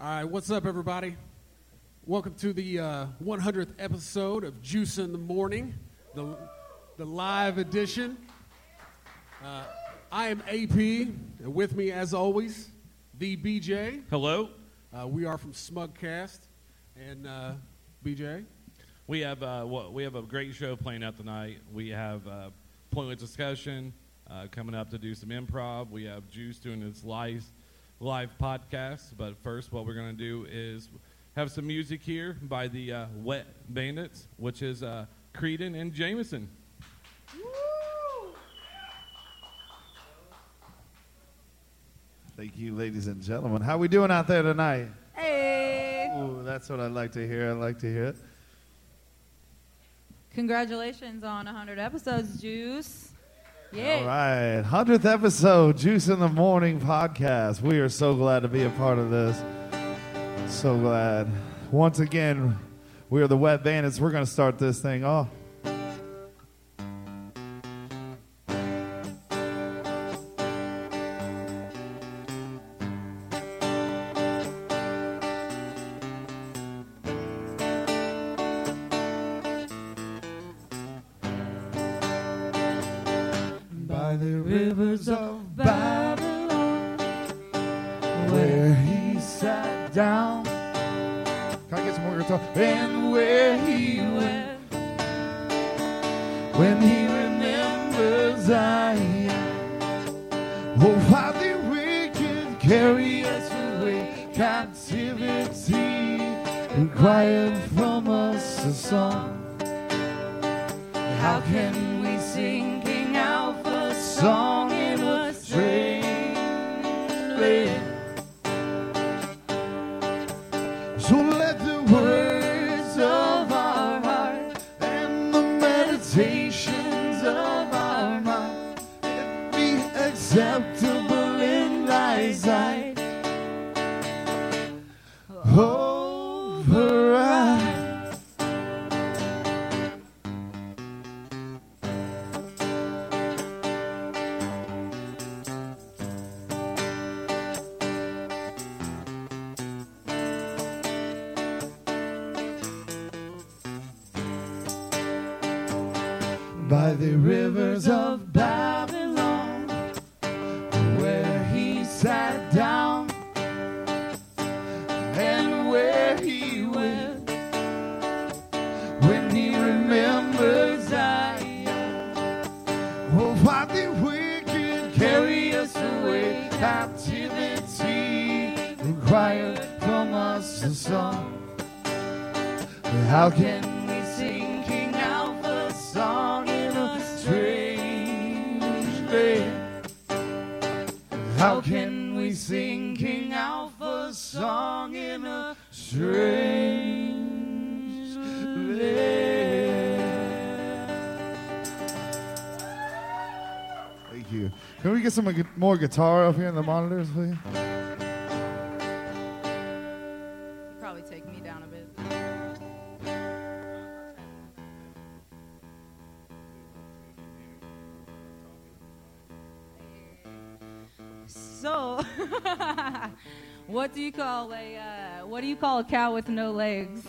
All right, what's up, everybody? Welcome to the uh, 100th episode of Juice in the Morning, the, the live edition. Uh, I am AP, and with me, as always, the BJ. Hello. Uh, we are from Smugcast, and uh, BJ. We have uh, wha- we have a great show playing out tonight. We have uh, pointless discussion uh, coming up to do some improv. We have Juice doing his live live podcast. But first, what we're going to do is have some music here by the uh, Wet Bandits, which is uh, Creedon and Jameson. Thank you, ladies and gentlemen. How we doing out there tonight? Hey! Ooh, that's what I like to hear. I like to hear it. Congratulations on 100 episodes, Juice. All Yeah. right, hundredth episode, Juice in the Morning podcast. We are so glad to be a part of this. So glad. Once again, we are the Wet Bandits. We're going to start this thing off. By the rivers of Babylon. where he sat down. Can I get some more guitar? And where he went when he remembers Zion. Oh, how the wicked carry us away, captivity required from us a song. How can we sing King Alpha's song in a strange So let the words of our heart and the meditations of our mind be acceptable in thy sight. Override. by the rivers of Babylon, where he sat down and where he went when he remembers Zion. Oh, why the wicked carry us away, captivity required from us a song. How can we sing King Alpha's song in a strange land? How can we sing King Alpha's song in a strange land? Thank you. Can we get some gu- more guitar up here in the monitors, please? Probably take me down a bit. So, what do you call a uh, what do you call a cow with no legs?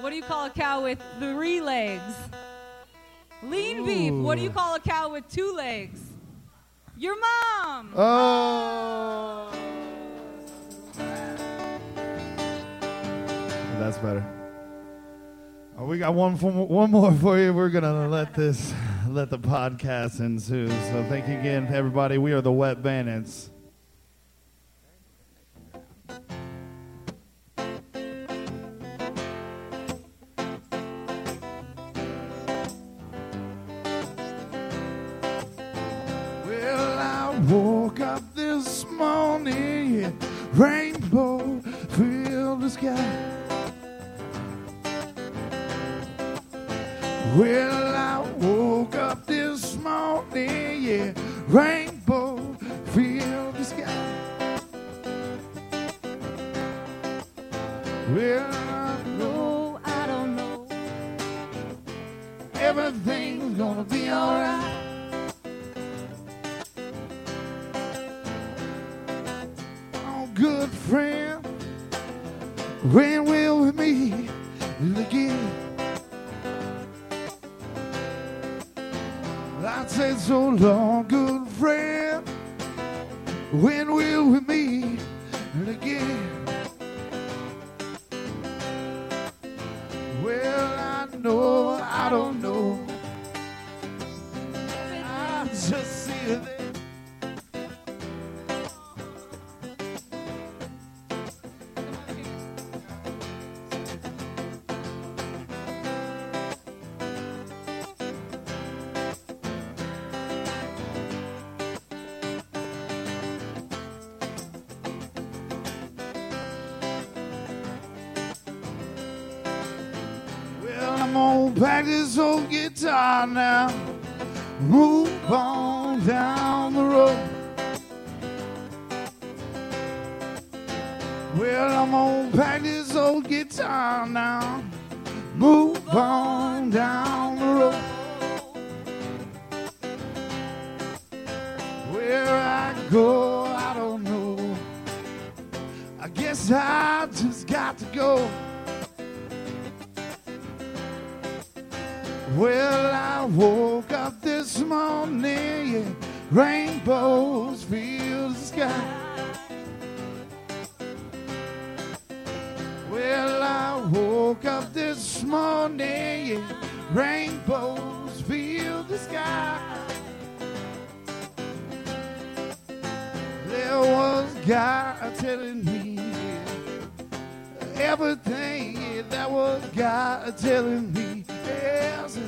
What do you call a cow with three legs? Lean beef. What do you Ooh. call a cow with two legs? Your mom. Oh. That's better. Oh, we got one for, one more for you. We're gonna let this let the podcast ensue. So thank you again, everybody. We are the Wet Bandits. Well, I woke up this morning, yeah, rainbow filled the sky. Well, I woke up this morning, yeah, rainbow filled the sky. Well, I know No, Oh, I don't know. everything's gonna be alright. Oh, good friend. When will we meet again? I said so long, good friend. When will we meet again? Well, I know, I don't know. I just see you there. Well, I'm gonna pack this old guitar now. Move on down the road. Well, I'm gonna pack this old guitar now. Move on down the road. Where I go, I don't know. I guess I just got to go. Well, I woke up this morning, yeah, rainbows fill the sky. Well, I woke up this morning, yeah, rainbows fill the sky. There was God telling me yeah, everything yeah, that was God telling me. Yes,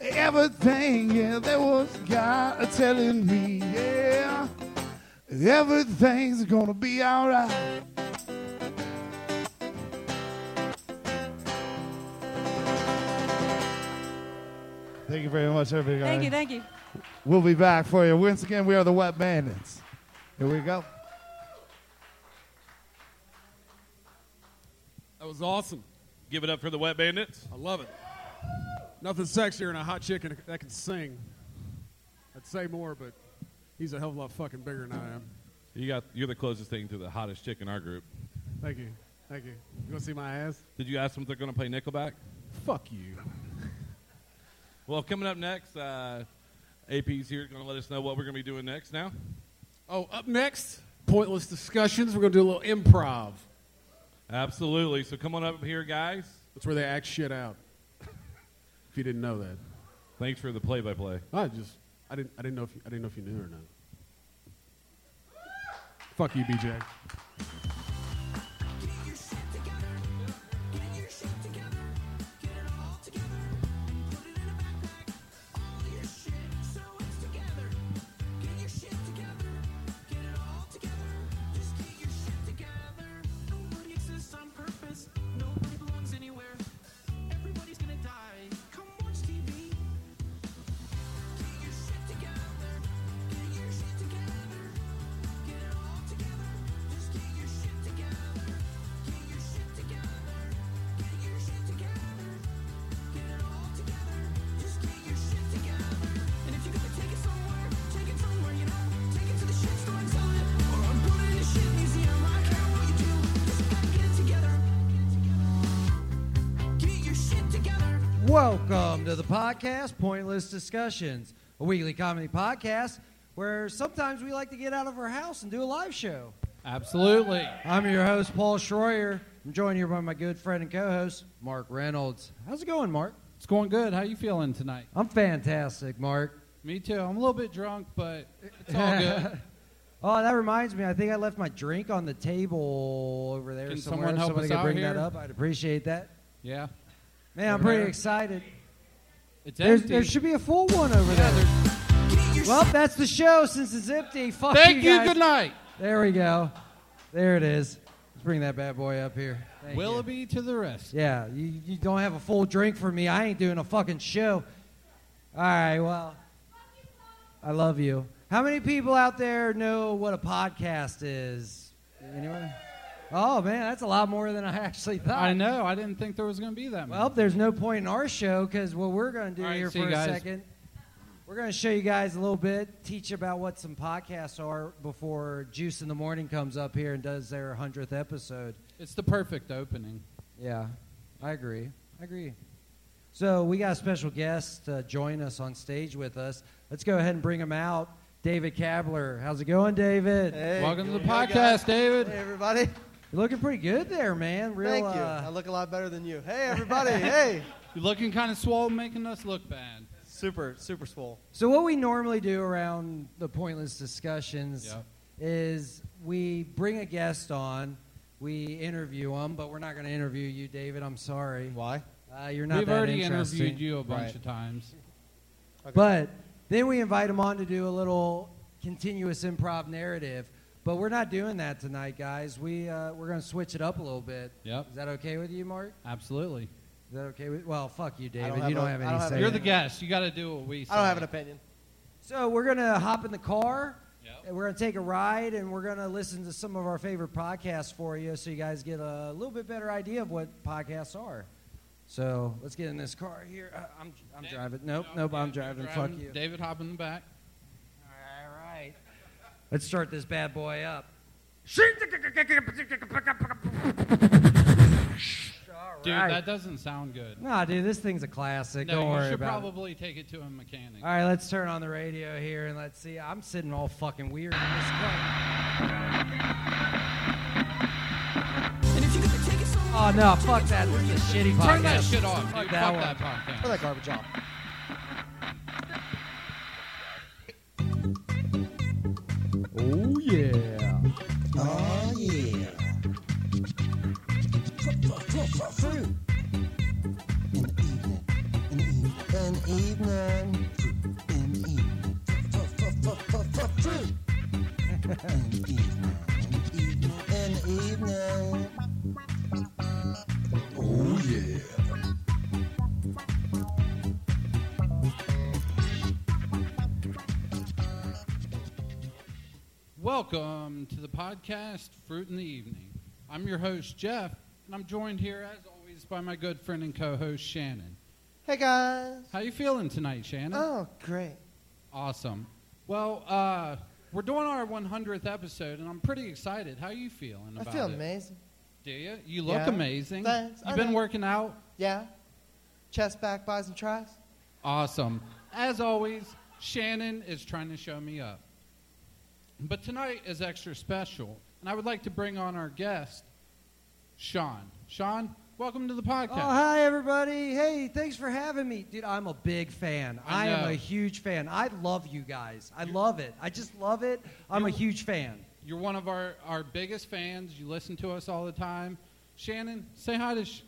everything yeah, that was God telling me. Yeah, everything's gonna be alright. Thank you very much, everybody. Thank you, thank you. We'll be back for you. Once again, we are the Wet Bandits. Here we go. That was awesome. Give it up for the Wet Bandits. I love it. Nothing sexier than a hot chicken that can sing. I'd say more, but he's a hell of a lot fucking bigger than I am. You got you're the closest thing to the hottest chick in our group. Thank you. Thank you. You want to see my ass? Did you ask them if they're going to play Nickelback? Fuck you. Well, coming up next, uh, AP's here going to let us know what we're going to be doing next. Now, Oh, up next, pointless discussions. We're going to do a little improv. absolutely. So come on up here, guys. That's where they act shit out. If you didn't know that, Thanks for the play-by-play. I just I didn't I didn't know if you, I didn't know if you knew or not. Fuck you, BJ. Get your shit together. Get your shit together. Get it all together. Put it in a backpack. All your shit so it's together. Get your shit together. Get it all together. Just get your shit together. Nobody exists on purpose. Nobody belongs anywhere. Everybody's gonna die. Come watch TV. Get your shit together. Get your shit together. Get it all together. Just get your shit together. Get your shit together. Get your shit together. Get it all together. Just get your shit together. And if you're gonna take it somewhere, take it somewhere, you know. Take it to the shit store and sell it. Or I'm putting it in a shit museum. I don't care what you do. Just gotta get it together. Get your shit together. Welcome to the podcast, Pointless Discussions, a weekly comedy podcast where sometimes we like to get out of our house and do a live show. Absolutely. I'm your host, Paul Schroyer. I'm joined here by my good friend and co host, Mark Reynolds. How's it going, Mark? It's going good. How you feeling tonight? I'm fantastic, Mark. Me too. I'm a little bit drunk, but it's all good. oh, that reminds me. I think I left my drink on the table over there Can somewhere. someone help Somebody us could out bring that here? up. I'd appreciate that. yeah. Man, I'm Over pretty there. excited. It's There's, empty. there should be a full one over Yeah, there. there's- Get your Well, that's the show since it's empty. Fuck Thank you. you. guys. Good night. There we go. There it is. Let's bring that bad boy up here. Thank you. Willoughby to the rest. Yeah, you, you don't have a full drink for me. I ain't doing a fucking show. All right, well, I love you. How many people out there know what a podcast is? Anyone? Oh, man, that's a lot more than I actually thought. I know. I didn't think there was going to be that many. Well, there's no point in our show because what we're going to do All right, here see you for a guys. second, we're We're going to show you guys a little bit, teach about what some podcasts are before Juice in the Morning comes up here and does their 100th episode. It's the perfect opening. Yeah, I agree. I agree. So we got a special guest to join us on stage with us. Let's go ahead and bring him out. David Kabler. How's it going, David? Hey, Welcome to the hey, guys. podcast, David. Hey, everybody. You're looking pretty good there, man. Real, Thank you. I Uh, look a lot better than you. Hey, everybody. hey. You're looking kind of swole, making us look bad. Super, super swole. so what we normally do around the pointless discussions Yep. is we bring a guest on, we interview them, but we're not going to interview you, David. I'm sorry. Why? Uh, you're not We've that already interesting. interviewed you a bunch Right. of times. But then we invite them on to do a little continuous improv narrative. But we're not doing that tonight, guys. We uh, we're going to switch it up a little bit. Yep. Is that okay with you, Mark? Absolutely. Is that okay with? Well, fuck you, don't David. have you don't a- have I any don't have say. a- You're the guest. You got to do what we say. I don't have an opinion. So we're gonna hop in the car. Yep. And we're gonna take a ride, and we're gonna listen to some of our favorite podcasts for you, so you guys get a little bit better idea of what podcasts are. So let's get in this car here. Uh, I'm I'm driving. Nope, nope, I'm driving. Fuck you. David, hop in the back. All right. Let's start this bad boy up. Dude, Right. that doesn't sound good. Nah, dude, this thing's a classic. no, Don't you worry should about it. probably take it to a mechanic. All right, let's turn on the radio here and let's see. I'm sitting all fucking weird in this car. And if you're gonna take it so Oh, no, fuck that. This is a shitty podcast. Turn that shit off. Fuck dude. that Fuck one. that Put podcast. that garbage off. Oh, yeah. Oh, Oh, Welcome to the podcast, Fruit in the Evening. I'm your host, Jeff, and I'm joined here, as always, by my good friend and co-host, Shannon. Hey, guys. How you feeling tonight, Shannon? Oh, great. Awesome. Well, uh, we're doing our 100th episode, and I'm pretty excited. How you feeling I about feel it? amazing. Do you? You look Yeah. amazing. Thanks. You've I been know. working out. Yeah. Chest back, buys and tries. Awesome. As always, Shannon is trying to show me up. But tonight is extra special, and I would like to bring on our guest, Sean. Sean, welcome to the podcast. Oh, hi, everybody. Hey, thanks for having me. Dude, I'm a big fan. I, I am know. a huge fan. I love you guys. I love it. I just love it. I'm a You- huge fan. You're one of our, our biggest fans. You listen to us all the time. Shannon, say hi to Sh-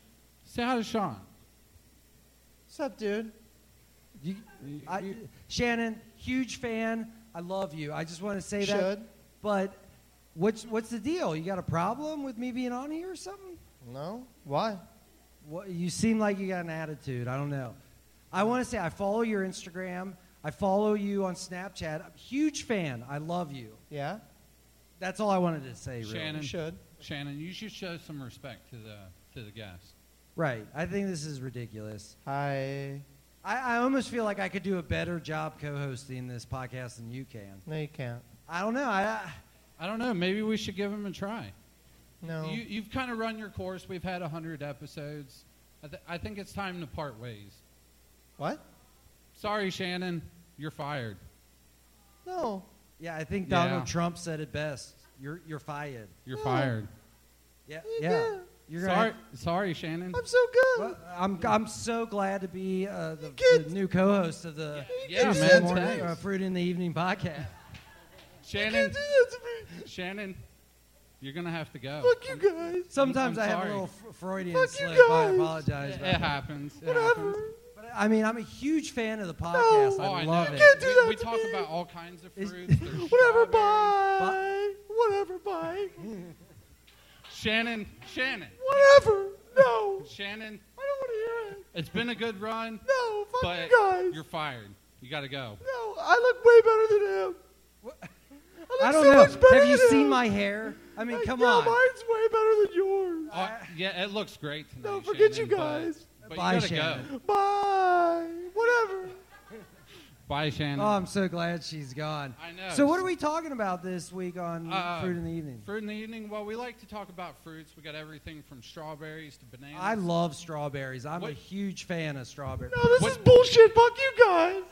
say hi to Sean. What's up, dude? You, I, Shannon, huge fan. I love you. I just want to say that. Should. But what's what's the deal? You got a problem with me being on here or something? No? Why? What, you seem like you got an attitude. I don't know. I want to say I follow your Instagram. I follow you on Snapchat. I'm a huge fan. I love you. Yeah. That's all I wanted to say, really. Shannon. You should. Shannon, you should show some respect to the to the guest. Right. I think this is ridiculous. Hi. I, I almost feel like I could do a better job co-hosting this podcast than you can. No, you can't. I don't know. I, I I don't know. Maybe we should give him a try. No. You, you've kind of run your course. We've had 100 episodes. I, th- I think it's time to part ways. what? Sorry, Shannon. You're fired. No. yeah, I think Yeah. Donald Trump said it best. You're you're fired. You're fired. Yeah, Yeah. yeah. You're gonna- Sorry, sorry, Shannon. I'm so good. Well, I'm I'm so glad to be uh, the, Good. the new co-host of the Yeah, Tuesday man, morning, thanks. uh, Fruit in the Evening podcast. Shannon, Do that to me. Shannon, you're gonna have to go. Fuck you guys. Sometimes I'm I have a sorry. little F- Freudian Fuck you slip. I guys. apologize. It, about it that. happens. It happens. Whatever. But, I mean, I'm a huge fan of the podcast. Oh, I I love know. it. can't do we, that we to talk me. about all kinds of It's- fruits. There's Whatever, strawberries. bye. Whatever, bye. Shannon, Shannon, Whatever. No. Shannon. I don't want to hear it. It's been a good run, No, fuck but you guys. you're fired. You gotta go. No, I look way better than him. I look don't so much know. better Have you than seen him. my hair? I mean, come no, on. mine's way better than yours. Oh, yeah, it looks great tonight. No, forget Shannon, you guys. But, but Bye, you gotta Shannon. go. Bye. Whatever. Bye, Shannon. Oh, I'm so glad she's gone. I know. So what are we talking about this week on Uh, Fruit in the Evening? Fruit in the evening. Well, we like to talk about fruits. We got everything from strawberries to bananas. I love strawberries. I'm What- a huge fan of strawberries. No, this What- is bullshit. Fuck you guys.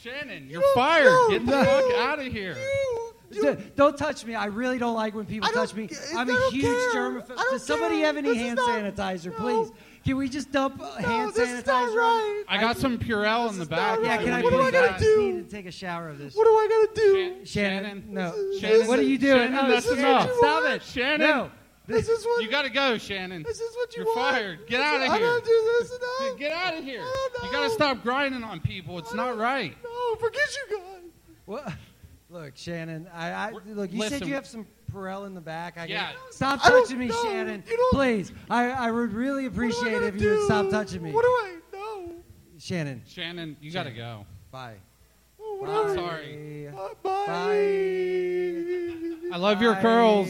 Shannon, you're fired. Get the fuck out of here. Don't- Don't touch me. I really don't like when people I don't touch me. ca- I'm I a don't huge care. germaphobe. I don't Does somebody care. have any This is hand not- sanitizer, no. please? Can we just dump uh, hand this sanitizer? is not on- right. I got some Purell in the back. not Yeah, right. can I What do please? I gotta just do? need to take a shower of this. What do I gotta do? Shan- Shannon, no. This Shannon, what are you doing? Oh, Shannon, No, that's Shannon, enough. Stop it. Shannon. No. This is what You gotta go, Shannon. This is what you You're want. fired. Get out of I here. don't do this enough. Dude, get out of here. Oh, no. You gotta stop grinding on people. It's not right. No, forget you guys. What? Look, Shannon. I, I We're- look. You said listen. you have some Perel in the back. I Yeah. get- Stop I don't touching me, know. Shannon. You don't- Please. I, I would really What do I appreciate it gotta if you would do? stop touching me. What do I? No. Shannon, Shannon, you gotta go. bye. Oh, I'm whatever. sorry. Uh, Bye. Bye. I love your curls.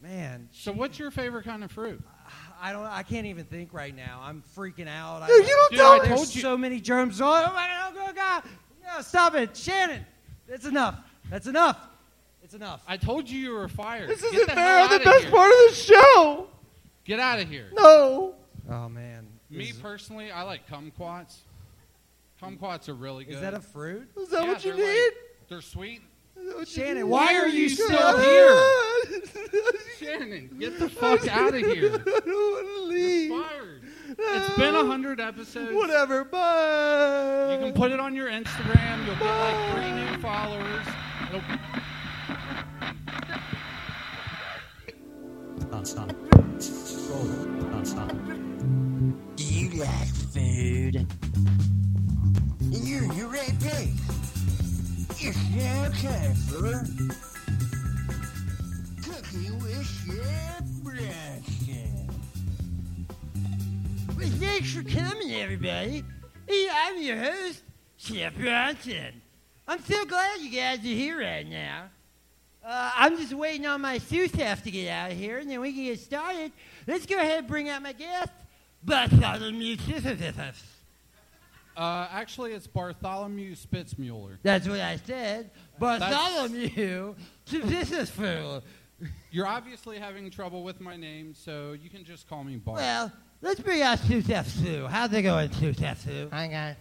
Man, sh- So, what's your favorite kind of fruit? I don't. I can't even think right now. I'm freaking out. I, Dude, you don't Dude, tell I me. told there's you- so many germs. Oh my God! Oh my God! No, stop it, Shannon. That's enough. That's enough. It's enough. I told you you were fired. This Get isn't the fair. hell I'm the outta best here. part of the show. Get out of here. No. oh man. Me Is, personally, I like kumquats. Kumquats are really good. is that a fruit? Is that Yeah, what you they're need? like- they're sweet. Is that what you Shannon, need? why are you still here? Shannon, get the fuck out of I here. don't want to leave. You're fired. It's been a hundred episodes. Whatever. Bye. You can put it on your Instagram. You'll get like three new followers. It'll- Do you like food? And You're your red pig. It's now time for Cooking with Chef Bronson. Well, thanks for coming, everybody. Hey, I'm your host, Chef Bronson. I'm so glad you guys are here right now. Uh, I'm just waiting on my sous chef to get out of here, and then we can get started. Let's go ahead and bring out my guest, Bartholomew Sisyphus. Uh, actually, it's Bartholomew Spitzmuller. That's what I said. Bartholomew Sisyphus. You're obviously having trouble with my name, so you can just call me Bart. Well, let's bring out sous chef Sue. How's it going, sous chef Sue? Hang on.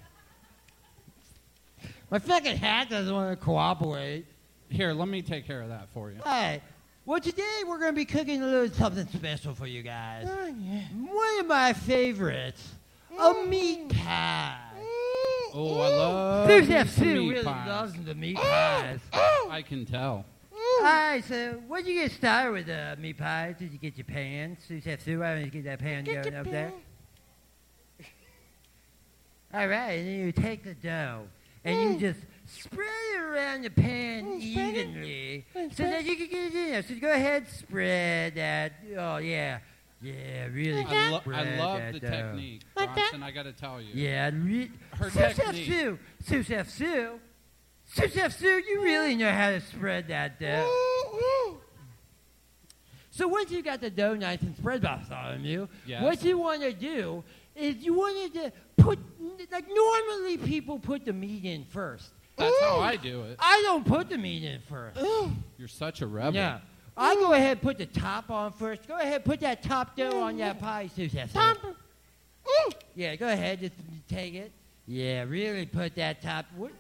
My fucking hat doesn't want to cooperate. Here, let me take care of that for you. Hey, well, today we're going to be cooking a little something special for you guys. One of my favorites, Mm. a meat pie. Oh, I love Sous me Chef some Sue meat really pies. loves the meat pies. All I can tell. Mm. right, so what'd you get started with the meat pies? Did you get your pan? Sous Chef Sue, why don't you get that pan going up there? All right, and then you take the dough and you just spread it around the pan evenly so that you can get it in there. So go ahead, spread that. Oh, yeah. Yeah, really. I, lo- spread I love that the dough. technique, Bronson. I got to tell you. Yeah, re- Her Sous Chef technique. Sue, Sous Chef Sue, Sous Chef Sue, you really know how to spread that dough. So once you got the dough nice and spread out on you, Yes. what you want to do is you wanted to put like normally people put the meat in first. That's how I do it. I don't put the meat in first. You're such a rebel. Yeah. I go ahead and put the top on first. Go ahead put that top dough on that pie, Susan. Yeah, go ahead, just take it. Yeah, really put that top. What,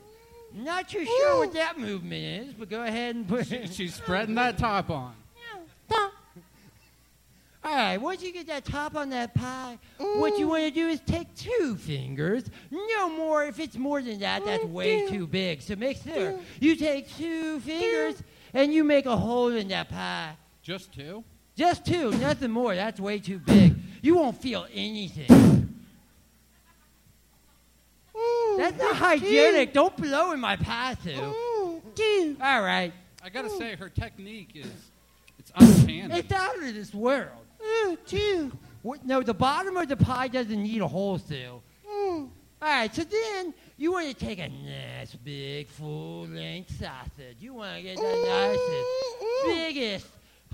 not too sure what that movement is, but go ahead and put She- she's spreading that top on. All right, once you get that top on that pie, what you want to do is take two fingers. No more. If it's more than that, that's way too big. So make sure you take two fingers and you make a hole in that pie. Just two? Just two, nothing more. That's way too big. You won't feel anything. Mm. That's not hygienic. Don't blow in my pie, Sue. All right. I got to say, her technique is it's uncanny. It's out of this world. What, no, the bottom of the pie doesn't need a hole, Sue. All right, so then you want to take a nice big full-length sausage. You want to get the nicest, biggest,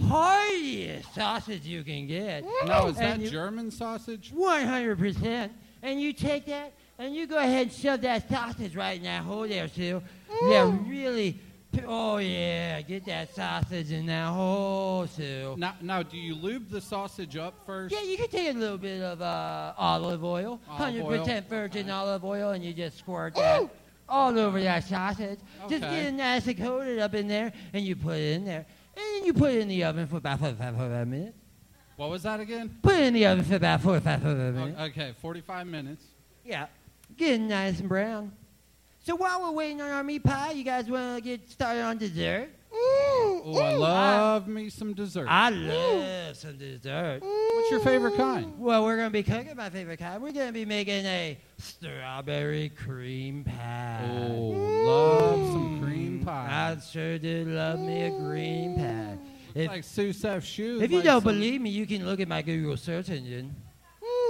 heartiest sausage you can get. Mm. Now, is that And you- German sausage? One hundred percent. And you take that And you go ahead and shove that sausage right in that hole there, Sue. Yeah, really. Oh, yeah. Get that sausage in that hole, Sue. Now, now, do you lube the sausage up first? Yeah, you can take a little bit of uh, olive oil, Olive hundred oil. percent virgin olive oil, and you just squirt that all over that sausage. Just Okay. get it nice and coated up in there, and you put it in there, and then you put it in the oven for about four, five, four, five minutes. What was that again? Put it in the oven for about four, five, four, five O- minutes. Okay, 45 minutes. Yeah, get it nice and brown. So while we're waiting on our meat pie, you guys want to get started on dessert? ah. Oh, I love me some dessert. I love some dessert. What's your favorite kind? Well, we're gonna be cooking my favorite kind. We're gonna be making a strawberry cream pie. Mm, Oh, love some cream pie. I sure do love me a cream pie. If, like Sue Seth shoes. if you like don't some- believe me, you can look at my Google search engine.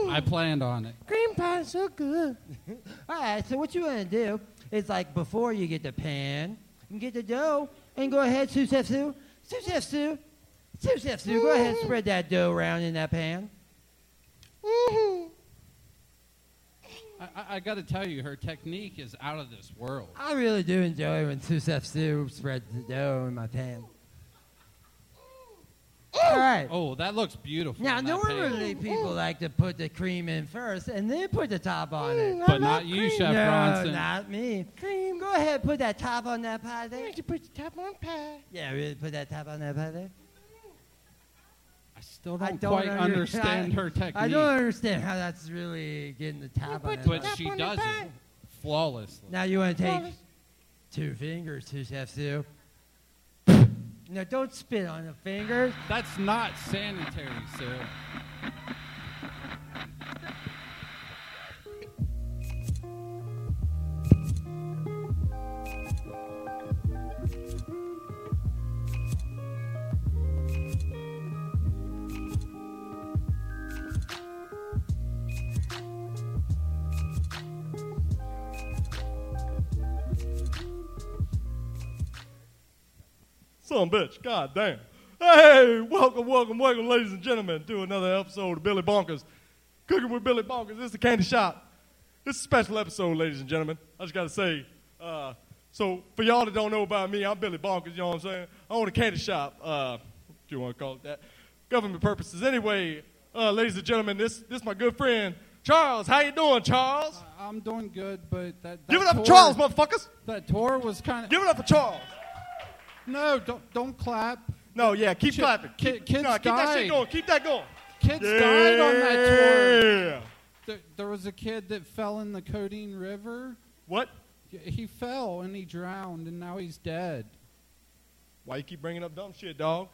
I planned on it. Cream pie is so good. All right, so what you wanna do is like before you get the pan, you get the dough and go ahead, Sue Chef Sue, Sue Chef Sue, Sue Chef Sue, go Mm. ahead and spread that dough around in that pan. I, I, I got to tell you, her technique is out of this world. I really do enjoy when Sue Chef Sue spreads the dough in my pan. All right. Oh, that looks beautiful. Now, on that pan. Mm. normally people like to put the cream in first and then put the top on it. But not you, Chef no, Bronson. Oh, not me. Cream. Go ahead, put that top on that pie there. You put your top on pie. Yeah, really put that top on that pie there. I still I don't, don't quite under- understand I- her technique. I don't understand how that's really getting the top on that but pie. she on the does it pie. flawlessly. Now you want to take two fingers, two Chef Sue. No, don't spit on the fingers. That's not sanitary, Sue. Some bitch, god damn. Hey, welcome, welcome, welcome, ladies and gentlemen, to another episode of Billy Bonkers. Cooking with Billy Bonkers. This is the candy shop. This is a special episode, ladies and gentlemen. I just gotta say, uh, so for y'all that don't know about me, I'm Billy Bonkers, you know what I'm saying? I own a candy shop, uh, if you wanna call it that. Government purposes. Anyway, uh, ladies and gentlemen, this this my good friend Charles. How you doing, Charles? Uh, I'm doing good, but that, that Give it up tour, for Charles, motherfuckers! That tour was kind of Give it up for Charles! no. Don't don't clap. No, yeah, keep Shit, clapping. ki- Keep, kids no, keep that died. shit going. Keep that going. Kids died on that tour. Yeah. There, there was a kid that fell in the Codeine River. What? Y- He fell and he drowned, and now he's dead. Why you keep bringing up dumb shit, dog?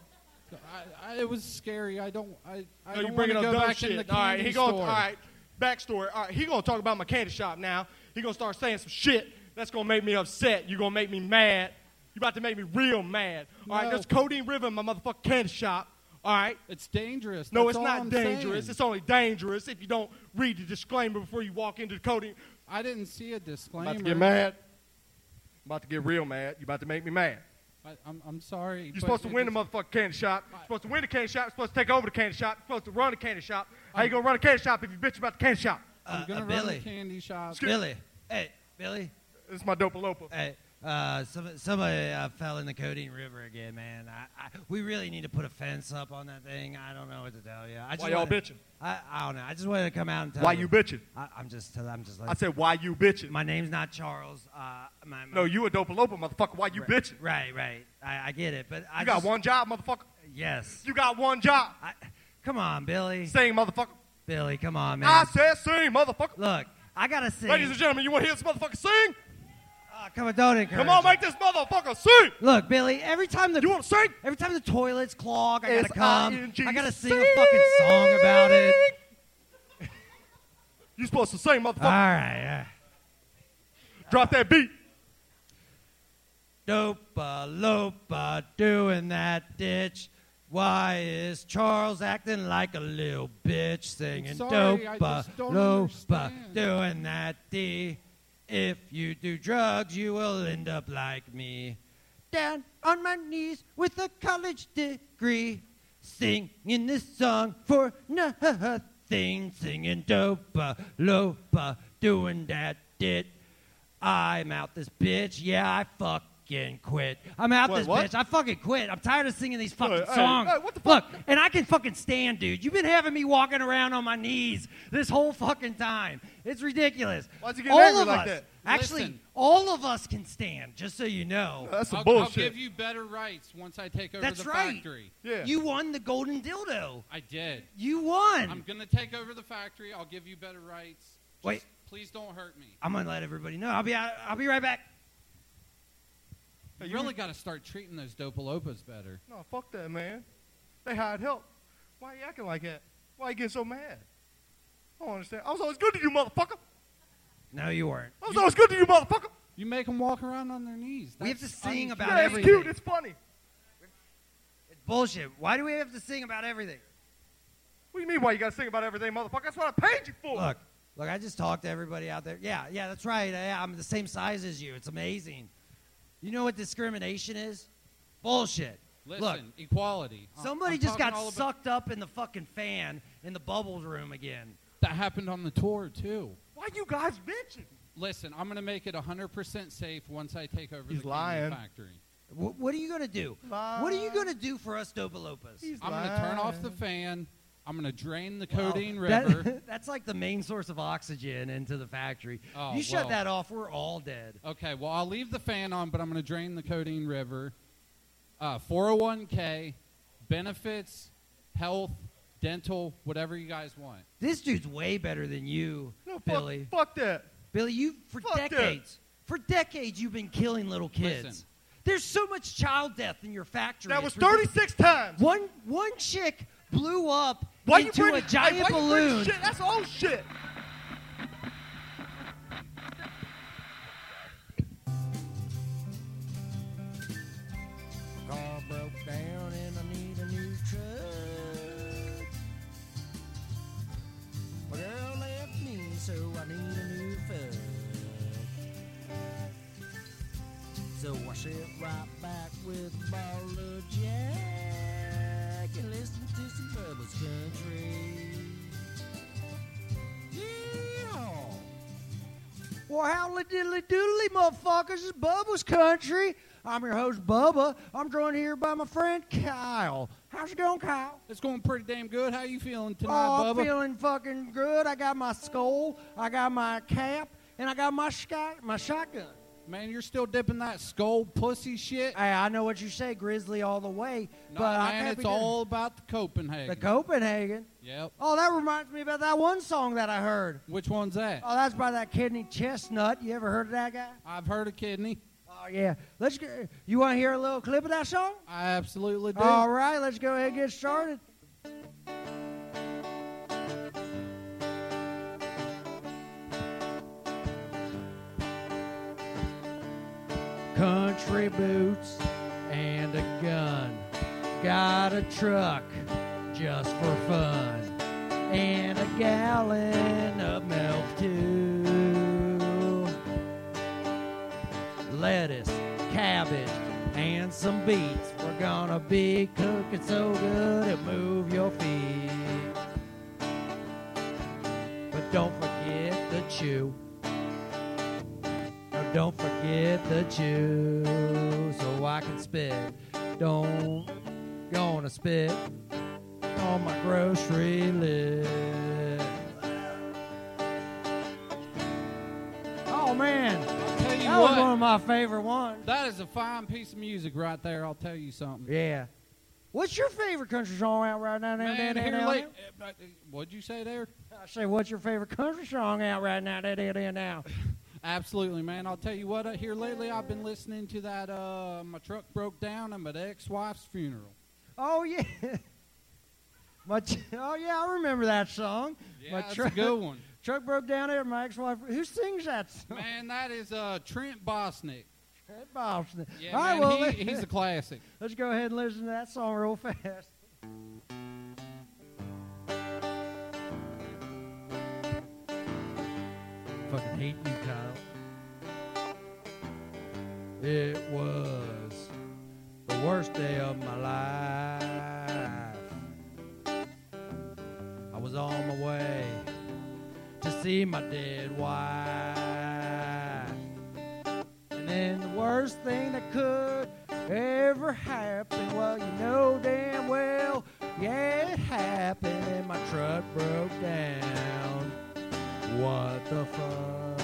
I, I, it was scary. I don't. I, I No, you don't want to bringing up go dumb back shit. in the candy all right, he store. gonna, all right, backstory. All right, he gonna talk about my candy shop now. He gonna start saying some shit that's gonna make me upset. You gonna make me mad. You about to make me real mad. All right, No. that's Codeine River, my motherfucking candy shop. All right. It's dangerous. No, That's it's all not I'm dangerous. saying. It's only dangerous if you don't read the disclaimer before you walk into the Codeine. I didn't see a I'm disclaimer. about to get mad. I'm about to get real mad. You about to make me mad. I, am I'm sorry. You're supposed to win the motherfucking candy shop. You're supposed to win the candy shop. You're supposed to take over the candy shop. You're supposed to run the candy shop. How you gonna run a candy shop if you bitch about the candy shop? I'm Uh, gonna uh, run Billy. the candy shop. Excuse- Billy. Hey, Billy. This is my dopa lopa. Hey, uh, some, somebody uh, fell in the Codeine River again, man. I, I, we really need to put a fence up on that thing. I don't know what to tell you. I just Why y'all wanna- bitching? I, I don't know. I just wanted to come out and tell Why you. you bitching? I, I'm just. tell- I'm just. Like, I said, why you bitching? my name's not Charles. Uh, my, my, no, you a dopa lopa, motherfucker. Why you right, bitching? Right, right. I, I get it, but I You got just- one job, motherfucker. Yes. You got one job. I, come on, Billy. Sing, motherfucker. Billy, come on, man. I said sing, motherfucker. Look, I gotta sing. Ladies and gentlemen, you want to hear this motherfucker sing? Uh, come on, don't encourage. Come on, it. make this motherfucker sing. Look, Billy. Every time the You want to sing? Every time the toilets clog, I gotta come. S-I-N-G, I gotta sing a fucking song about it. You supposed to sing, motherfucker. All right. Drop that beat. Dopa lopa doing that ditch. Why is Charles acting like a little bitch singing I'm sorry, I dopa just don't lopa understand. doing that D? If you do drugs, you will end up like me. Down on my knees with a college degree, singing this song for nothing, singing dopa lopa doing that shit. I'm out this bitch. Yeah, I fucking quit. I'm out Wait, this what? bitch. I fucking quit. I'm tired of singing these fucking Wait, hey, songs. hey, Look, and I can fucking stand, dude. You've been having me walking around on my knees this whole fucking time. It's ridiculous. Why'd you get all angry of like us, that? Actually, Listen. all of us can stand. Just so you know, I'll, I'll give you better rights once I take over That's the right. factory. You won the golden dildo. I did. You won. I'm going to take over the factory. I'll give you better rights. Just Wait. Please don't hurt me. I'm gonna let everybody know. I'll be out. I'll be right back. You really got to start treating those dopalopas better. No, fuck that, man. They hired help. Why you acting like that? Why you getting so mad? I don't understand. I was always good to you, motherfucker. No, you weren't. Oh, I was always good to you, motherfucker. You make them walk around on their knees. We have That's to sing un- about yeah, everything. It's cute. It's funny. Bullshit. Why do we have to sing about everything? What do you mean? Why you gotta sing about everything, motherfucker? That's what I paid you for. Look, look. I just talked to everybody out there. Yeah, yeah. That's right. Yeah, I'm the same size as you. It's amazing. You know what discrimination is? Bullshit. Listen, look, equality. I'm- somebody I'm just talking got all about- sucked up in the fucking fan in the bubbles room again. That happened on the tour too. Why you guys bitching? Listen, I'm going to make it 100% safe once I take over the lying. Canyon factory. Wh- what are you gonna do? What are you gonna do for us, Dopalopas? I'm going to turn off the fan. I'm going to drain the Well, codeine that- river. that's like the main source of oxygen into the factory. Oh, you shut well. that off, we're all dead. Okay, well, I'll leave the fan on, but I'm going to drain the codeine river. Uh, 401k, benefits, health, dental, whatever you guys want. This dude's way better than you, No, fuck, Billy. fuck that. Billy, you for Fuck that. decades, for decades, you've been killing little kids. Listen. There's so much child death in your factory. That was It's ridiculous. 36 times. One one chick blew up Why you into bring a giant hey, why you bring balloon. Shit? That's old Oh, shit. Car broke down and I need a new truck. My girl left me, so I need a new fuck. So I sit right back with a bottle of Jack and listen to some Bubbles Country. Yeehaw! Well, howly diddly doodly, motherfuckers. It's Bubba's Country. I'm your host, Bubba. I'm joined here by my friend Kyle. How's it going, Kyle? It's going pretty damn good. How you feeling tonight, oh, I'm Bubba? feeling fucking good. I got my skull, I got my cap, and I got my, sky, my shotgun. Man, you're still dipping that skull pussy shit. Hey, I know what you say, Grizzly, all the way, Nah, but I'm man, happy it's to- all about the Copenhagen. the Copenhagen. yep. Oh, that reminds me about that one song that I heard. Which one's that? Oh, that's by that kidney chestnut. You ever heard of that guy? I've heard of kidney. Oh yeah. Let's go. You want to hear a little clip of that song? I absolutely do. All right, let's go ahead and get started. Country boots and a gun. Got a truck just for fun. And a gallon of milk, too lettuce, cabbage, and some beets. We're gonna be cooking so good it move your feet. But don't forget the chew. No, don't forget the chew, so I can spit. Don't gonna spit on my grocery list. Oh man, Tell you that what, was one of my favorite ones. that is a fine piece of music right there. I'll tell you something. Yeah. What's your favorite country song out right now? Man, down, down, here down, late- down? uh, uh, what'd you say there? I say, what's your favorite country song out right now? down, down, down, down? Absolutely, man. I'll tell you what. Uh, here lately, I've been listening to that. Uh, my truck broke down. I'm at ex-wife's funeral. Oh yeah. My t- oh yeah, I remember that song. Yeah, my that's a good one, Truck broke down there. My ex-wife. Who sings that song? man. That is uh, Trent Bosnick. That bops. Yeah, All right, man, well, he, let- he's a classic. Let's go ahead and listen to that song real fast. Fucking hate you, Kyle. It was the worst day of my life. I was on my way to see my dead wife. And then the worst thing that could ever happen, well, you know damn well, yeah, it happened, and my truck broke down. What the fuck?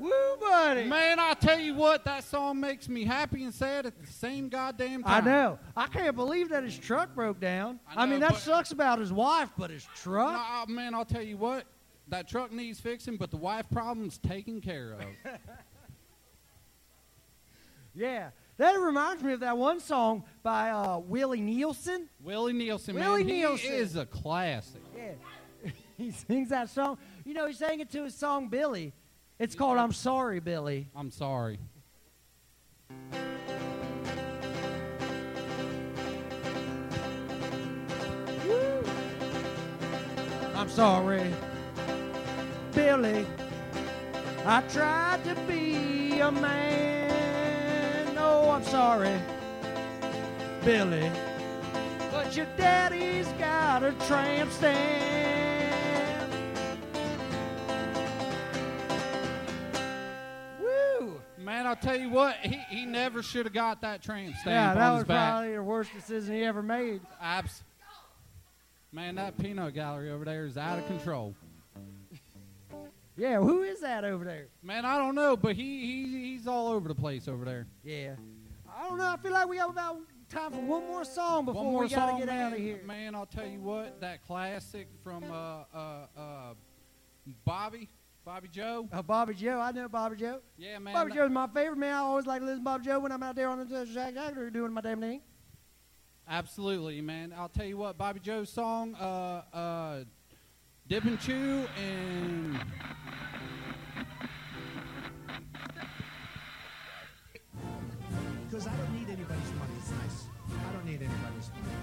Woo, buddy! Man, I tell you what, that song makes me happy and sad at the same goddamn I time. know. I can't believe that his truck broke down. I, I know, mean, that but- sucks about his wife, but his truck. Nah, man, I'll tell you what, that truck needs fixing, but the wife problem's taken care of. Yeah. That reminds me of that one song by uh, Willie Nielsen. Willie Nielsen, Willie man, he Nielsen. is a classic. Yeah. he sings that song. You know, he sang it to his song Billy. It's called I'm Sorry, Billy. I'm sorry. I'm sorry, Billy. I tried to be a man. Oh, I'm sorry, Billy. But your daddy's got a tramp stamp. Woo! Man, I'll tell you what, he, he never should have got that tramp stamp yeah, on that his was back. probably the worst decision he ever made. Abs- Man, that peanut gallery over there is out of control. Yeah, who is that over there? Man, I don't know, but he, he he's all over the place over there. Yeah. I don't know. I feel like we have about time for one more song before One more we gotta song, get man, out of here. Man, I'll tell you what, that classic from uh, uh, uh, Bobby, Bobby Joe. Uh, Bobby Joe, I know Bobby Joe. Yeah, man. Bobby that- Joe's my favorite man. I always like to listen to Bobby Joe when I'm out there on the Jack Jagger doing my damn thing. Absolutely, man. I'll tell you what, Bobby Joe's song, uh, uh, Dip and Chew, and Because I don't need anybody's money. It's nice. I don't need anybody's money.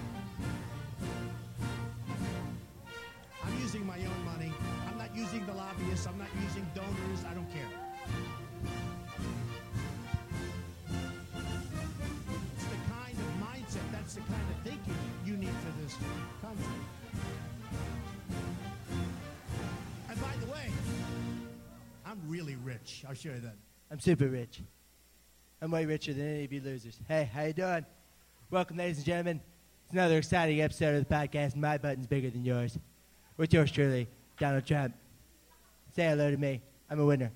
I'm using my own money. I'm not using the lobbyists. I'm not using donors. I don't care. It's the kind of mindset, that's the kind of thinking you need for this country. And by the way, I'm really rich. I'll show you that. I'm super rich. I'm way richer than any of you losers. Hey, how you doing? Welcome, ladies and gentlemen. It's another exciting episode of the podcast. My button's bigger than yours. With yours truly, Donald Trump. Say hello to me. I'm a winner.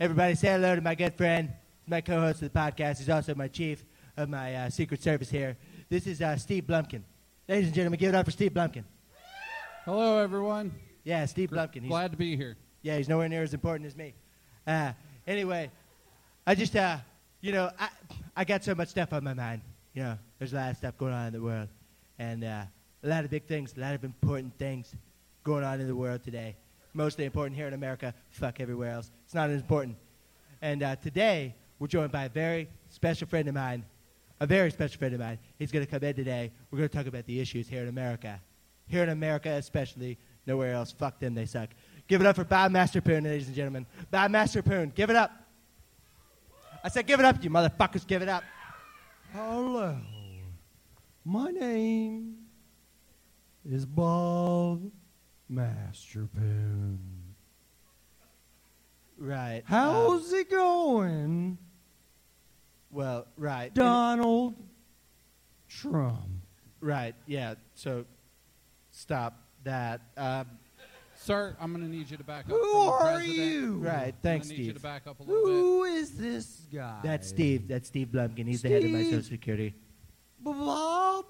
Everybody, say hello to my good friend, my co-host of the podcast. He's also my chief of my uh, Secret Service here. This is uh, Steve Blumkin. Ladies and gentlemen, give it up for Steve Blumkin. hello, everyone. Yeah, Steve Blumkin. He's Glad to be here. yeah, he's nowhere near as important as me. Uh, anyway, I just, uh, you know, I, I got so much stuff on my mind. You know, there's a lot of stuff going on in the world, and uh, a lot of big things, a lot of important things going on in the world today. Mostly important here in America. Fuck everywhere else. It's not as important. And uh, today, we're joined by a very special friend of mine. A very special friend of mine. He's going to come in today. We're going to talk about the issues here in America. Here in America, especially. Nowhere else. Fuck them. They suck. Give it up for Bob Masterpoon, ladies and gentlemen. Bob Masterpoon. Give it up. I said, give it up, you motherfuckers. Give it up. Hello. My name is Bob Masterpoon. Right. Um, How's it going, well, uh, right. Donald Trump? Right. Yeah. So stop that. Um, Sir, I'm going to need you to back up. Who from the are president. you? right. I'm Thanks, gonna need you to Steve. back up a little bit. Who is this guy? That's Steve. That's Steve Blumkin. He's the head of my Steve. Social Security. Bob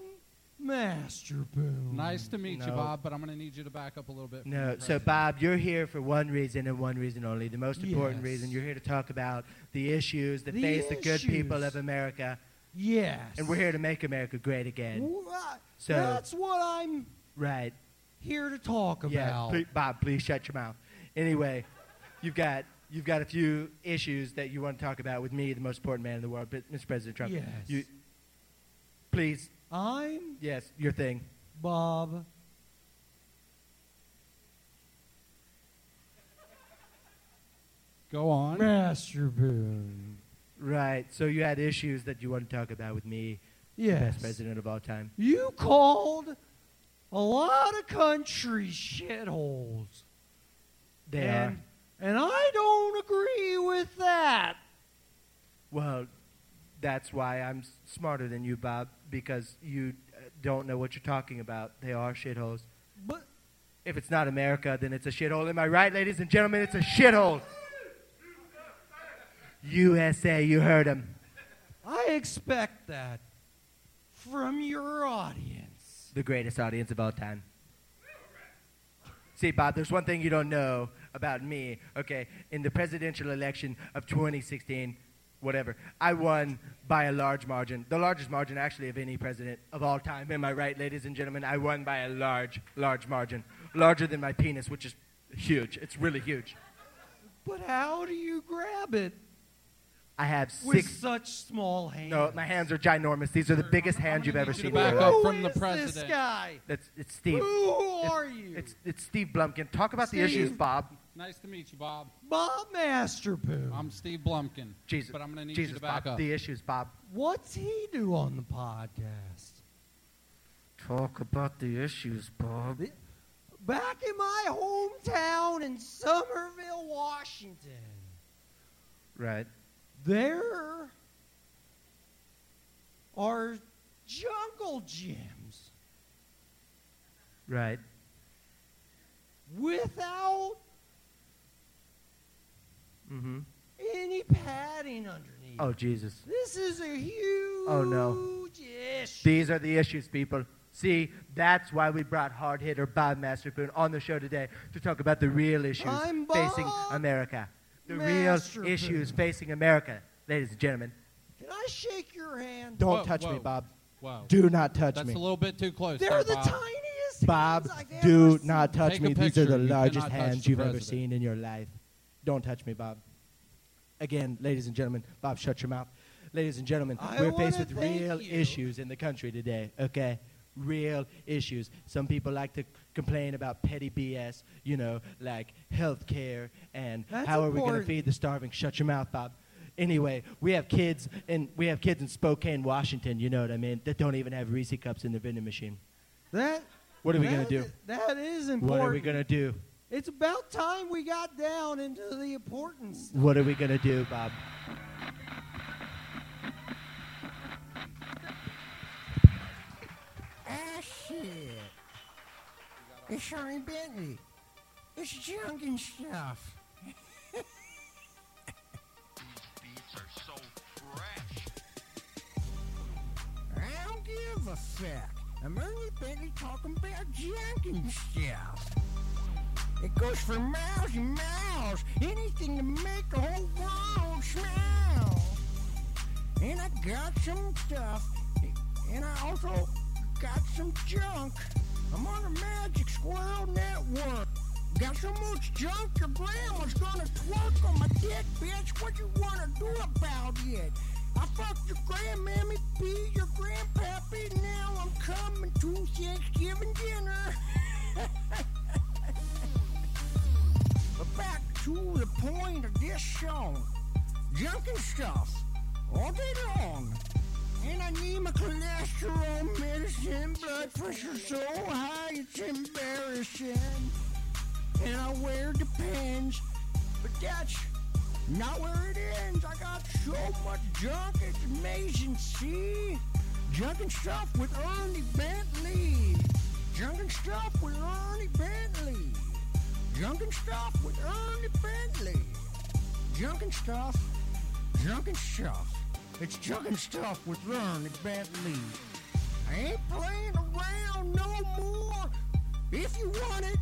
Masterpoon. Nice to meet you, No. Bob, but I'm going to need you to back up a little bit. from No, the so president. Bob, you're here for one reason and one reason only. The most important Yes. reason. You're here to talk about the issues that The face the good people issues. of America, Yes. and we're here to make America great again. Wha- So- that's what I'm Right. here to talk about. Yeah, ple- Bob, please shut your mouth. Anyway, you've got you've got a few issues that you want to talk about with me, the most important man in the world, but Mr. President Trump. Yes. You, please, I'm yes, your thing. Bob. Go on. Masterpoon. Right. So you had issues that you want to talk about with me, Yes. best president of all time. You called a lot of countries shitholes. They and, And I don't agree with that. Well, that's why I'm s- smarter than you, Bob, because you uh, don't know what you're talking about. They are shitholes. But if it's not America, then it's a shithole. Am I right, ladies and gentlemen? It's a shithole. USA, you heard him. I expect that from your audience. The greatest audience of all time. See, Bob, there's one thing you don't know about me. Okay, in the presidential election of 2016, whatever, I won by a large margin. The largest margin, actually, of any president of all time. Am I right, ladies and gentlemen? I won by a large, large margin. Larger than my penis, which is huge. It's really huge. But how do you grab it I have six. with such small hands? No, my hands are ginormous. These are the biggest hands you've ever seen. in back your up life. from the Who is this president. guy? That's it's Steve. Who It's- are you? It's it's Steve Blumpkin. Talk about the issues, Steve. Bob. Nice to meet you, Bob. Bob Masterpoo. I'm Steve Blumpkin. Jesus, But I'm going to need Jesus, you to back Bob. up. The issues, Bob. What's he do on the podcast? Talk about the issues, Bob. Back in my hometown in Somerville, Washington, Right. there are jungle gyms Right. without Mm-hmm. any padding underneath. Oh Jesus. This is a huge Oh no. issue. These are the issues, people. See, that's why we brought hard hitter Bob Masterpoon on the show today to talk about the real issues I'm facing Bob America. The real Masterpoon. issues facing America, ladies and gentlemen. Can I shake your hand? Whoa, Don't touch whoa, me, Bob. Wow. Do not touch That's me. a little bit too close. They're there, the Bob. tiniest Bob, hands I've do ever not seen. touch Take a me. These are picture. the You largest cannot touch hands the you've ever president. seen in your life. Don't touch me, Bob. Again, ladies and gentlemen, Bob, shut your mouth. Ladies and gentlemen, I we're wanna faced with thank real you. issues in the country today, okay? Real issues. Some people like to complain about petty BS, you know, like health care and That's how are we going to important. feed the starving. Shut your mouth, Bob. Anyway, we have kids and we have kids in Spokane, Washington, you know what I mean, that don't even have Reese cups in the vending machine. That. What are we going that- to do? That is important. What are we going to do? It's about time we got down into the importance. What are we going to do, Bob? Ah, shit. It's Sean Bentley. It's junk and stuff. I don't give a fuck. I'm only barely talking about junk and stuff. It goes for miles and miles. Anything to make the whole world smile. And I got some stuff. And I also got some junk. I'm on the Magic Squirrel Network. Got so much junk your grandma's gonna twerk on my dick, bitch. What you wanna do about it? I fucked your grandmammy, be your grandpappy. Now I'm coming to Thanksgiving dinner. but back to the point of this song. Junk and stuff. All day long. And I need my cholesterol medicine, blood pressure so high it's embarrassing. And I wear the pins, but that's not where it ends. I got so much junk, it's amazing. See, junk and stuff with Ernie Bentley. Junk and stuff with Ernie Bentley. Junk and stuff with Ernie Bentley. Junk and stuff. Junk and stuff. It's junk and stuff with Ernie Bentley. I ain't playing around no more. If you want it,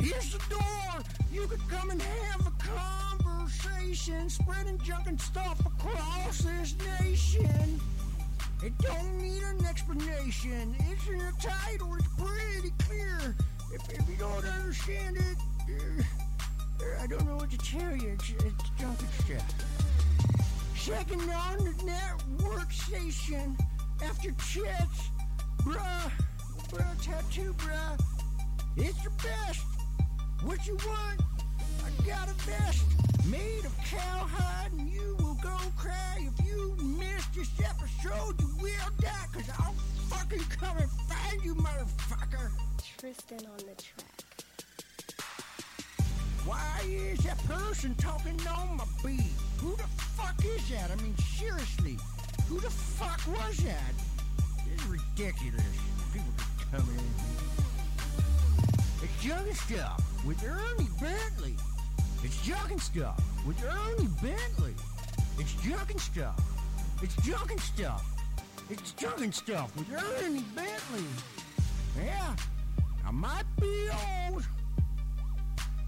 here's the door. You could come and have a conversation, spreading junk and stuff across this nation. It don't need an explanation. It's in the title. It's pretty clear. If, if you don't understand it, uh, I don't know what to tell you. It's, it's junk and stuff. Checking on the network station after chits. Bruh, bruh, tattoo, bruh. It's the best. What you want? I got a vest made of cowhide, and you will go cry if you miss this episode. You will die motherfuckers. I'll fucking come and find you, motherfucker. Tristan on the track. Why is that person talking on my beat? Who the fuck is that? I mean, seriously, who the fuck was that? It's ridiculous. People just come in. It's Jug and Stuff with Ernie Bentley. It's Jug and Stuff with Ernie Bentley. It's Jug and Stuff. It's Jug and Stuff. It's Jug and Stuff with Ernie Bentley. Yeah, I might be old,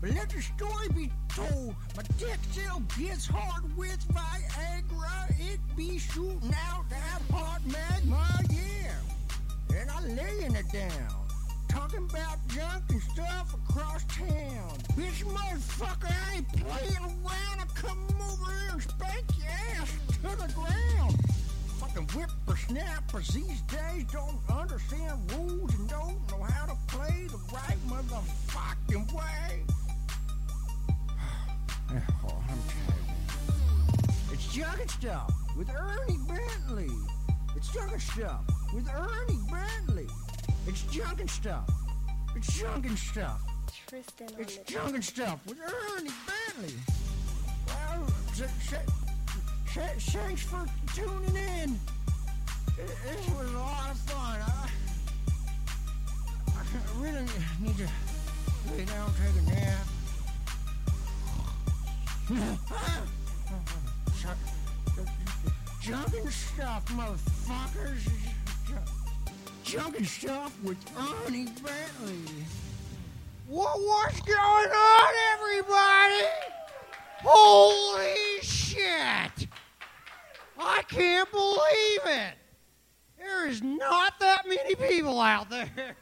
but let the story be told. My dick still gets hard with Viagra. It be shooting out that hot magma, yeah. And I laying it down. Talking about junk and stuff across town. Bitch, motherfucker, I ain't playing around. I come over here and spank your ass to the ground. Fucking whippersnappers these days don't understand rules and don't know how to play the right motherfucking way. Oh, I'm tired. It's Jugget Stuff with Ernie Bentley. It's Jugget Stuff with Ernie Bentley. It's Jugget Stuff. It's Jugget Stuff. Tristan on It's the Jugget Stuff with Ernie Bentley. Well, th- th- th- thanks for tuning in. It- This was a lot of fun. I, I really need to lay down, take a nap. Junkin' stuff, motherfuckers. Junkin' stuff with Ernie Bentley. What, what's going on, everybody? Holy shit! I can't believe it! There is not that many people out there.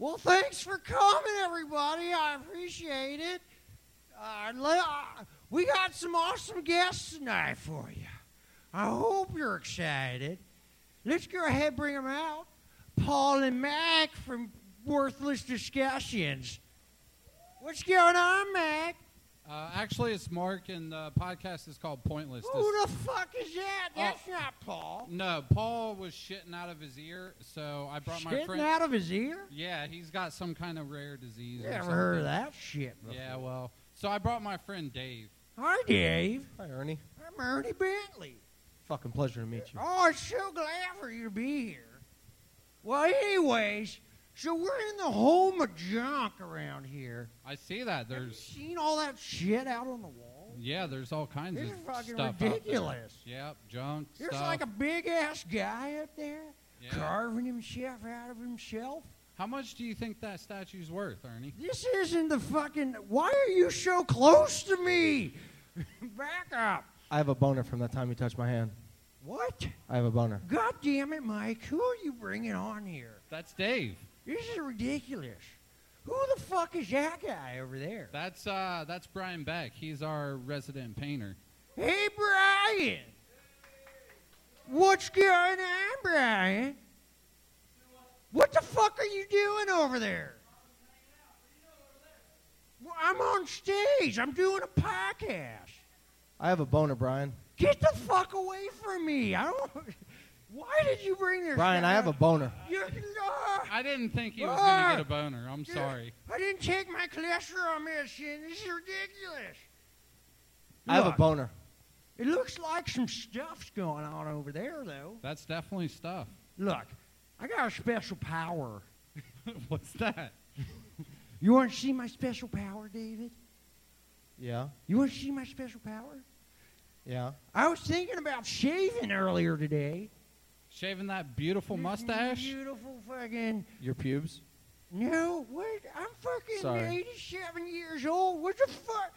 Well, thanks for coming, everybody. I appreciate it. Uh, le- uh, we got some awesome guests tonight for you. I hope you're excited. Let's go ahead and bring them out. Paul and Mac from Worthless Discussions. What's going on, Mac? Uh, actually, it's Mark, and the podcast is called Pointless. Who the fuck is that? That's Oh. not Paul. No, Paul was shitting out of his ear, so I brought my Shitting friend. out of his ear? Yeah, he's got some kind of rare disease. or Never heard of something. that shit Yeah, well, so I brought my friend Dave. Hi, Dave. Hi, Ernie. I'm Ernie Bentley. Fucking pleasure to meet you. Oh, it's so glad for you to be here. Well, anyways, so we're in the home of junk around here. I see that. There's Seen all that shit out on the wall? yeah, there's all kinds This of is fucking stuff. out there. ridiculous. Yep, junk There's stuff. like a big ass guy up there Yeah. carving himself out of himself. How much do you think that statue's worth, Ernie? This isn't the fucking. Why are you so close to me? Back up. I have a boner from the time you touched my hand. What? I have a boner. God damn it, Mike. Who are you bringing on here? That's Dave. This is ridiculous. Who the fuck is that guy over there? That's uh, that's Brian Beck. He's our resident painter. Hey, Brian. What's going on, Brian? What the fuck are you doing over there? Well, I'm on stage. I'm doing a podcast. I have a boner, Brian. Get the fuck away from me. I don't. Why did you bring this? Brian, I have a boner. You're, I didn't think he was gonna get a boner. I'm sorry. I didn't take my cholesterol medicine. This is ridiculous. I have a Look. boner. It looks like some stuff's going on over there, though. That's definitely stuff. Look, I got a special power. What's that? You want to see my special power, David? Yeah, You want to see my special power? yeah. I was thinking about shaving earlier today. Shaving that beautiful mustache. Beautiful fucking. Your pubes? No, what? I'm fucking Sorry. 87 years old. What the fuck?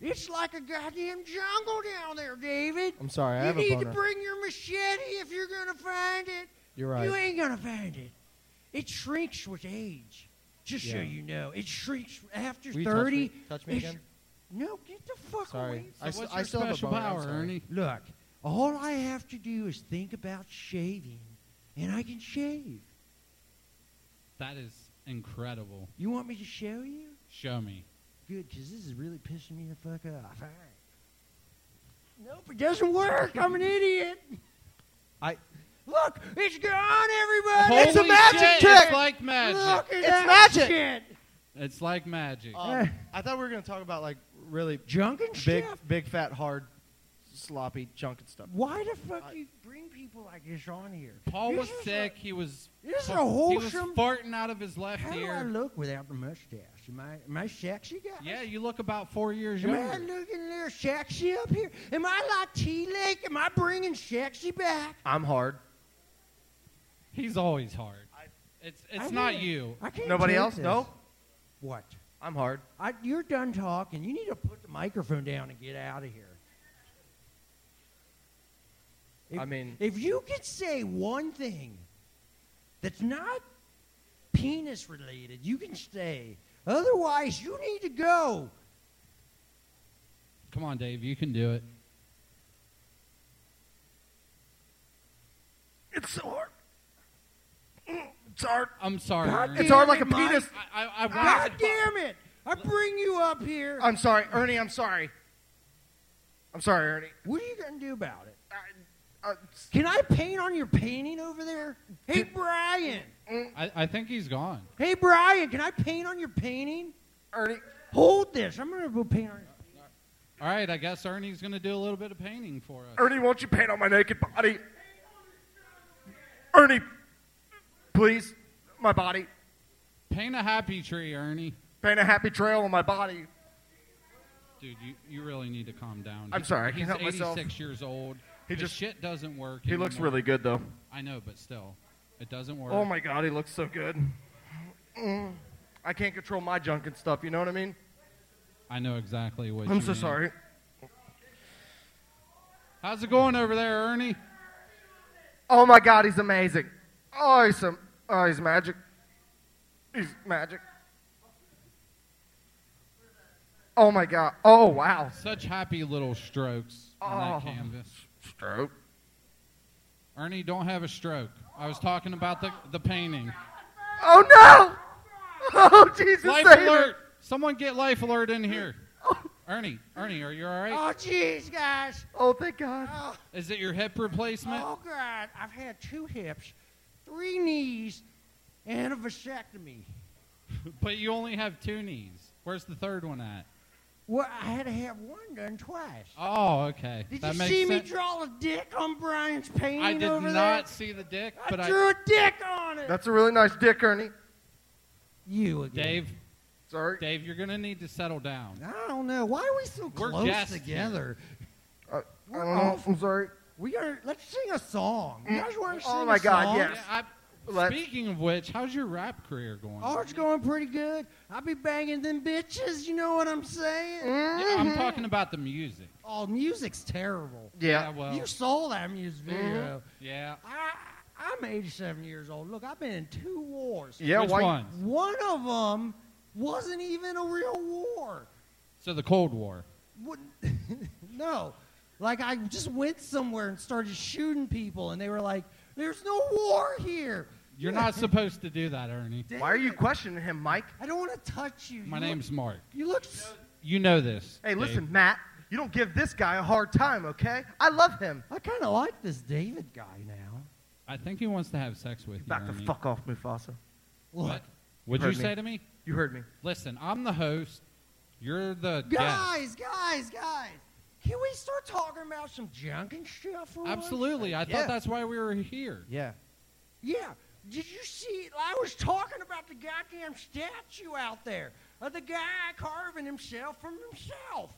It's like a goddamn jungle down there, David. I'm sorry, I you have a need boner. to bring your machete if you're gonna find it. You're right. You ain't gonna find it. It shrinks with age. Just so Yeah. you know, it shrinks after Will you touch 30. me- touch me it's- again? No, get the fuck Sorry. away. I So s- what's I your still have a special boner, I'm power, sorry. Ernie? Look, all I have to do is think about shaving, and I can shave. That is incredible. You want me to show you? Show me. Good, because this is really pissing me the fuck off. All right. Nope, it doesn't work. I'm an idiot. I Look, Look, it's gone, everybody. It's a Holy magic shit, trick. it's like magic. Look at It's that magic. shit. It's like magic. Oh, Um, I thought we were going to talk about like really junk and big, stuff? big fat hard, sloppy junk and stuff. Why the fuck do you bring people like this on here? Paul This was is sick. He was. This is he a was wholesome- farting out of his left How do I ear. look without the mustache? Am I, am I sexy, guy? Yeah, you look about four years Am younger. I looking there sexy up here? Am I like T Lake? Am I bringing sexy back? I'm hard. He's always hard. it's it's I not can't- you. I can't Nobody take else? this. No? What? I'm hard. I, you're done talking. You need to put the microphone down and get out of here. If, I mean- if you could say one thing that's not penis related, you can stay. Otherwise, you need to go. Come on, Dave. You can do it. It's so hard. It's hard. I'm sorry. God Ernie. It's hard damn like a it, Mike. penis. I, I, I God wanted- damn it! I bring you up here. I'm sorry, Ernie. I'm sorry. I'm sorry, Ernie. uh, What are you going to do about it? Can I paint on your painting over there? Hey, Brian. Mm. I, I think he's gone. Hey, Brian, can I paint on your painting? Ernie. Hold this. I'm going to go paint on your All right, I guess Ernie's going to do a little bit of painting for us. Ernie, won't you paint on my naked body? Ernie, please, my body. Paint a happy tree, Ernie. Paint a happy trail on my body. Dude, you, you really need to calm down. I'm sorry, I can't He's help 86 myself. years old. He His just- shit doesn't work. He looks anymore. really good, though. I know, but still, it doesn't work. Oh my god, he looks so good. Mm. I can't control my junk and stuff, you know what I mean? I know exactly what. I'm you so mean. sorry. How's it going over there, Ernie? Oh my god, he's amazing. Oh, he's, some, oh, he's magic. He's magic. Oh my god. Oh, wow. Such happy little strokes on Oh. that canvas. Stroke. Ernie, don't have a stroke. I was talking about the the painting. Oh no! Oh Jesus! Life save me. alert! Someone get life alert in here. Ernie, Ernie, are you all right? Oh, jeez, guys. Oh, thank God. Oh, Is it your hip replacement? oh, God. I've had two hips, three knees, and a vasectomy. But you only have two knees. Where's the third one at? Well, I had to have one done twice. Oh, okay. Did that you makes see me sense. draw a dick on Brian's painting I did over there? not see the dick, I but I drew a dick on it. That's a really nice dick, Ernie. You again. Dave. Sorry. Dave, you're gonna need to settle down. I don't know. Why are we so We're close guests together? Uh, I We're don't know. awful. I'm sorry. We are. Let's sing a song. You guys want to sing Oh my a God! song? Yes. I, Let- speaking of which, how's your rap career going? Oh, it's going pretty good. I be banging them bitches. You know what I'm saying? Mm-hmm. Yeah, I'm talking about the music. Oh, music's terrible. Yeah. Mm-hmm. well, You saw that music video. yeah. I, I'm 87 years old. Look, I've been in two wars. Yeah. Which why? ones? One of them wasn't even a real war. So the Cold War. Wouldn't, no. Like, I just went somewhere and started shooting people, and they were like, there's no war here. You're not supposed to do that, Ernie. Damn Why are you it. questioning him, Mike? I don't want to touch you. My You look- name's Mark. You look. s- You know this. Hey, Dave. listen, Matt. You don't give this guy a hard time, okay? I love him. I kind of like this David guy now. I think he wants to have sex with you. Back the Ernie. fuck off, Mufasa. Look, Would you Heard me. say to me, You heard me. "Listen, I'm the host. You're the guest." guys, guys, guys. Can we start talking about some junk and stuff for once? Absolutely. I Yeah. thought that's why we were here. Yeah. Yeah. Did you see? I was talking about the goddamn statue out there of the guy carving himself from himself.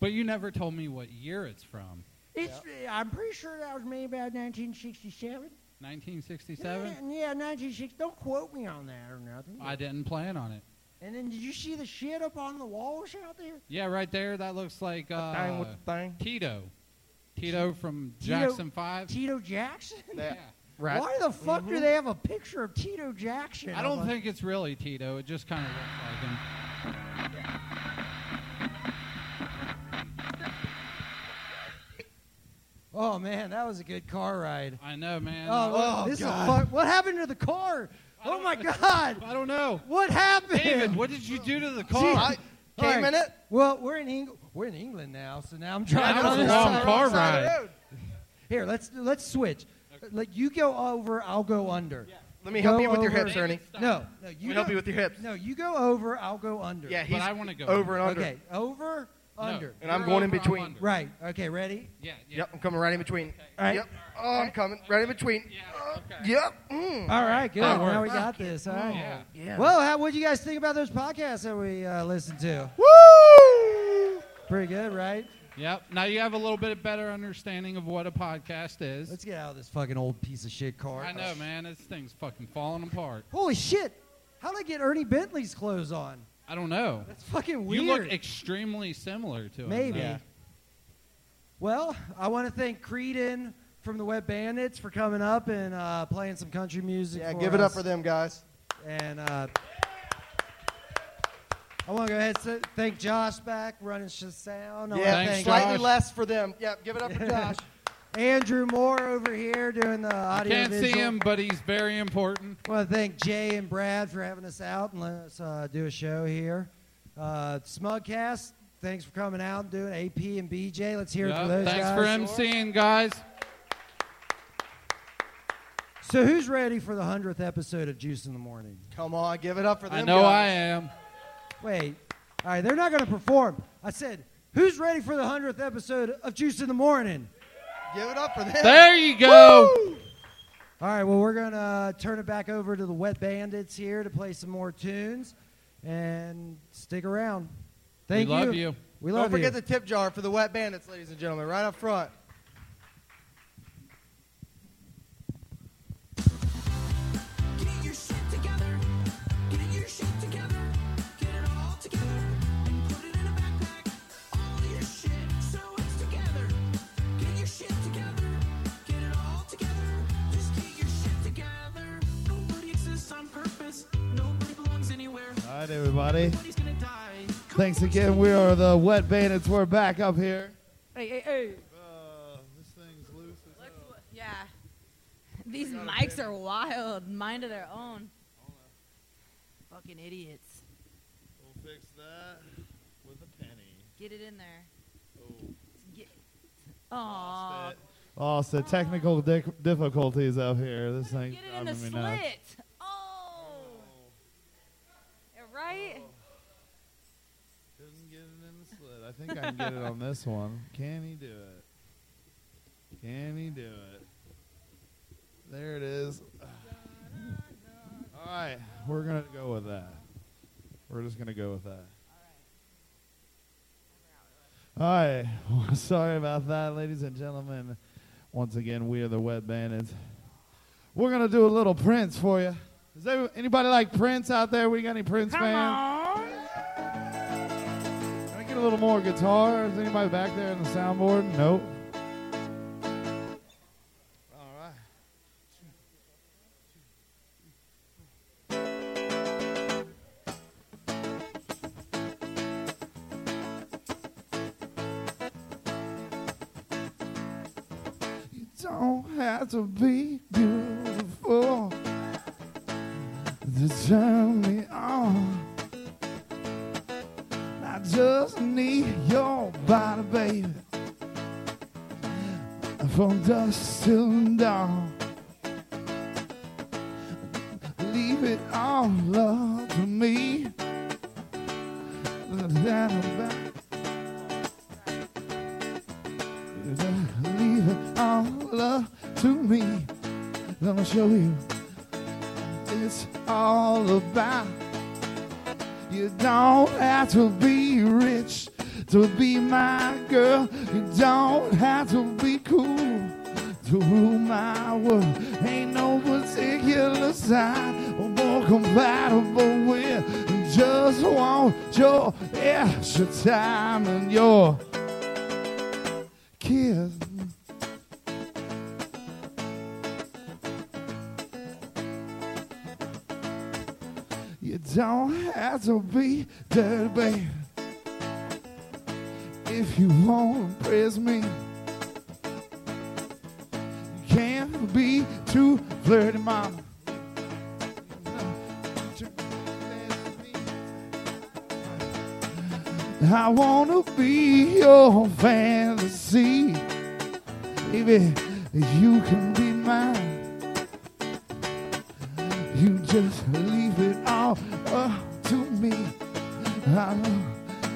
But you never told me what year it's from. It's, I'm pretty sure that was made about 1967. 1967. Yeah, yeah, 1960. Don't quote me on that or nothing. I didn't plan on it. and then did you see the shit up on the walls out there? Yeah, right there. That looks like uh, Thing with the thing. Tito. Tito from Tito- Jackson Five. Tito Jackson? Yeah. Right. Why the fuck do they have a picture of Tito Jackson? I up don't on- think it's really Tito. It just kind of looks like him. Oh man, that was a good car ride. I know, man. Oh, Oh, this God. is fuck. What happened to the car? Oh my God! I don't know. What happened? David, what did you do to the car? Gee, I All came right. in it. Well, we're in England. We're in England now, so now I'm that driving was on a this long side. car Side of the ride. road. Here, let's let's switch. Like you go over, I'll go under. Let me help Go you with your over- hips, Ernie. No, no, you Let me help go- you with your hips. No, you go over, I'll go under. Yeah, But he's I wanna go over and under. Okay, over, under. And I'm going in between. Right. Okay, ready? Yeah, Yep, I'm coming right in between. All right. Yep. Oh, I'm coming right in between. Yep. Mm. All right, good. That Now we works. got this. All right. Yeah. Yeah. Oh, Well, how, what do you guys think about those podcasts that we uh, listened to? Woo! Pretty good, right? Yep. Now you have a little bit better understanding of what a podcast is. Let's get out of this fucking old piece of shit car. I know, man. This thing's fucking falling apart. Holy shit! How did I get Ernie Bentley's clothes on? I don't know. That's fucking You look weird. extremely similar to him. Maybe. though. Well, I want to thank Creedon from the Web Bandits for coming up and uh, playing some country music. Yeah, for give it up us. for them, guys. And uh, I want to go ahead and s- thank Josh back running sh- sound. I wanna Yeah, thank slightly less for them. Yep, give it up for Josh. Andrew Moore over here doing the audio. Can't see visual. him, but he's very important. I want to thank Jay and Brad for having us out and letting us uh, do a show here. Uh, Smugcast, thanks for coming out and doing AP and BJ. Let's hear it Yep. for those Thanks guys. for emceeing, guys. So who's ready for the hundredth episode of Juice in the Morning? Come on, give it up for them. I know guys. I am. Wait, all right, they're not going to perform. I said, who's ready for the hundredth episode of Juice in the Morning? Give it up for them. There you go. All right, well we're going to turn it back over to the Wet Bandits here to play some more tunes, and stick around. Thank you. We love Don't forget you. the tip jar for the Wet Bandits, ladies and gentlemen, right up front. Get your shit together. Get your shit together. Get it all together. And put it in a backpack. All your shit so it's together. Get your shit together. Get it all together. Just get your shit together. Nobody exists on purpose. Nobody belongs anywhere. All right, everybody. Nobody's gonna die. Thanks again. We are the Wet Bandits. We're back up here. Hey, hey, hey. this thing's loose. Yeah. These mics are wild. Mind of their own. Fucking idiots. We'll fix that with a penny. Get it in there. Get- Aw. Oh, so technical dic- difficulties out here. This thing. Get it in the slit. Oh. Yeah, Right? Couldn't get it in the slit. I think I can get it on this one. Can he do it? Can he do it? There it is. All right, we're gonna go with that. We're just gonna go with that. All right. Sorry about that, ladies and gentlemen. Once again, we are the Wet Bandits. We're gonna do a little Prince for you. Is there anybody like Prince out there? We got any Prince fans? Can I get a little more guitar? Is anybody back there on the soundboard? Nope. All right. You don't have to be beautiful to turn me on. I just need your body, baby, from dusk till dawn. Leave it all up to me. That about Leave it all up to me. Let me show you. It's all about. You don't have to be rich to be my girl. You don't have to be cool to rule my world. Ain't no particular side or more compatible with. Just want your extra time and your kiss. You don't have to be dirty, baby. If you won't praise me, you can't be too flirty, mama. I wanna be your fantasy, baby. You can be mine. can leave it all up to me. I know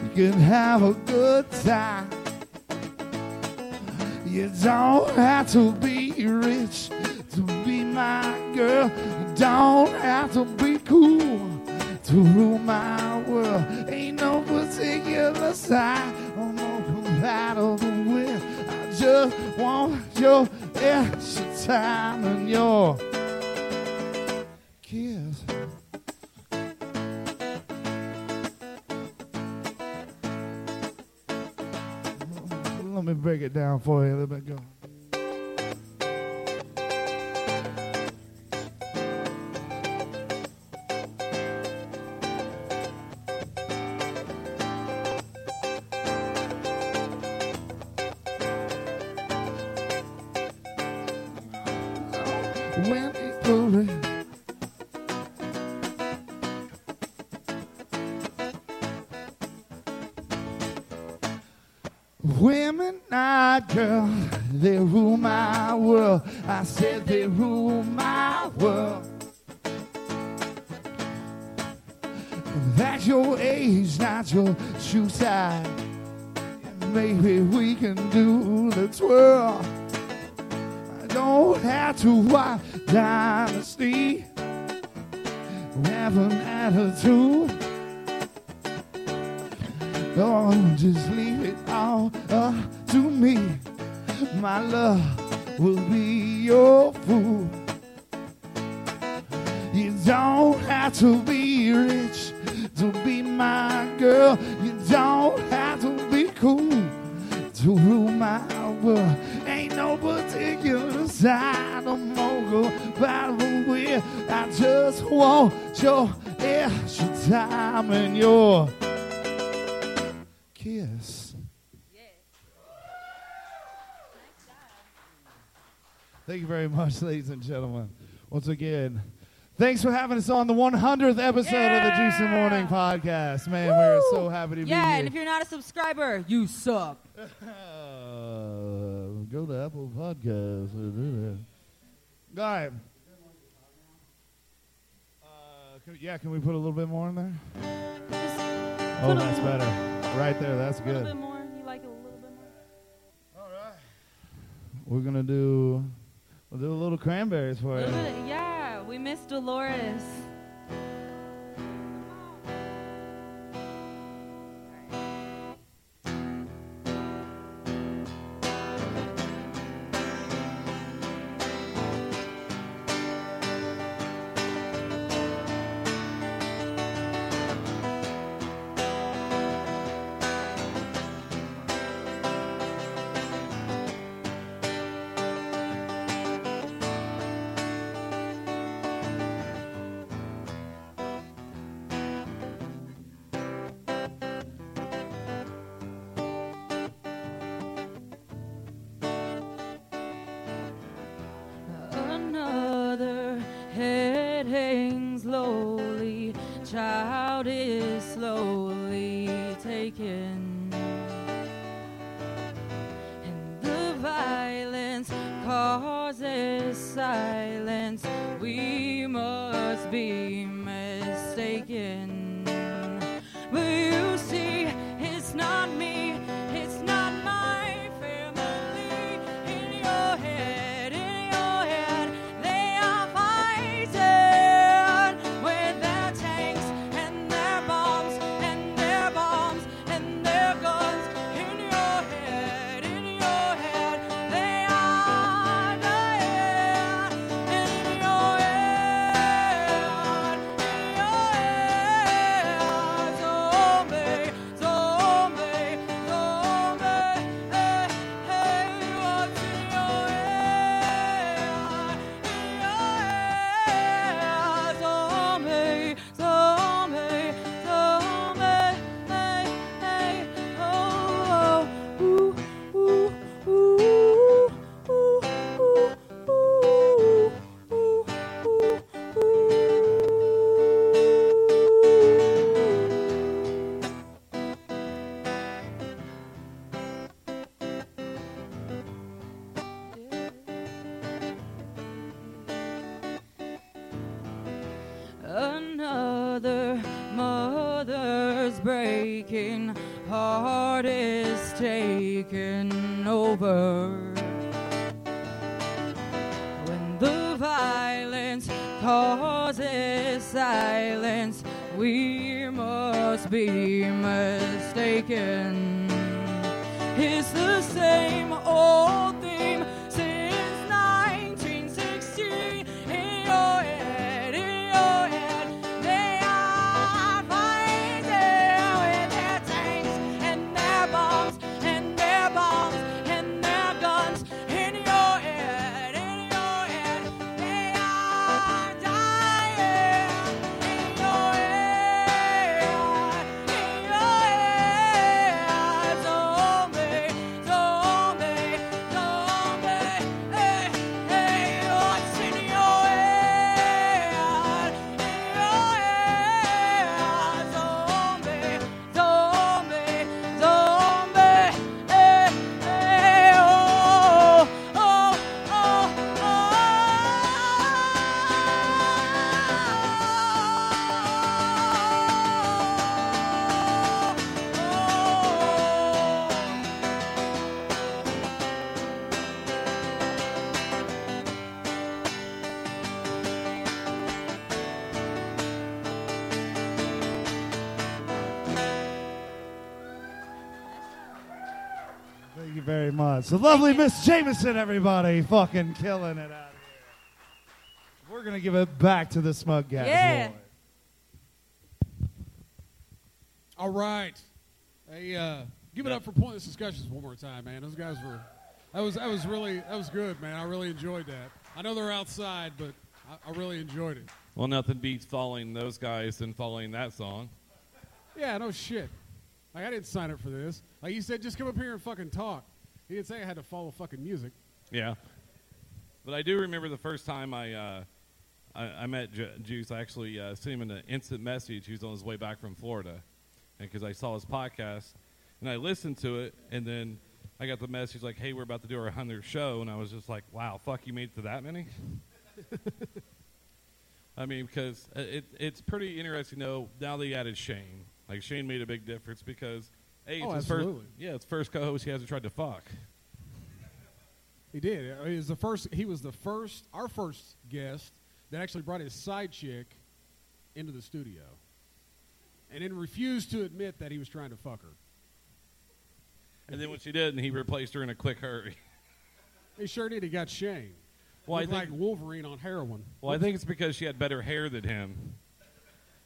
you can have a good time. You don't have to be rich to be my girl. You don't have to be cool to rule my world. Ain't no particular side I'm more compatible with. I just want your extra time and your kiss. Let me break it down for you. Let me go. When it's over. Women, not girls, they rule my world. I said they rule my world. That's your age, not your shoe size. Maybe we can do the twirl. I don't have to watch Dynasty. Have an attitude. Oh, just leave it all up to me. My love will be your fool. You don't have to be rich to be my girl. You don't have to be cool to rule my world. Ain't no particular side I'm mogul battle with. I just want your extra time and your kiss. Thank you very much, ladies and gentlemen. Once again, thanks for having us on the 100th episode of the Juice and Morning podcast. Man, we're so happy to Yeah, and be if here. you're not a subscriber, you suck. Uh, go to Apple Podcasts and do that. All right. Uh, can- yeah, can we put a little bit more in there? Oh, that's better. Right there, that's A little good. bit more. You like it a little bit more? We're gonna do we'll do a little cranberries for A you. little bit. Yeah, we miss Dolores. Another head hangs lowly, child is slowly taken. And the violence causes silence, we must be mistaken. But you see, it's not me, it's not my family. In your head, in your head, they are fighting with their tanks and their bombs and their bombs and their guns. In your head, in your head, they are dying. In your head, in your head, zombie, zombie, is breaking, heart is taking over. When the violence causes silence, we must be mistaken. It's the same old thing since E 1960. In your head, in your head, E they are fighting with their tanks and their bombs and their bombs and their guns. E In your head, in your head, E they are dying. E In your E head, in your head, zombie, zombie, zombie. eh, Hey, hey, what's in your head? In your head, zombie, zombie, zombie. Hey, hey, oh, oh, oh, oh. Thank you very much. The lovely Miss Jameson, everybody, fucking killing it out here. We're gonna give it back to the smug guy. Yeah. All right. Hey, uh, give it up for pointless discussions one more time, man. Those guys were. That was that was really that was good, man. I really enjoyed that. I know they're outside, but I, I really enjoyed it. Well, nothing beats following those guys than following that song. Yeah, no shit. Like I didn't sign up for this. Like you said, just come up here and fucking talk. He didn't say I had to follow fucking music. Yeah. But I do remember the first time I uh, I, I met Ju Juice. I actually uh, sent him an instant message. He was on his way back from Florida, because I saw his podcast and I listened to it, and then I got the message like, "Hey, we're about to do our hundredth show," and I was just like, "Wow, fuck, you made it to that many." I mean, because uh, it, it's pretty interesting though. Now they added Shane. Like Shane made a big difference because hey, it's Oh, his absolutely. first yeah, it's first co-host he hasn't tried to fuck. He did. Uh, He was the first. He was the first. Our first guest that actually brought his side chick into the studio, and then refused to admit that he was trying to fuck her. And then when she did, and he replaced her in a quick hurry. He sure did. He got shamed. Well, I Looked think- like Wolverine on heroin. Well, I think it's because she had better hair than him.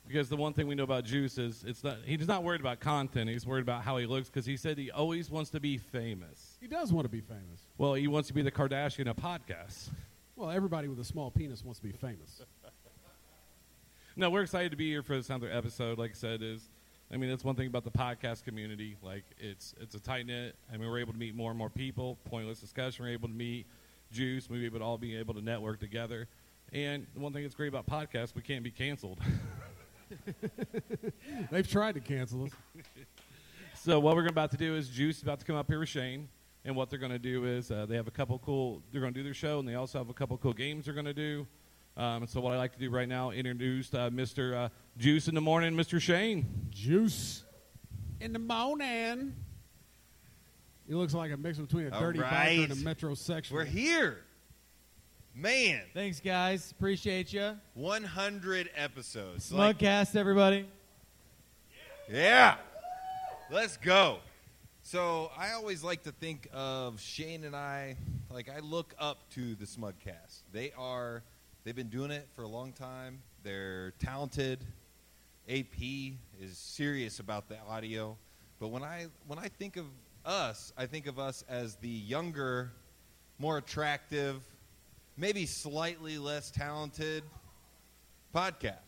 Because the one thing we know about Juice is it's not he's not worried about content. He's worried about how he looks because he said he always wants to be famous. he does want to be famous. Well, he wants to be the Kardashian of podcasts. Well, everybody with a small penis wants to be famous. No, we're excited to be here for this another episode. Like I said, is I mean that's one thing about the podcast community. Like it's it's a tight knit. I mean we're able to meet more and more people. Pointless discussion. We're able to meet Juice. We're able to all be able to network together. And the one thing that's great about podcasts, we can't be canceled. They've tried to cancel us. So what we're about to do is Juice is about to come up here with Shane, and what they're going to do is uh, they have a couple cool. They're going to do their show, and they also have a couple cool games they're going to do. Um, and so what I like to do right now, introduce uh, Mr. Uh, Juice in the morning, Mr. Shane. Juice. In the morning. He looks like a mix between a All dirty biker right. and a metrosexual. We're here. Man. Thanks, guys. Appreciate you. 100 episodes. Like, Smugcast, everybody. yeah. Let's go. So I always like to think of Shane and I, like I look up to the Smugcast. They are, they've been doing it for a long time. They're talented. AP is serious about the audio, but when I when I think of us, I think of us as the younger, more attractive, maybe slightly less talented podcast.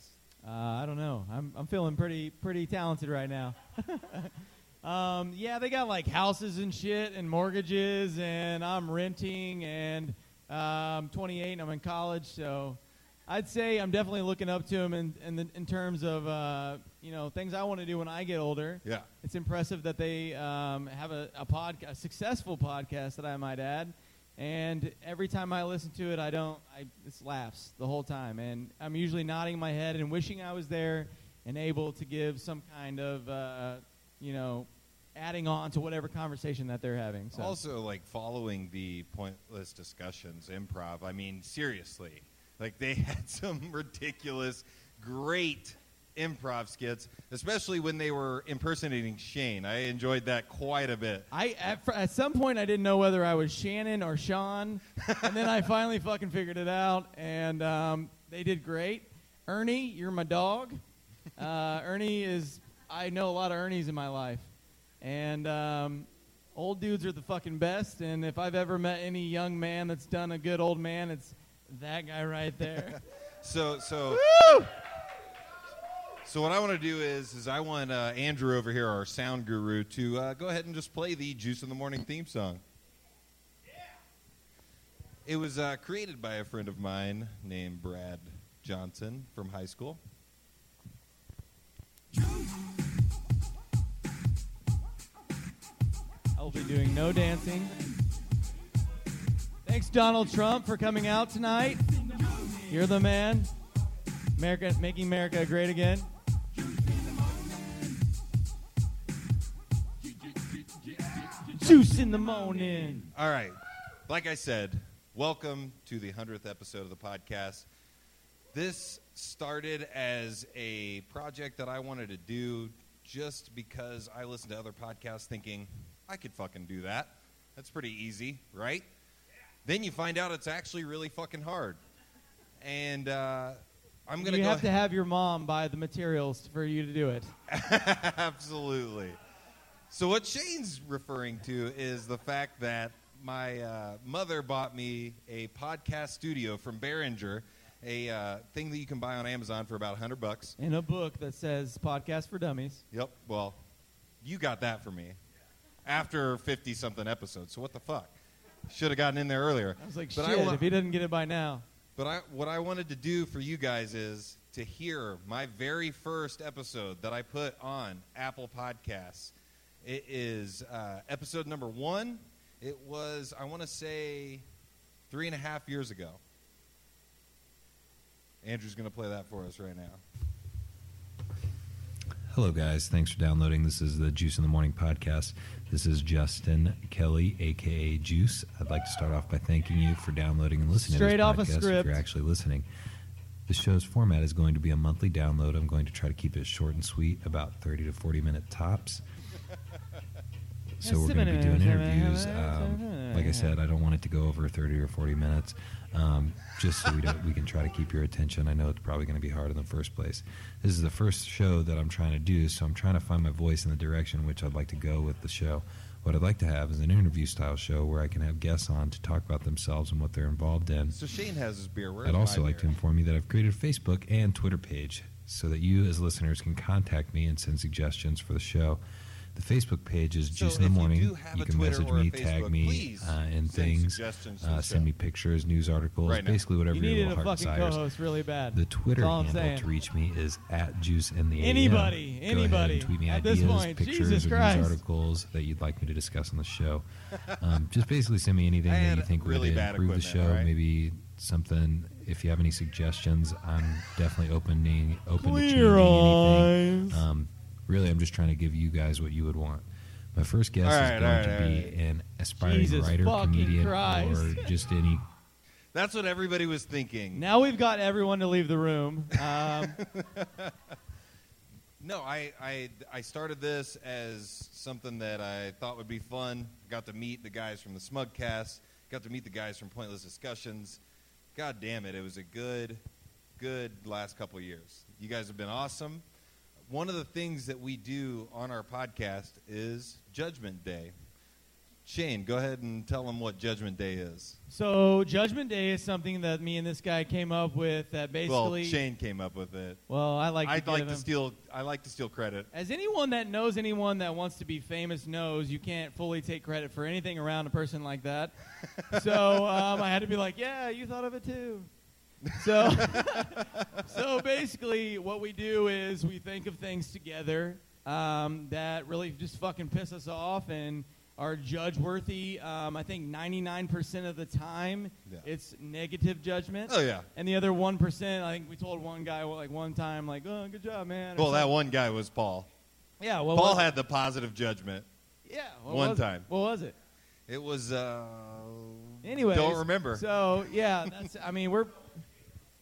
Uh, I don't know. I'm, I'm feeling pretty pretty talented right now. um, yeah, they got like houses and shit and mortgages, and I'm renting, and uh, I'm 28 and I'm in college, so I'd say I'm definitely looking up to them in in, the, in terms of uh, you know things I want to do when I get older. Yeah. it's impressive that they um, have a, a podcast, a successful podcast that I might add. And every time I listen to it, I don't. I it's laughs the whole time, and I'm usually nodding my head and wishing I was there and able to give some kind of, uh, you know, adding on to whatever conversation that they're having. So. Also, like following the pointless discussions improv. I mean, seriously, like they had some ridiculous, great improv skits, especially when they were impersonating Shane. I enjoyed that quite a bit. I at, fir- at some point I didn't know whether I was Shannon or Sean, and then I finally fucking figured it out, and um, they did great. Ernie, you're my dog. Uh, Ernie is I know a lot of Ernies in my life, and um, old dudes are the fucking best. And if I've ever met any young man that's done a good old man, it's that guy right there. So so. So what I want to do is is I want uh, Andrew over here, our sound guru, to uh, go ahead and just play the Juice in the Morning theme song. It was uh, created by a friend of mine named Brad Johnson from high school. I'll be doing no dancing. Thanks, Donald Trump, for coming out tonight. You're the man. America, making America great again. Juice in the morning. All right. Like I said, welcome to the 100th episode of the podcast. This started as a project that I wanted to do just because I listened to other podcasts thinking, I could fucking do that. That's pretty easy, right? Then you find out it's actually really fucking hard. And uh, I'm going you go have to have your mom buy the materials for you to do it. Absolutely. So what Shane's referring to is the fact that my uh, mother bought me a podcast studio from Behringer, a uh, thing that you can buy on Amazon for about hundred bucks. In a book that says "Podcast for Dummies." Yep. Well, you got that for me after fifty something episodes. So what the fuck? Should have gotten in there earlier. I was like, But I shit. wa- if he doesn't get it by now, But I, what I wanted to do for you guys is to hear my very first episode that I put on Apple Podcasts. It is uh, episode number one. It was, I want to say, three and a half years ago. Andrew's going to play that for us right now. Hello, guys. Thanks for downloading. This is the Juice in the Morning podcast. This is Justin Kelly, aka Juice. I'd like to start off by thanking you for downloading and listening to Straight this off a podcast. If script. you're actually listening, the show's format is going to be a monthly download. I'm going to try to keep it short and sweet, about 30 to 40 minute tops. So we're going to be doing interviews. Um, like I said, I don't want it to go over 30 or 40 minutes, um, just so we don't we can try to keep your attention. I know it's probably going to be hard in the first place. This is the first show that I'm trying to do, so I'm trying to find my voice in the direction which I'd like to go with the show. What I'd like to have is an interview style show where I can have guests on to talk about themselves and what they're involved in. So Shane has his beer. Where's I'd also my like to inform you that I've created a Facebook and Twitter page so that you, as listeners, can contact me and send suggestions for the show. The Facebook page is Juice in the Morning. You, can Twitter message or a me, Facebook, tag me, please uh, and send things. suggestions to Uh, the send me pictures, news articles, Right now. basically whatever you your needed little a heart fucking desires. co-host really bad. The Twitter That's all I'm handle saying. to reach me is at Juice in the AM. Anybody, Go ahead and anybody, tweet me at this ideas, point, pictures, Jesus or Christ. news articles that you'd like me to discuss on the show. Um, just basically send me anything I that had you think really would bad improve the equipment, show. right? Maybe something. If you have any suggestions, I'm definitely opening open to changing Clear anything. Um, really, I'm just trying to give you guys what you would want. My first guest All is right, going all right, to all be an aspiring Jesus writer, fucking comedian, Christ. or just any That's what everybody was thinking. now we've got everyone to leave the room. Um, No, I, I, I started this as something that I thought would be fun. Got to meet the guys from the Smugcast. Got to meet the guys from Pointless Discussions. God damn it, it was a good, good last couple years. You guys have been awesome. One of the things that we do on our podcast is Judgment Day. Shane, go ahead and tell them what Judgment Day is. so Judgment Day is something that me and this guy came up with. That basically, well, Shane came up with it. Well, I like to I'd give like to him- steal. I like to steal credit. As anyone that knows anyone that wants to be famous knows, you can't fully take credit for anything around a person like that. so um, I had to be like, yeah, you thought of it too. So, so basically, what we do is we think of things together um, that really just fucking piss us off and are judge worthy. Um, I think 99% of the time, it's negative judgment. Oh, yeah. And the other 1%, I think we told one guy well, like one time, like, oh, good job, man. or Well, that something. one guy was Paul. Yeah, well, Paul what- had the positive judgment. Yeah, what one was it? time. What was it? It was. Uh, Anyway, don't remember. So yeah, that's. I mean, we're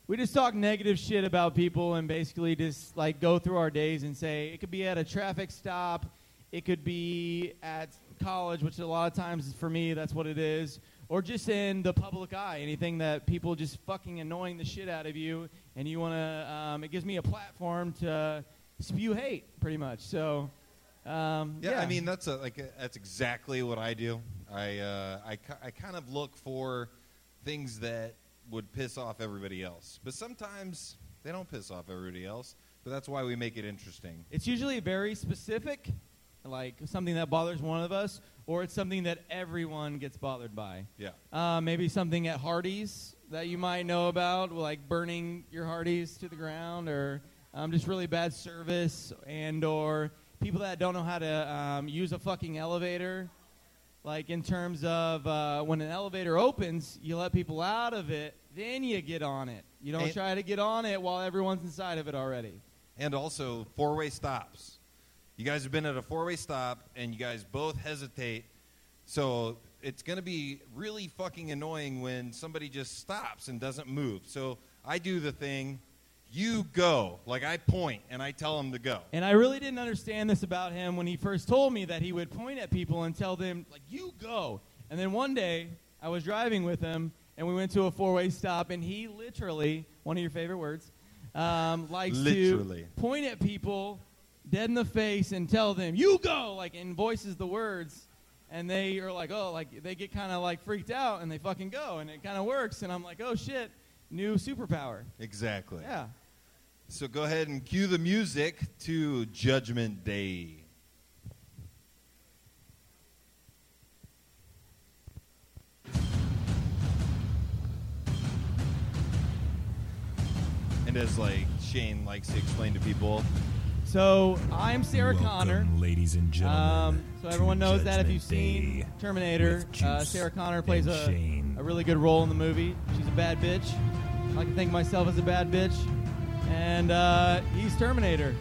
we just talk negative shit about people and basically just like go through our days and say it could be at a traffic stop, it could be at college, which a lot of times for me that's what it is, or just in the public eye, anything that people just fucking annoying the shit out of you, and you want to. Um, it gives me a platform to spew hate, pretty much. So. Um, yeah, I mean that's a, like uh, that's exactly what I do. I uh, I ki- I kind of look for things that would piss off everybody else, but sometimes they don't piss off everybody else. But that's why we make it interesting. It's usually very specific, like something that bothers one of us, or it's something that everyone gets bothered by. Yeah. Uh, maybe something at Hardee's that you might know about, like burning your Hardee's to the ground, or um, just really bad service, and or people that don't know how to um, use a fucking elevator. Like in terms of uh, when an elevator opens, you let people out of it, then you get on it. You don't And- try to get on it while everyone's inside of it already. and also four-way stops. You guys have been at a four-way stop, and you guys both hesitate, so it's going to be really fucking annoying when somebody just stops and doesn't move. So I do the thing, you go. Like I point and I tell them to go. And I really didn't understand this about him when he first told me that he would point at people and tell them, like, you go. And then one day, I was driving with him, and we went to a four way stop, and he literally, one of your favorite words, um, likes Literally. to point at people dead in the face and tell them, you go, like, and voices the words. And they are like, oh, like, they get kind of like freaked out and they fucking go, and it kind of works. And I'm like, oh shit, new superpower. Exactly. Yeah. So go ahead and cue the music to Judgment Day. And as like Shane likes to explain to people, So I'm Sarah Welcome, Connor, ladies and gentlemen. Um, so everyone knows that if Judgment you've seen Day Terminator, with uh, Juice Sarah Connor and plays a, Shane. a really good role in the movie. She's a bad bitch. I like to think of myself as a bad bitch, and uh, he's Terminator,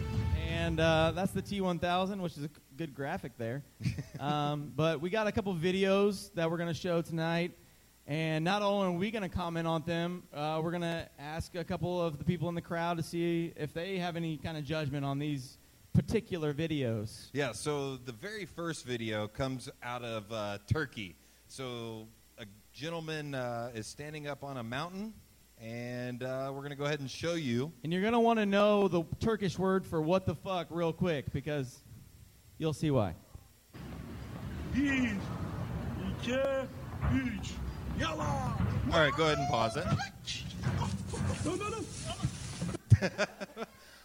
and uh, that's the T1000, which is a good graphic there. um, but we got a couple videos that we're gonna show tonight. And not only are we going to comment on them, uh, we're going to ask a couple of the people in the crowd to see if they have any kind of judgment on these particular videos. Yeah, so the very first video comes out of uh, Turkey. So a gentleman uh, is standing up on a mountain, and uh, we're going to go ahead and show you. And you're going to want to know the Turkish word for what the fuck real quick because you'll see why. Bir, iki, üç. Yalan. All right, go ahead and pause it. All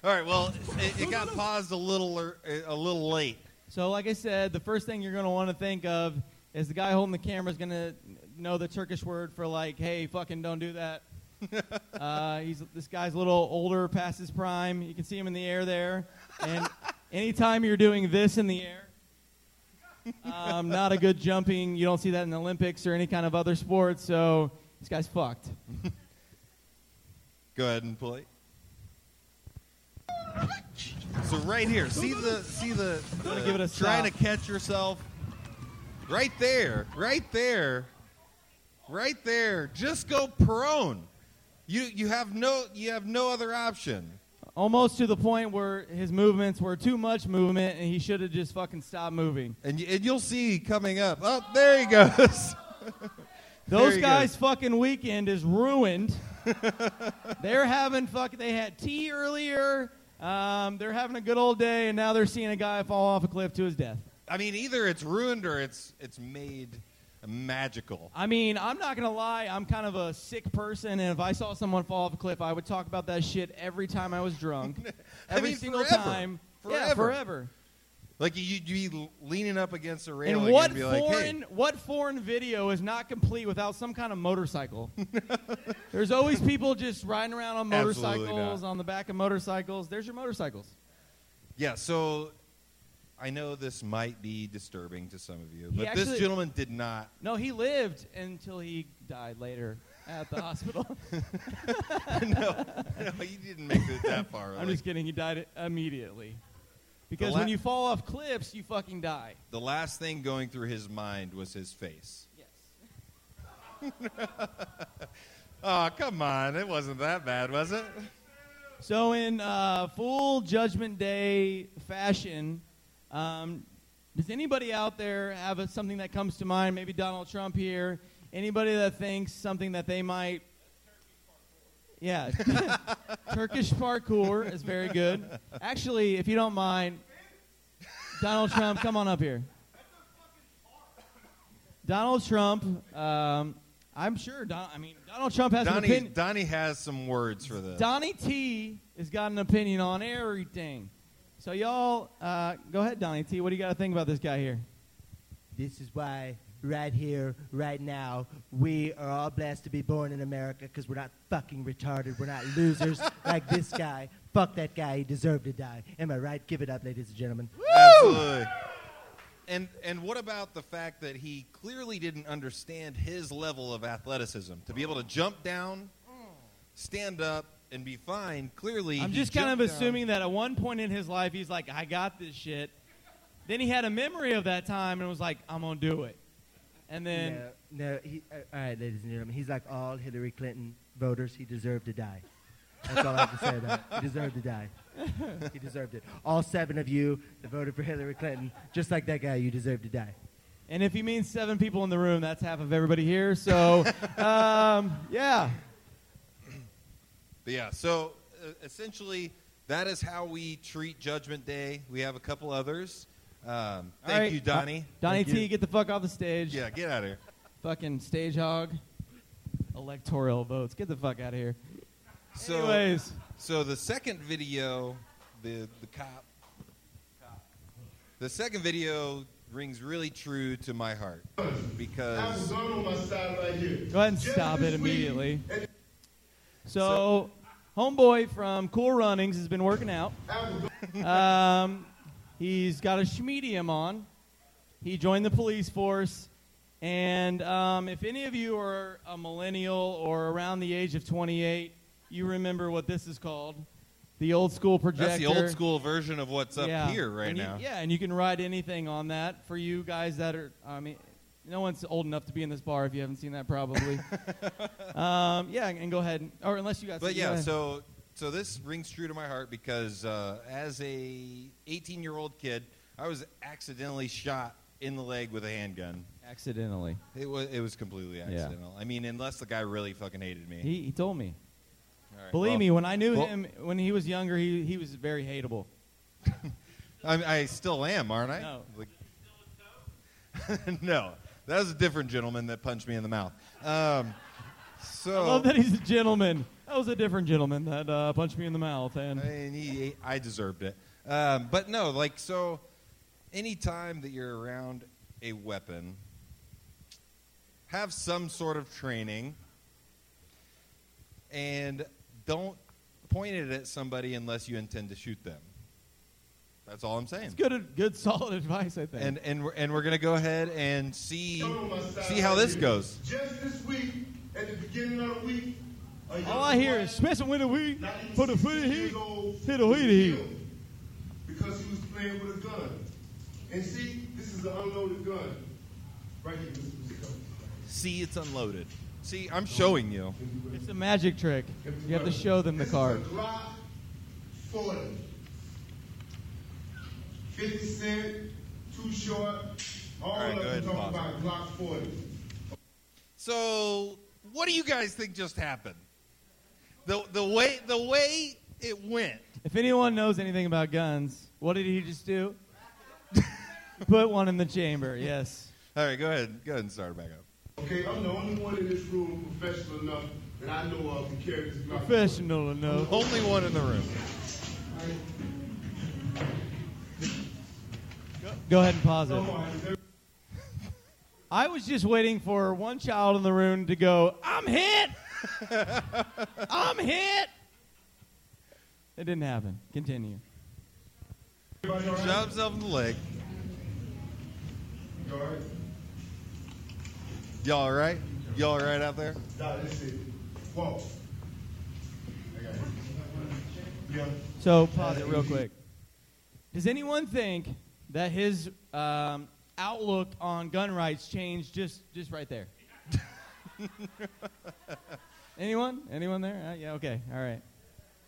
right, well, it, it got paused a little er, a little late. So, like I said, the first thing you're going to want to think of is the guy holding the camera is going to know the Turkish word for like, "Hey, fucking don't do that." uh, he's this guy's a little older, past his prime. You can see him in the air there, and anytime you're doing this in the air, um, not a good jumping. You don't see that in the Olympics or any kind of other sport. So this guy's fucked. Go ahead and play. So right here, see the see the, Gotta the give it a trying stop. to catch yourself. Right there, right there, right there. Just go prone. You you have no you have no other option. Almost to the point where his movements were too much movement, and he should have just fucking stopped moving. And, y- and you'll see coming up. Oh, there he goes. There Those he guys' fucking weekend is ruined. they're having fuck. They had tea earlier. Um, they're having a good old day, and now they're seeing a guy fall off a cliff to his death. I mean, either it's ruined or it's it's made magical. I mean, I'm not gonna lie. I'm kind of a sick person, and if I saw someone fall off a cliff, I would talk about that shit every time I was drunk. I every mean, single forever. time. Forever. Yeah, forever. Like you, you'd be leaning up against a railing And and, what be like, hey, foreign what foreign video is not complete without some kind of motorcycle? There's always people just riding around on Absolutely motorcycles, on the back of motorcycles. There's your motorcycles. Yeah, so I know this might be disturbing to some of you, He but this actually- gentleman did not. No, he lived until he died later at the hospital. no, no, he didn't make it that far. I'm like- just kidding. He died immediately. Because la- when you fall off cliffs, you fucking die. The last thing going through his mind was his face. oh, come on. It wasn't that bad, was it? So, in uh, full Judgment Day fashion, um, does anybody out there have a, something that comes to mind? Maybe Donald Trump here. Anybody that thinks something that they might. Yeah. Turkish parkour is very good. Actually, if you don't mind, Donald Trump, come on up here. Donald Trump, um, I'm sure. Don, I mean, Donald Trump has an Donnie, opinion. Donnie has some words for this. Donnie T has got an opinion on everything. So y'all, uh, go ahead, Donnie T. What do you got to think about this guy here? This is why, right here, right now, we are all blessed to be born in America because we're not fucking retarded. We're not losers like this guy. Fuck that guy. He deserved to die. Am I right? Give it up, ladies and gentlemen. Absolutely. And and what about the fact that he clearly didn't understand his level of athleticism to be able to jump down, stand up, and be fine? Clearly, I'm he just kind of jumped down. assuming that at one point in his life, he's like, I got this shit. Then he had a memory of that time and was like, I'm going to do it. And then, No, no he, uh, all right, ladies and gentlemen, he's like all Hillary Clinton voters. He deserved to die. That's all I have to say about it. He deserved to die. He deserved it. All seven of you that voted for Hillary Clinton, just like that guy, you deserve to die. and if he means seven people in the room, that's half of everybody here. So, um, yeah. But yeah, so uh, essentially, that is how we treat Judgment Day. We have a couple others. Um, All thank right. you, Donnie. Donnie T, get the fuck off the stage. Yeah, get out of here. Fucking stage hog. Electoral votes. Get the fuck out of here. So, Anyways. so the second video, the the cop, the second video rings really true to my heart I have because a gun on my side right here. Go ahead and Just stop it this week, immediately. So, homeboy from Cool Runnings has been working out. Um, he's got a schmedium on. He joined the police force. And um, if any of you are a millennial or around the age of 28, you remember what this is called the old school projector. that's the old school version of what's up Yeah. here right And you- now. Yeah, and you can ride anything on that for you guys that are. I mean, no one's old enough to be in this bar if you haven't seen that, probably. um, yeah, and go ahead, and- or unless you guys. But go yeah, ahead. so so this rings true to my heart because uh, as a 18 year old kid, I was accidentally shot in the leg with a handgun. Accidentally. It was it was completely accidental. I mean, unless the guy really fucking hated me. He, he told me. All right, Believe well- me, when I knew well, him when he was younger, he, he was very hateable. I, I still am, aren't I? No. Like, no, that was a different gentleman that punched me in the mouth. Um, so I love that he's a gentleman. That was a different gentleman that uh, punched me in the mouth, and and he, I deserved it. Um, but no, like so, anytime that you're around a weapon, have some sort of training, and don't point it at somebody unless you intend to shoot them. That's all I'm saying. it's good good solid advice, I think. And and we're, and we're gonna go ahead and see see how this goes. Just this week, at the beginning of the week, a young all I hear is smashing with the weed, put the foot in heat, hit the weed heat. because he was playing with a gun. And see, this is an unloaded gun. Right here, this is the gun. See, it's unloaded. See, I'm showing you. It's a magic trick. You have to show them the card. Glock 40. 50 Cent, Too Short, all, right, go of ahead them and talking pause about Glock 40. So, what do you guys think just happened? The the way the way it went. If anyone knows anything about guns, what did he just do? Put one in the chamber. Yes. All right, go ahead. Go ahead and start it back up. Okay, I'm the only one in this room professional enough that I know of to carry this Glock 40. Professional enough. Only one in the room. Go ahead and pause it. I was just waiting for one child in the room to go, I'm hit! I'm hit! It didn't happen. Continue. Shot himself in the leg. You all right? Y'all all right? Y'all all right out there? Nah, this is it. Walk. I got it. Yeah. So pause it real quick. Does anyone think that his um, outlook on gun rights changed just just right there? anyone? Anyone there? Uh, yeah. Okay. All right.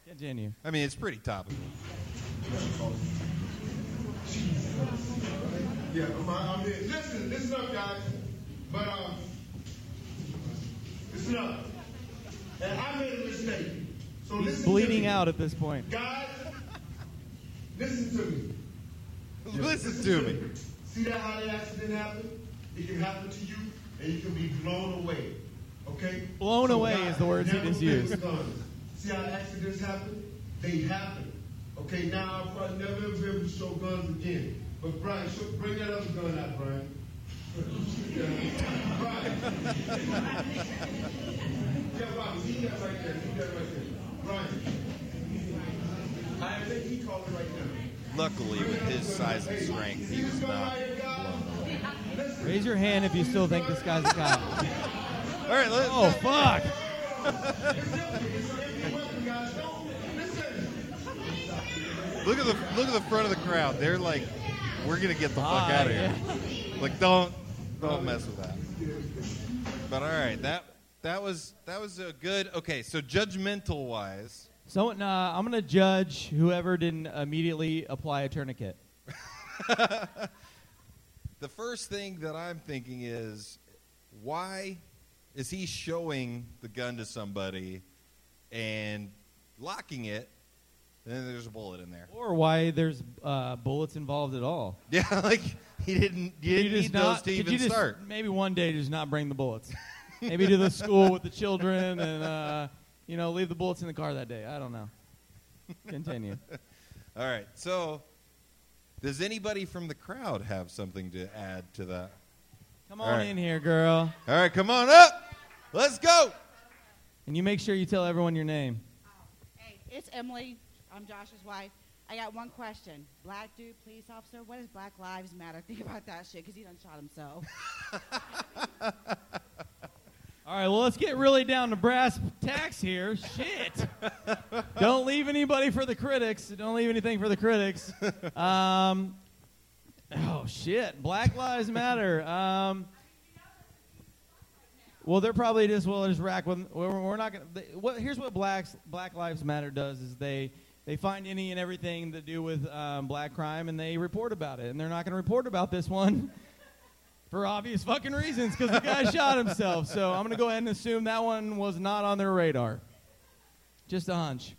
Continue. I mean, it's pretty topical. Yeah, I'm, I'm in. Listen, listen up, guys. But um, listen up. And I made a mistake. So He's listen to bleeding me. out at this point. Guys, listen to me. Listen to me. See that how the accident happened? It can happen to you, and you can be blown away. Okay? Blown away is the words he never just play with used. guns. See how accidents happen? They happen. Okay, now I'll probably never be able to show guns again. But Brian, show, bring that other gun out, Brian. Yeah, Brian, leave that right there. Leave that right there. Brian. I think he called it right now. Luckily, with his size and strength, he was not blown away. Raise your hand if you still think this guy's a cop. All right. Let's, oh fuck. Look at the look at the front of the crowd. They're like, we're gonna get the fuck Ah, out of here. Like, don't don't mess with that. But all right, that that was that was a good. Okay, so judgmental wise, So nah, I'm gonna judge whoever didn't immediately apply a tourniquet. the first thing that I'm thinking is, why is he showing the gun to somebody and locking it? And then there's a bullet in there. Or why there's uh, bullets involved at all. Yeah, like he didn't. You didn't need those to even you just, start. Maybe one day just not bring the bullets. maybe to the school with the children and uh, you know leave the bullets in the car that day. I don't know. Continue. All right. So, does anybody from the crowd have something to add to that? Come on in here, girl. All right, come on up. Let's go. And you make sure you tell everyone your name. It's Emily. I'm Josh's wife. I got one question. Black dude, police officer, what does Black Lives Matter think about that shit? Because he done shot himself. All right, well, let's get really down to brass tacks here. Shit. Don't leave anybody for the critics. Don't leave anything for the critics. Um, oh, shit. Black Lives Matter. Um, well, they're probably just, well, just rack with, we're, we're not going to, what, here's what blacks, Black Lives Matter does is they, they find any and everything to do with um, black crime and they report about it. And they're not going to report about this one for obvious fucking reasons because the guy shot himself. So I'm going to go ahead and assume that one was not on their radar. Just a hunch.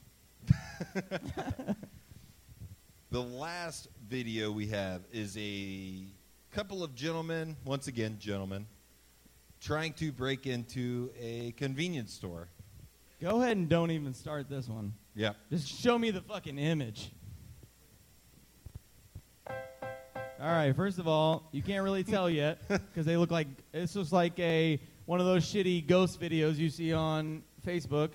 The last video we have is a couple of gentlemen, once again, gentlemen, trying to break into a convenience store. Go ahead and don't even start this one. Yeah. Just show me the fucking image. All right, first of all, you can't really tell yet because they look like this was like a one of those shitty ghost videos you see on Facebook.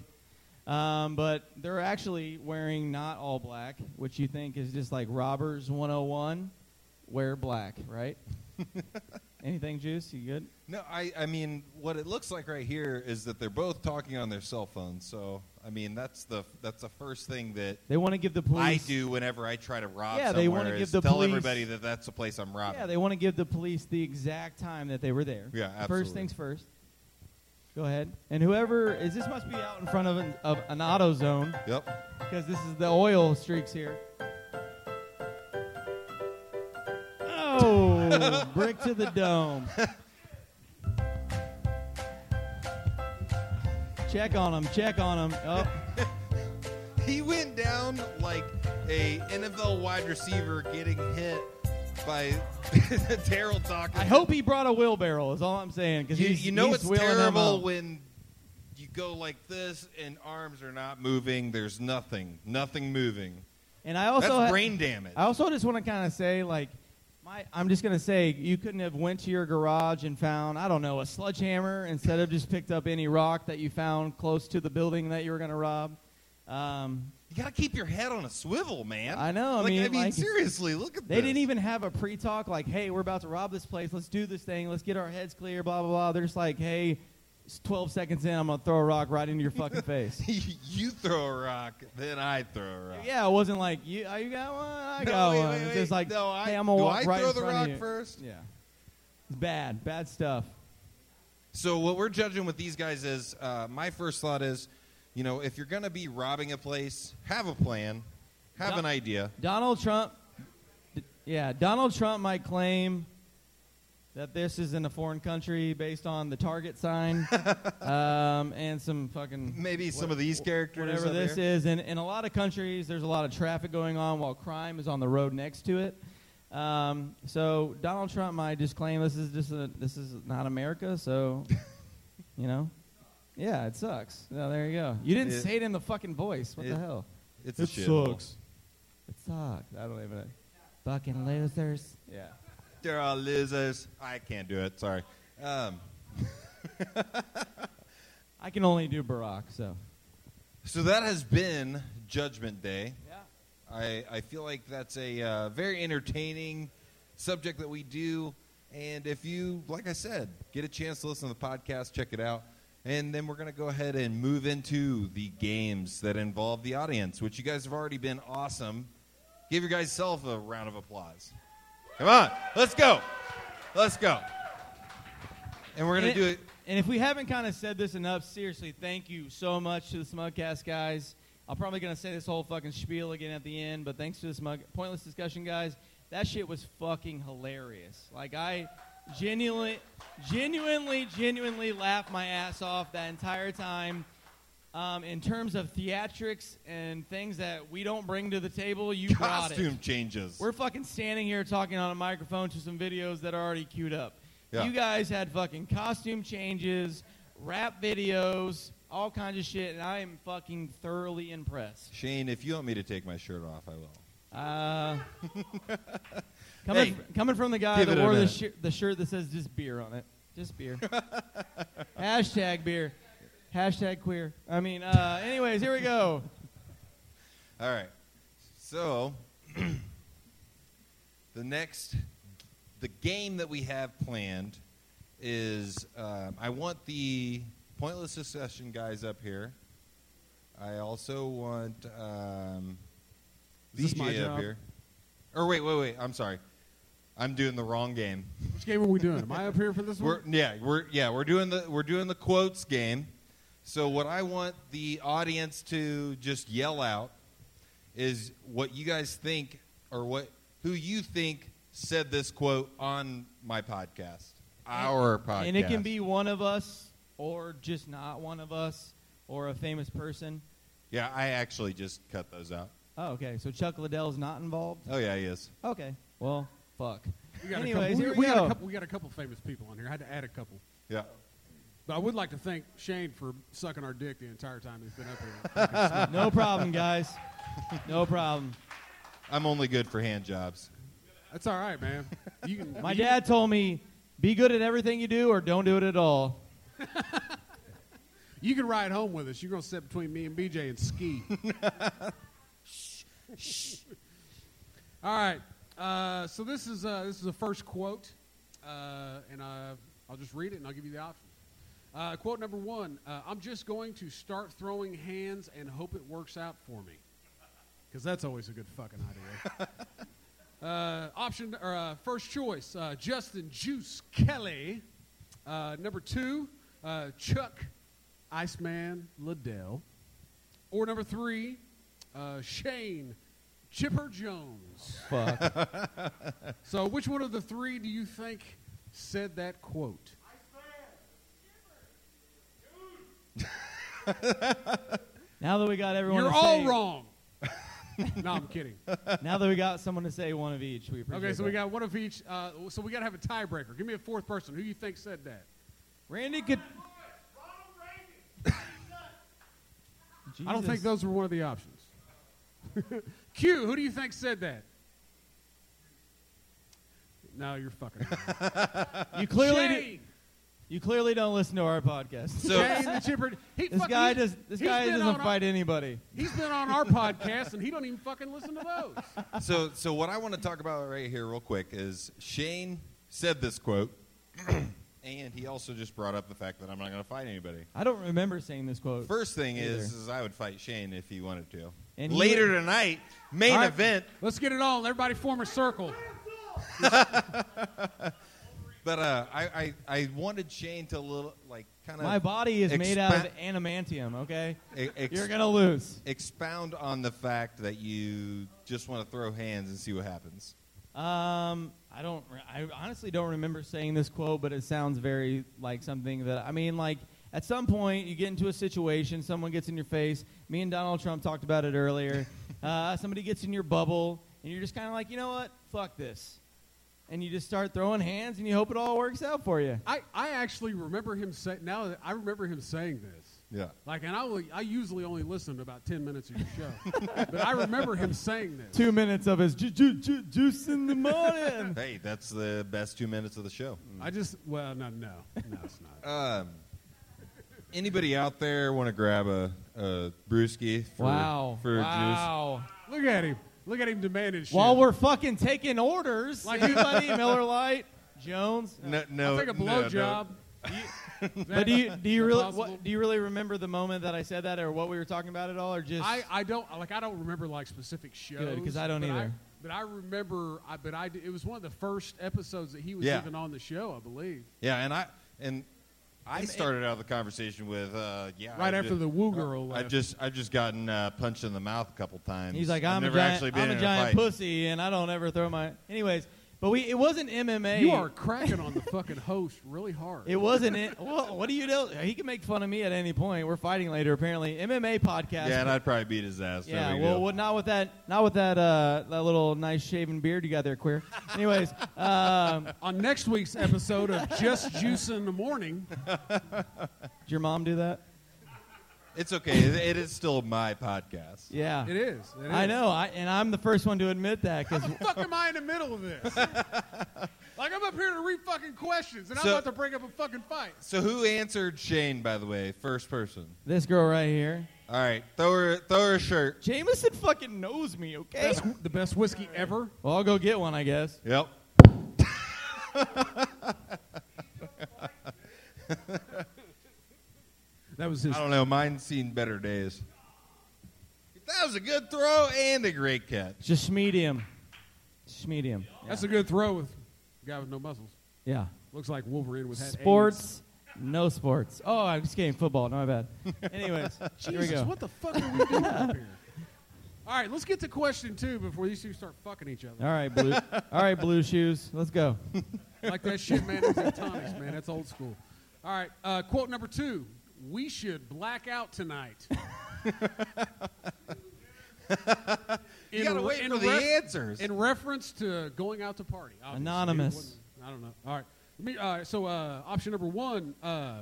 Um, but they're actually wearing not all black, which you think is just like robbers 101. Wear black, right? Anything, Juice? You good? No, I, I mean, what it looks like right here is that they're both talking on their cell phones. So, I mean, that's the that's the first thing that They wanna give the I police- do whenever I try to rob. Yeah, they wanna somewhere give is the tell police- everybody that that's the place I'm robbing. Yeah, they want to give the police the exact time that they were there. Yeah, First absolutely. things first. Go ahead. And whoever is this must be out in front of an, of an auto zone. Yep. Because this is the oil streaks here. Oh, brick to the dome. check on him. Check on him. Oh. He went down like a NFL wide receiver getting hit by Daryl Dawkins. I hope he brought a wheelbarrow. Is all I'm saying. Because you, you know he's it's wheeling them terrible out. when you go like this and arms are not moving. There's nothing, nothing moving. And I also That's ha- brain damage. I also just want to kind of say, like, my I'm just gonna say you couldn't have went to your garage and found I don't know a sledgehammer instead of just picked up any rock that you found close to the building that you were gonna rob. Um, you gotta keep your head on a swivel, man. I know. I Like, mean, like, seriously, look at They this. didn't even have a pre-talk like, "Hey, we're about to rob this place. Let's do this thing. Let's get our heads clear." Blah blah blah. They're just like, "Hey, it's 12 seconds in, I'm gonna throw a rock right into your fucking face." you throw a rock, then I throw a rock. yeah, it wasn't like you. Oh, you got one. I No, got wait, one. wait, It's wait. just like, No, I- "Hey, I'm gonna do walk I right throw in the front of rock you." first? Yeah, it's bad, bad stuff. So what we're judging with these guys is, uh, my first thought is, you know, if you're gonna be robbing a place, have a plan, have Don- an idea. Donald Trump. d- Yeah, Donald Trump might claim that this is in a foreign country based on the Target sign um, and some fucking Maybe some of these characters Whatever up this here. is, in, in a lot of countries, there's a lot of traffic going on while crime is on the road next to it. Um, so Donald Trump might just claim this is just a, this is not America. So, you know, yeah, it sucks. No, there you go. You didn't It- say it in the fucking voice. What it- the hell? it's a It shithole. sucks. It sucks. I don't even. know. Fucking losers. Yeah. They're all losers. I can't do it. Sorry. Um, I can only do Barack. So. So that has been Judgment Day. Yeah. I, I feel like that's a uh, very entertaining subject that we do. And if you, like I said, get a chance to listen to the podcast, check it out. And then we're going to go ahead and move into the games that involve the audience, which you guys have already been awesome. Give your guys self a round of applause. Come on. Let's go. Let's go. And we're going to do it. And if we haven't kind of said this enough, seriously, thank you so much to the Smugcast guys. I'm probably going to say this whole fucking spiel again at the end, but thanks to the Smug Pointless Discussion guys. That shit was fucking hilarious. Like I genuinely, genuinely, genuinely laughed my ass off that entire time. Um, in terms of theatrics and things that we don't bring to the table, you brought it. Costume changes. We're fucking standing here talking on a microphone to some videos that are already queued up. Yeah. You guys had fucking costume changes, rap videos, all kinds of shit, and I am fucking thoroughly impressed. Shane, if you want me to take my shirt off, I will. Uh, coming, Hey, coming from the guy give that it a wore the, minute. shi the shirt that says just beer on it. Just beer. Hashtag beer. Hashtag queer. I mean, uh, anyways, here we go. All right. So the next, the game that we have planned is um, I want the pointless succession guys up here. I also want um, Is this my BJ up job? here. Or wait, wait, wait. I'm sorry. I'm doing the wrong game. Which game are we doing? Am I up here for this We're, one? yeah, we're yeah we're doing the we're doing the quotes game. So what I want the audience to just yell out is what you guys think or what who you think said this quote on my podcast, our podcast, And it can be one of us or just not one of us or a famous person. Yeah, I actually just cut those out. Oh, okay. So Chuck Liddell's not involved? Oh yeah, he is. Okay. Well, fuck. We got Anyways, a couple, here we, we, got go. a couple, we got a couple famous people on here. I had to add a couple. Yeah. But I would like to thank Shane for sucking our dick the entire time he's been up here. no problem, guys. No problem. I'm only good for hand jobs. That's all right, man. You can, My you dad told me, be good at everything you do or don't do it at all. You can ride home with us. You're gonna sit between me and BJ and ski. All right. Uh, so this is uh, this is the first quote, uh, and uh, I'll just read it and I'll give you the options. Uh, quote number one: uh, I'm just going to start throwing hands and hope it works out for me, because that's always a good fucking idea. Uh, option or uh, first choice: uh, Justin Juice Kelly. Uh, number two: uh, Chuck Iceman Liddell. Or number three: uh, Shane Chipper Jones. Fuck. so, which one of the three do you think said that quote? Now that we got everyone You're to all say- wrong. no, I'm kidding. Now that we got someone to say one of each, we appreciate Okay, so we that. got one of each. Uh, so we got to have a tiebreaker. Give me a fourth person. Who you think said that? Randy could. I don't think Jesus. those were one of the options. Q, who do you think said that? No, you're fucking. wrong. You clearly Shane You clearly don't listen to our podcast. So- Shane the Chipper- he this fuck- guy he's- does. This he's guy been on doesn't our- fight anybody. He's been on our podcast and he don't even fucking listen to those. so, so what I want to talk about right here, real quick, is Shane said this quote, and he also just brought up the fact that I'm not going to fight anybody. I don't remember saying this quote. First thing is, either. is I would fight Shane if he wanted to. And he Later would- tonight, main All right. event. Let's get it on. Everybody form a circle. But uh, I, I, I wanted Shane to little like kind of. my body is made out of animantium. Okay, e- you're gonna lose. Expound on the fact that you just want to throw hands and see what happens. Um, I don't. re- I honestly don't remember saying this quote, but it sounds very like something that I mean, like at some point you get into a situation, someone gets in your face. Me and Donald Trump talked about it earlier. uh, somebody gets in your bubble, and you're just kind of like, you know what? Fuck this, and you just start throwing hands, and you hope it all works out for you. I, I actually remember him say now that I remember him saying this. Yeah. Like, and I, only- I usually only listen to about 10 minutes of your show. but I remember him saying this. Two minutes of his ju- ju- ju- juice in the morning. hey, that's the best two minutes of the show. I just, well, no, no. No, it's not. Um, anybody out there want to grab a, a brewski for, Wow. for Wow. Look at him. Look at him demanding shit. While we're fucking taking orders, like everybody, Miller Lite, Jones. No, no, I'll take a no, no. blowjob. but do you do you Is that really possible? what, do you really remember the moment that I said that, or what we were talking about at all, or just I, I don't like I don't remember like specific shows. 'cause I don't but either. but I remember, I, but I d- it was one of the first episodes that he was Yeah. even on the show, I believe. juice? Yeah, and I and I And- started out the conversation with uh, yeah. Right I after the woo girl I left. just I just gotten uh, punched in the mouth a couple times. He's like, I've I'm a never giant, actually been I'm in a giant fight. pussy, and I don't ever throw my. Anyways, but we it wasn't MMA. You are cracking on the fucking host really hard. It wasn't. It, well, what do you know? He can make fun of me at any point. We're fighting later, apparently. MMA podcast. Yeah, and I'd probably beat his ass. no Yeah, big well, deal. well, not with that, not with that, uh, that little nice shaven beard you got there, queer. Anyways, um, on next week's episode of Just Juice in the Morning. Did your mom do that? it's okay. It, it is still my podcast. Yeah, It is. It I is. know, I, and I'm the first one to admit that because fuck am I in the middle of this? like I'm up here to read fucking questions, and I'm So- about to bring up a fucking fight. So who answered Shane? By the way, first person. this girl right here, All right, throw her throw her a shirt. Jameson, fucking knows me. Okay, the best whiskey ever. Well, I'll go get one, I guess. Yep. That was his. I don't know. Mine's seen better days. That was a good throw and a great catch. Just medium, just medium. That's a good throw with a guy with no muscles. Yeah. Looks like Wolverine was had AIDS. Sports, no sports. Oh, I'm just kidding. Football, no, my bad. Anyways, here we Jesus, go. what the fuck are we doing up here? All right, let's get to question two before these two start fucking each other. All right, blue. all right, blue shoes. Let's go. like that shit, man. That's tectonics, man. That's old school. All right, uh, quote number two. We should black out tonight. You gotta wait for the answers. In reference to going out to party. obviously. Anonymous. It wasn't- I don't know. All right. Let me, all right so uh, option number one, uh,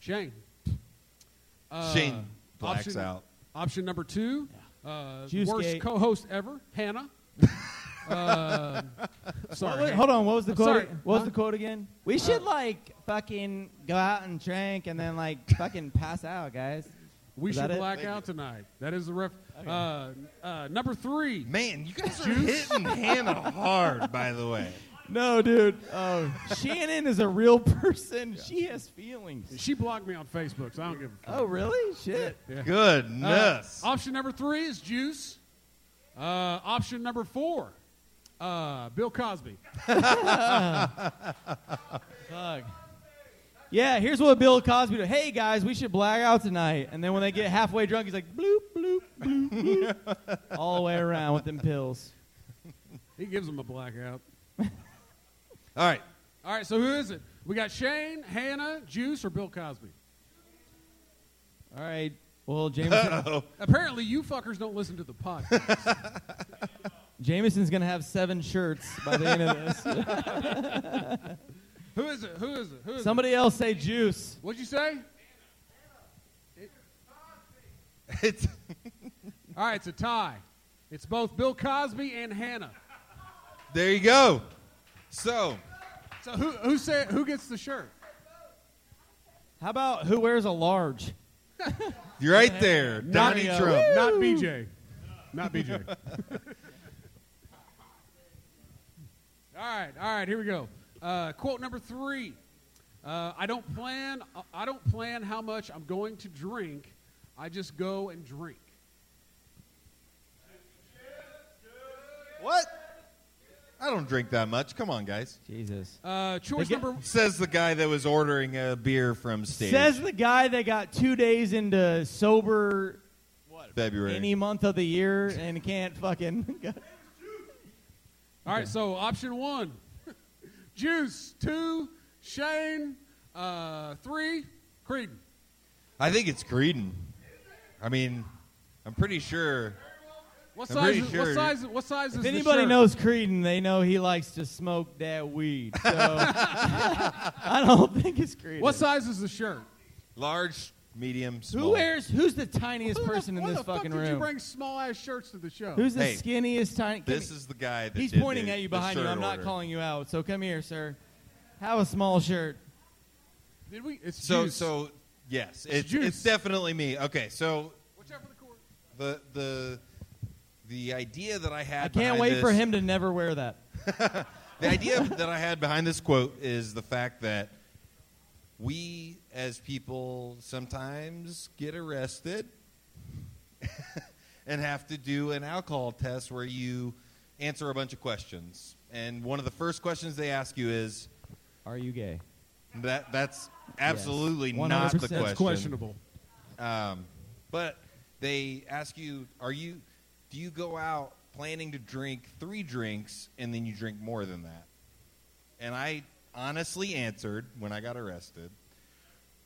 Shane. Uh, Shane blacks option- out. Option number two, uh, Juice worst gate. co-host ever, Hannah. Um, sorry. Wait, wait, hold on. What was the I'm quote? sorry. What was Huh? the quote again? Uh, We should like fucking go out and drink and then like fucking pass out, guys. We Is should that it? black out tonight. That is the ref. Uh, uh, number three. Man, you guys are hitting Hannah hard, by the way. No, dude. Oh, Shannon is a real person. She has feelings. She blocked me on Facebook, so I don't give a fuck. Oh, really? Shit. Yeah. Goodness. Uh, option number three is juice. Uh, option number four, uh, Bill Cosby. Fuck. Yeah, here's what Bill Cosby did. Hey guys, we should black out tonight. And then when they get halfway drunk, he's like bloop bloop bloop bloop, all the way around with them pills. He gives him a blackout. All right. All right, so who is it? We got Shane, Hannah, Juice, or Bill Cosby? All right. Well, Jameson, Apparently, you fuckers don't listen to the podcast. Jameson's gonna have seven shirts by the end of this. who is it? Who is it? Who is Somebody it? else say juice. What'd you say? It's all right. It's a tie. It's both Bill Cosby and Hannah. There you go. So So who who said who gets the shirt? How about who wears a large? You're right there, Not- Donnie uh, Trump, woo! Not BJ. Not BJ. all right, all right, here we go. Uh, quote number three. Uh, I don't plan. I don't plan how much I'm going to drink. I just go and drink. What? I don't drink that much. Come on, guys. Jesus. Uh, choice number says the guy that was ordering a beer from stage. Says the guy that got two days into sober February. any month of the year and can't fucking. go- All right, so option one, juice. Two, Shane. Uh, three, Creed. I think it's Creedon. I mean, I'm pretty sure. What I'm size? pretty Is, sure. What size? What size is if the anybody shirt? knows Creedon, they know he likes to smoke that weed. So I don't think it's Creedon. What size is the shirt? Large, medium, small. Who wears? Who's the tiniest person in Why this the fucking fuck did room? you bring small ass shirts to the show? Who's the skinniest tiny? This is the guy that He's did pointing the- at you the behind you. shirt I'm not order. calling you out. So come here, sir. Have a small shirt. Did we? It's So so yes, it's, juice. it's definitely me. Okay, so the the the idea that I had. I can't behind wait for this- him to never wear that. The idea that I had behind this quote is the fact that we as people sometimes get arrested and have to do an alcohol test where you answer a bunch of questions. And one of the first questions they ask you is Are you gay? That that's absolutely not 100%. the question. That's questionable. Um, but they ask you, are you do you go out planning to drink three drinks and then you drink more than that? And I honestly answered when I got arrested,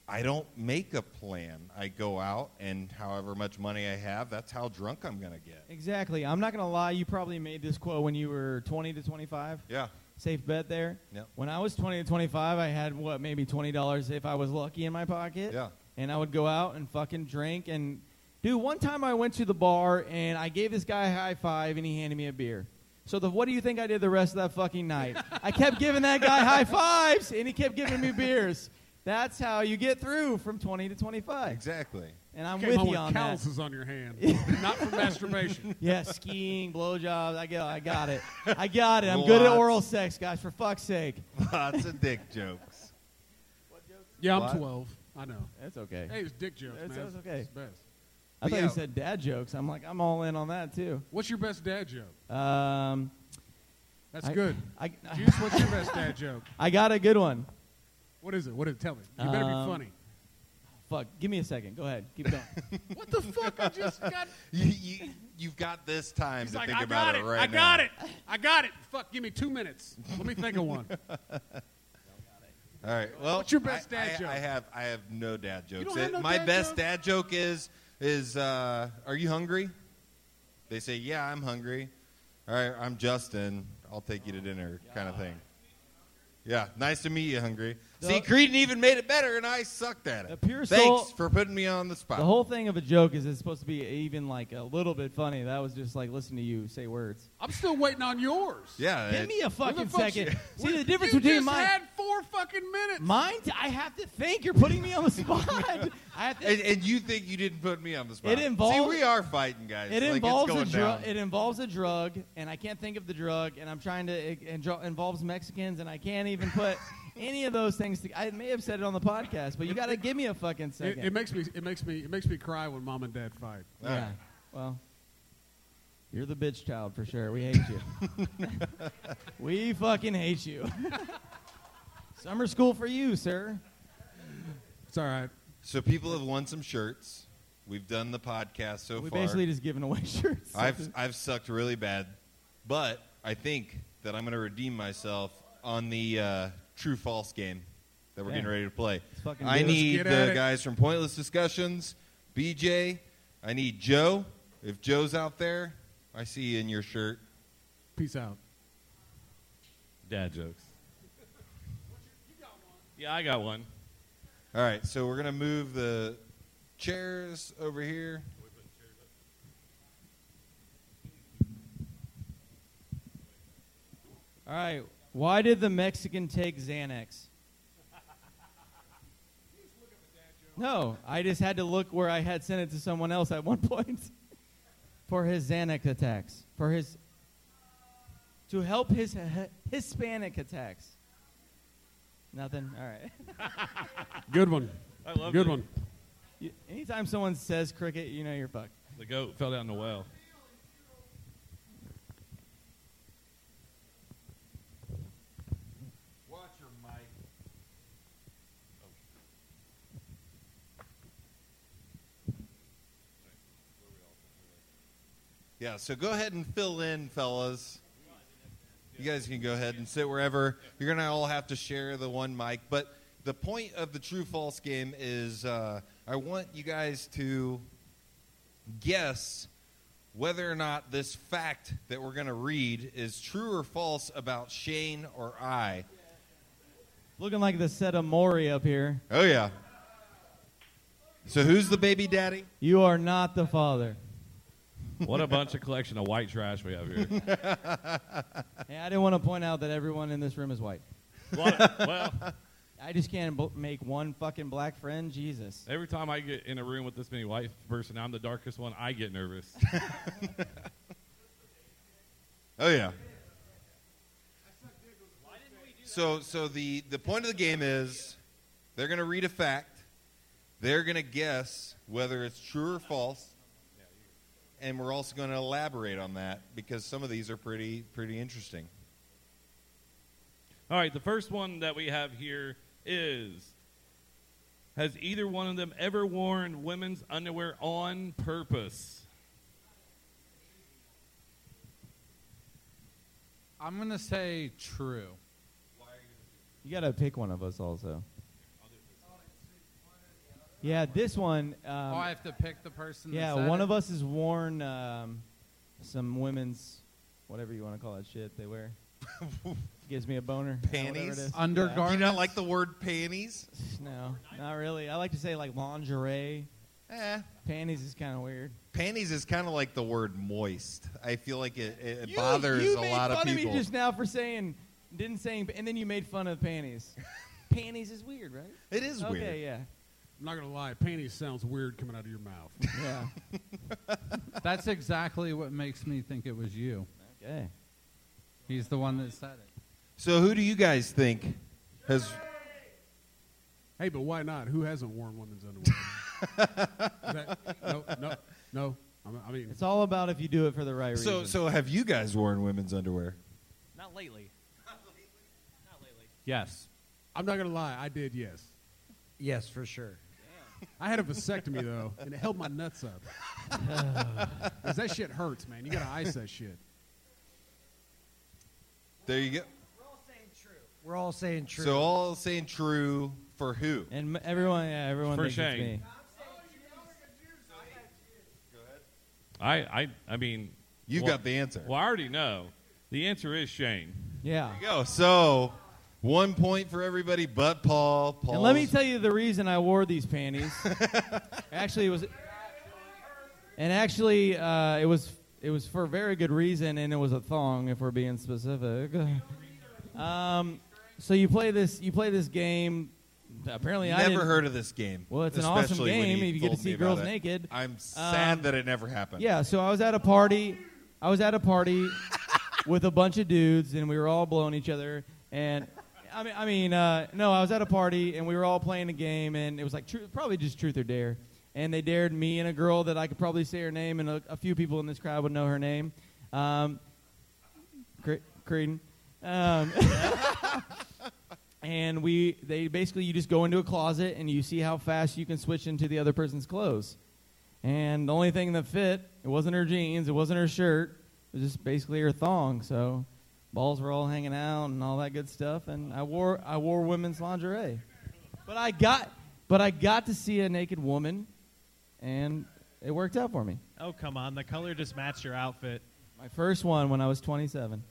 I don't make a plan. I go out and however much money I have, that's how drunk I'm going to get. Exactly. I'm not gonna lie. You probably made this quote when you were 20 to 25. Yeah. Safe bet there. Yep. When I was 20 to 25, I had what maybe 20 dollars if I was lucky in my pocket. Yeah. And I would go out and fucking drink and. Dude, one time I went to the bar and I gave this guy a high five and he handed me a beer. So the, what do you think I did the rest of that fucking night? I kept giving that guy high fives and he kept giving me beers. That's how you get through from 20 to 25. Exactly. And I'm Came with home you on that. calluses on your hand, not from masturbation. Yeah, skiing, blowjobs. I got, I got it. I got it. I'm good at Lots. oral sex, guys. For fuck's sake. Lots of dick jokes. Yeah, I'm What? 12. I know. That's okay. Hey, it's dick jokes, That's- man. that's okay. It's the best. I thought Yeah. you said dad jokes. I'm like, I'm all in on that too. What's your best dad joke? Um, That's I- good. I, Juice, what's your best dad joke? I got a good one. What is it? What is it? Tell me. You better be Um, funny. Fuck. Give me a second. Go ahead. Keep going. What the fuck? I just got. you, you, you've got this time He's to like, think I about got it, it. right I now. got it. I got it. Fuck, give me two minutes. Let me think of one. All right. Well, What's your best I, dad I, joke? I have I have no dad jokes. don't have It- no my dad best joke? dad joke is is uh, Are you hungry? They say, Yeah, I'm hungry. All right, I'm Justin. I'll take you to dinner, kind of thing. Yeah, nice to meet you, hungry. See, Creedon even made it better, and I sucked at it. pure Thanks soul- for putting me on the spot. The whole thing of a joke is it's supposed to be even like a little bit funny. That was just like listen to you say words. I'm still waiting on yours. Yeah. Give me a fucking second. See the difference you between just mine. had four fucking minutes. Mine, t- I have to think. You're putting me on the spot. I have to, and, and you think you didn't put me on the spot? It involves- See, we are fighting, guys. it Like, it's involves going a drug. down. It involves a drug, and I can't think of the drug. And I'm trying to. It, it dro- involves Mexicans, and I can't even put any of those things. To, I may have said it on the podcast, but you got to give me a fucking It, second. it makes me. It makes me. It makes me cry when mom and dad fight. yeah. Well, you're the bitch child for sure. We hate you. we fucking hate you. Summer school for you, sir. It's all right. So people have won some shirts. We've done the podcast so We far. basically just giving away shirts. I've I've sucked really bad, but I think that I'm going to redeem myself on the uh, true false game that we're Yeah. getting ready to play. Let's fucking I do it. Let's need get at the it. guys from Pointless Discussions, BJ. I need Joe. If Joe's out there, I see you in your shirt. Peace out. Dad jokes. Yeah, I got one. All right, so we're going to move the chairs over here. All right. Why did the Mexican take Xanax? No, I just had to look where I had sent it to someone else at one point for his Xanax attacks, for his to help his hi- Hispanic attacks. Nothing. All right. Good one. I love Good it. one. You- Anytime someone says cricket, you know you're fucked. The goat fell down the well. Watch your mic. Yeah, so go ahead and fill in, fellas. You guys can go ahead and sit wherever. You're going to all have to share the one mic. But the point of the true false game is uh, I want you guys to guess whether or not this fact that we're going to read is true or false about Shane or I. Looking like the set of Maury up here. Oh, yeah. So who's the baby daddy? You are not the father. What a bunch of collection of white trash we have here. Hey, I didn't want to point out that everyone in this room is white. well, I just can't bl- make one fucking black friend. Jesus. Every time I get in a room with this many white person, I'm the darkest one. I get nervous. Oh yeah. So so the the point of the game is they're going to read a fact. They're going to guess whether it's true or false. And we're also going to elaborate on that because some of these are pretty pretty interesting. All right, the first one that we have here is Has either one of them ever worn women's underwear on purpose? I'm gonna say true. You gotta pick one of us also. Yeah, this one. Um, oh, I have to pick the person. that yeah, said one it? of us has worn um, some women's, whatever you want to call that shit they wear. Gives me a boner. Yeah, whatever it Panties? is. Undergarments? You not like the word panties? No, not really. I like to say like lingerie. Eh. Panties is kind of weird. Panties is kind of like the word moist. I feel like it, it bothers you a made lot fun of people. me just now for saying didn't saying and then you made fun of panties. panties is weird, right? It is okay, weird. yeah. I'm not gonna lie, panties sounds weird coming out of your mouth. Yeah. That's exactly what makes me think it was you. Okay. He's the one that said it. So who do you guys think has hey, but why not? Who hasn't worn women's underwear? Is that- no, no, no. I'm- I mean, It's all about if you do it for the right So reason. so have you guys worn women's underwear? Not lately. Yes. I'm not gonna lie, I did. Yes. Yes, for sure. I had a vasectomy though, and it held my nuts up. 'Cause that shit hurts, man. You gotta ice that shit. There you go. We're all saying true. So all saying true for who? And everyone, yeah, everyone For thinks it's shame. me. I, I, I mean, You've well- got the answer. Well, I already know. The answer is Shane. Yeah. There you go. So one point for everybody but Paul. Paul. And let me tell you the reason I wore these panties. actually, it was, and actually, uh, it was it was for a very good reason, and it was a thong, if we're being specific. Um, so you play this you play this game. Apparently, I Never didn't- heard of this game, Well, it's an awesome especially when game he if you get to told me see about girls it. naked. Um, I'm sad that it never happened. Yeah, so I was at a party. I was at a party with a bunch of dudes, and we were all blowing each other. And I mean, I mean, uh, no, I was at a party, and we were all playing a game, and it was like tru- probably just truth or dare. And they dared me and a girl that I could probably say her name, and a, a few people in this crowd would know her name, um, Cre- Creedon. Um, and we they basically you just go into a closet and you see how fast you can switch into the other person's clothes and the only thing that fit it wasn't her jeans it wasn't her shirt it was just basically her thong so balls were all hanging out and all that good stuff and i wore i wore women's lingerie but i got but i got to see a naked woman and it worked out for me Oh, come on. The color just matched your outfit. my first one when i was 27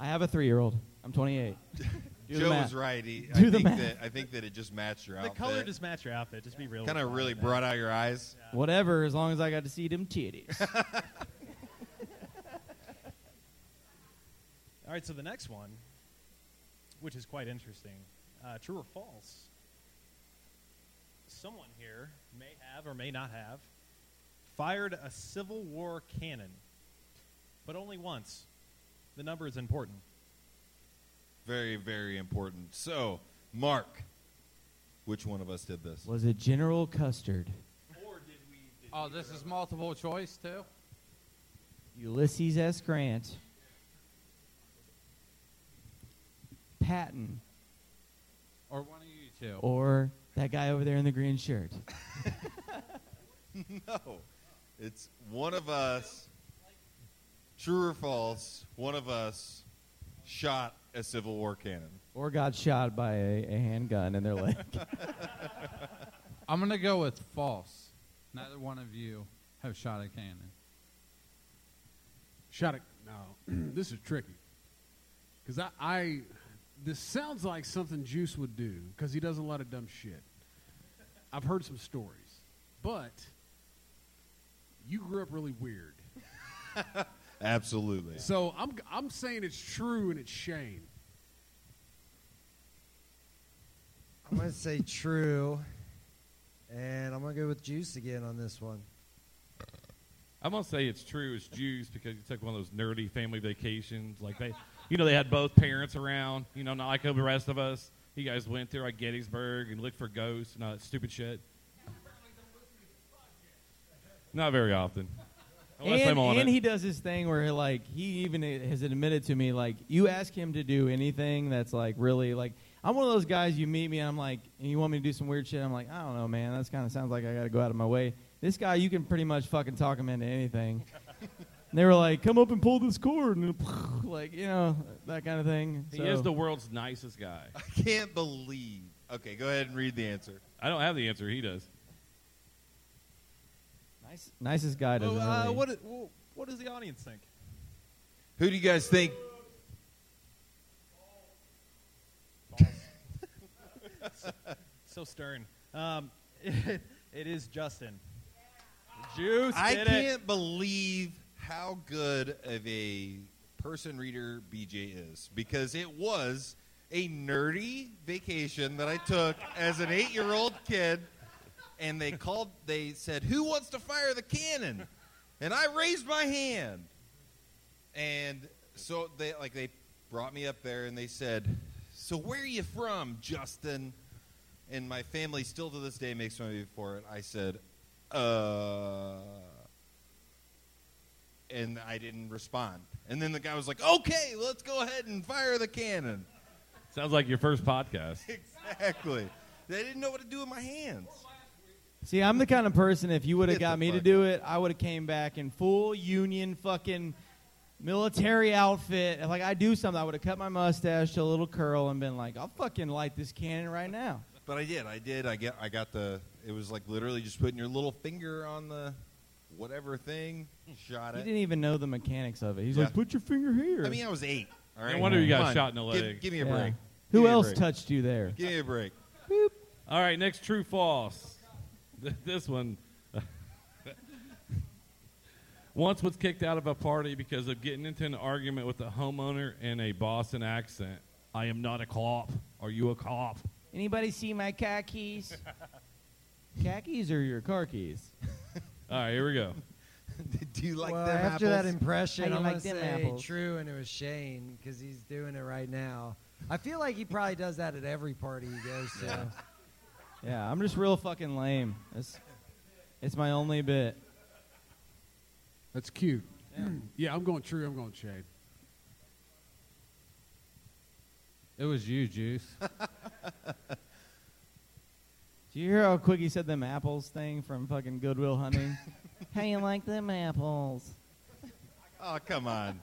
i have a three-year-old i'm 28 Do the Joe math. was right. He, I Do the think math. that I think that it just matched your The outfit. color just matched your outfit. Just be real. kind of really brought out your eyes. Whatever, as long as I got to see them titties. All right, so the next one, which is quite interesting, uh, true or false, someone here may have or may not have fired a Civil War cannon, but only once. The number is important. Very, very important. So, Mark, which one of us did this? Was it General Custard? Oh, this is multiple choice too. Ulysses S. Grant. Patton. Or one of you two. Or that guy over there in the green shirt. no. It's one of us, true or false, one of us shot a Civil War cannon. Or got shot by a, a handgun in their leg. I'm gonna go with false. Neither one of you have shot a cannon. Shot it. No, this is tricky. Because I, I, this sounds like something Juice would do because he does a lot of dumb shit. I've heard some stories, but you grew up really weird. Absolutely. So I'm, I'm saying it's true and it's Shane. I'm going to say true, and I'm going to go with Juice again on this one. I'm gonna say it's true. It's Jews because you took one of those nerdy family vacations. Like they, you know, they had both parents around. You know, not like the rest of us. You guys went through like Gettysburg and looked for ghosts and all that stupid shit. Not very often. Unless and I'm on and it. he does this thing where like he even has admitted to me like you ask him to do anything that's like really like I'm one of those guys you meet me and I'm like and you want me to do some weird shit I'm like I don't know man that's kind of sounds like I got to go out of my way. This guy you can pretty much fucking talk him into anything. and they were like come up and pull this cord and like you know that kind of thing. He So- is the world's nicest guy. I can't believe. Okay, go ahead and read the answer. I don't have the answer. He does. Nice. nicest guy doesn't Well, uh, really- what, well, what does the audience think? Who do you guys think? so stern. Um, it is Justin. Juice. I did it. can't believe how good of a person reader BJ is because it was a nerdy vacation that I took as an eight year old kid. And they called, they said, Who wants to fire the cannon? And I raised my hand. And so they, like, they brought me up there and they said, So where are you from, Justin? And my family still to this day makes fun of me for it. I said, Uh, and I didn't respond. And then the guy was like, "Okay, let's go ahead and fire the cannon." Sounds like your first podcast. Exactly. They didn't know what to do with my hands. See, I'm the kind of person if you would have Get the got me to fuck do it, I would have came back in full union fucking military outfit. If, Like I do something, I would have cut my mustache to a little curl and been like, "I'll fucking light this cannon right now." But I did. I did. I get. I got the. It was like literally just putting your little finger on the whatever thing, shot He it. didn't even know the mechanics of it. He's Yeah. like, "Put your finger here." I mean, I was eight. All No right. wonder you got Come on. shot in the Give- leg. Give, me a Yeah. break. Who Give me a else break. touched you there? Give me a break. All right, next true false. Th- This one. uh, Once was kicked out of a party because of getting into an argument with a homeowner in a Boston accent. I am not a cop. Are you a cop? Anybody see my car keys? car keys or your car keys? All right, here we go. Do you like well, them after that apples? impression, How you I'm like gonna them say apples? true, and it was Shane because he's doing it right now. I feel like he probably does that at every party he goes to. Yeah, I'm just real fucking lame. It's, it's my only bit. That's cute. Yeah, I'm going true. I'm going Shane. It was you, Juice. Do you hear how quick he said them apples thing from fucking Goodwill Hunting? how you like them apples? Oh come on,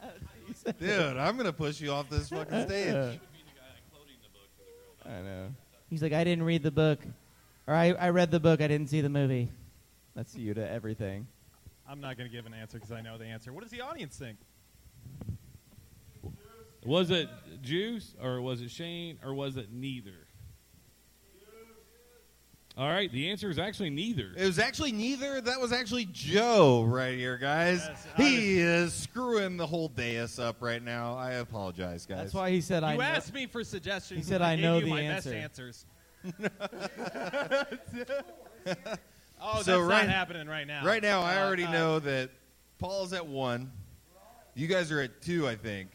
dude! I'm gonna push you off this fucking stage. I know. He's like, I didn't read the book, or I, I read the book, I didn't see the movie. That's you to everything. I'm not going to give an answer because I know the answer. What does the audience think? Was it Juice or was it Shane or was it neither? All right, the answer is actually neither. It was actually neither. That was actually Joe right here, guys. he is screwing the whole dais up right now. I apologize, guys. That's why he said I. you know- asked me for suggestions. He said and I gave know you the my answer. best answers. Oh, that's So not right- happening right now. Right now, I Uh, already uh, know that Paul's at one. You guys are at two, I think.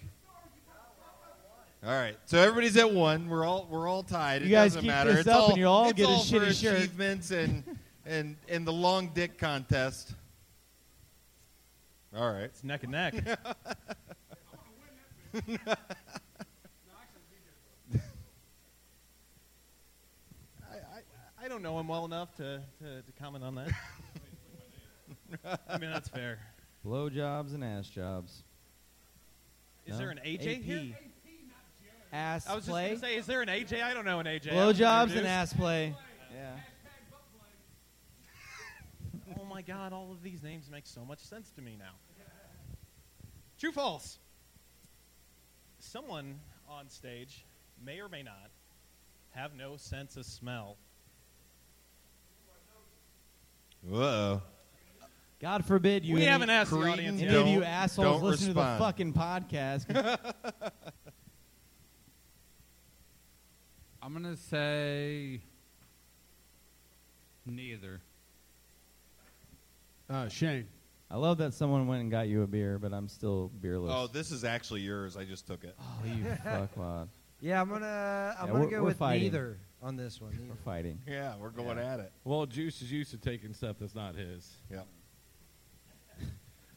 All right, so everybody's at one. We're all we're all tied. It You guys doesn't keep matter. this it's up all, and you'll all it's get a all for shitty shirt. achievements and and and the long dick contest. All right, it's neck and neck. I don't know him well enough to, to, to comment on that. I mean, that's fair. Blowjobs and ass jobs. Is No? there an AJ AP. here? Ass I was just play? gonna say, is there an AJ? I don't know an AJ. I was Blowjobs and introduced. ass play. Yeah. Oh my God! All of these names make so much sense to me now. True, false. Someone on stage may or may not have no sense of smell. Whoa. God forbid you. We any- haven't asked the Cretin, audience Any of you don't- assholes don't listen respond. to the fucking podcast. I'm gonna say neither. Uh, Shane. I love that someone went and got you a beer, but I'm still beerless. Oh, this is actually yours. I just took it. Oh, you fuckwad. Yeah, I'm gonna I'm Yeah, gonna we're- go we're with fighting. neither on this one. Neither. We're fighting. Yeah, we're going at it. Well, Juice is used to taking stuff that's not his. Yep.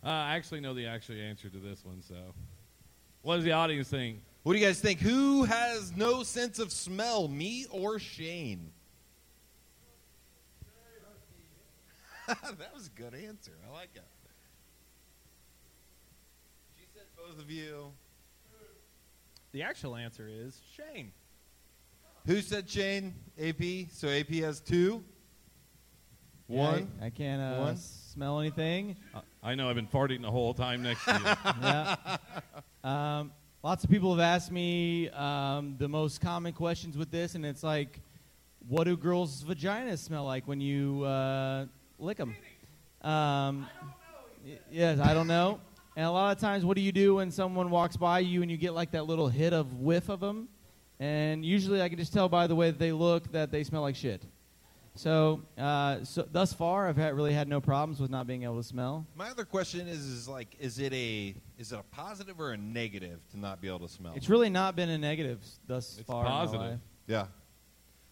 Uh, I actually know the actual answer to this one, so. What does the audience think? What do you guys think? Who has no sense of smell, me or Shane? that was a good answer. I like it. She said both of you. The actual answer is Shane. Who said Shane? AP. So AP has two. One. I, I can't uh, One. smell anything. I know I've been farting the whole time next to you. yeah. Um, lots of people have asked me um, the most common questions with this, and it's like, what do girls' vaginas smell like when you uh, lick them? Um, y- yes, I don't know. And a lot of times, what do you do when someone walks by you and you get like that little hit of whiff of them? And usually, I can just tell by the way that they look that they smell like shit. So, uh, so thus far, I've had, really had no problems with not being able to smell. My other question is: is like, is it a is it a positive or a negative to not be able to smell? It's really not been a negative s- thus far. in my positive. life. Yeah.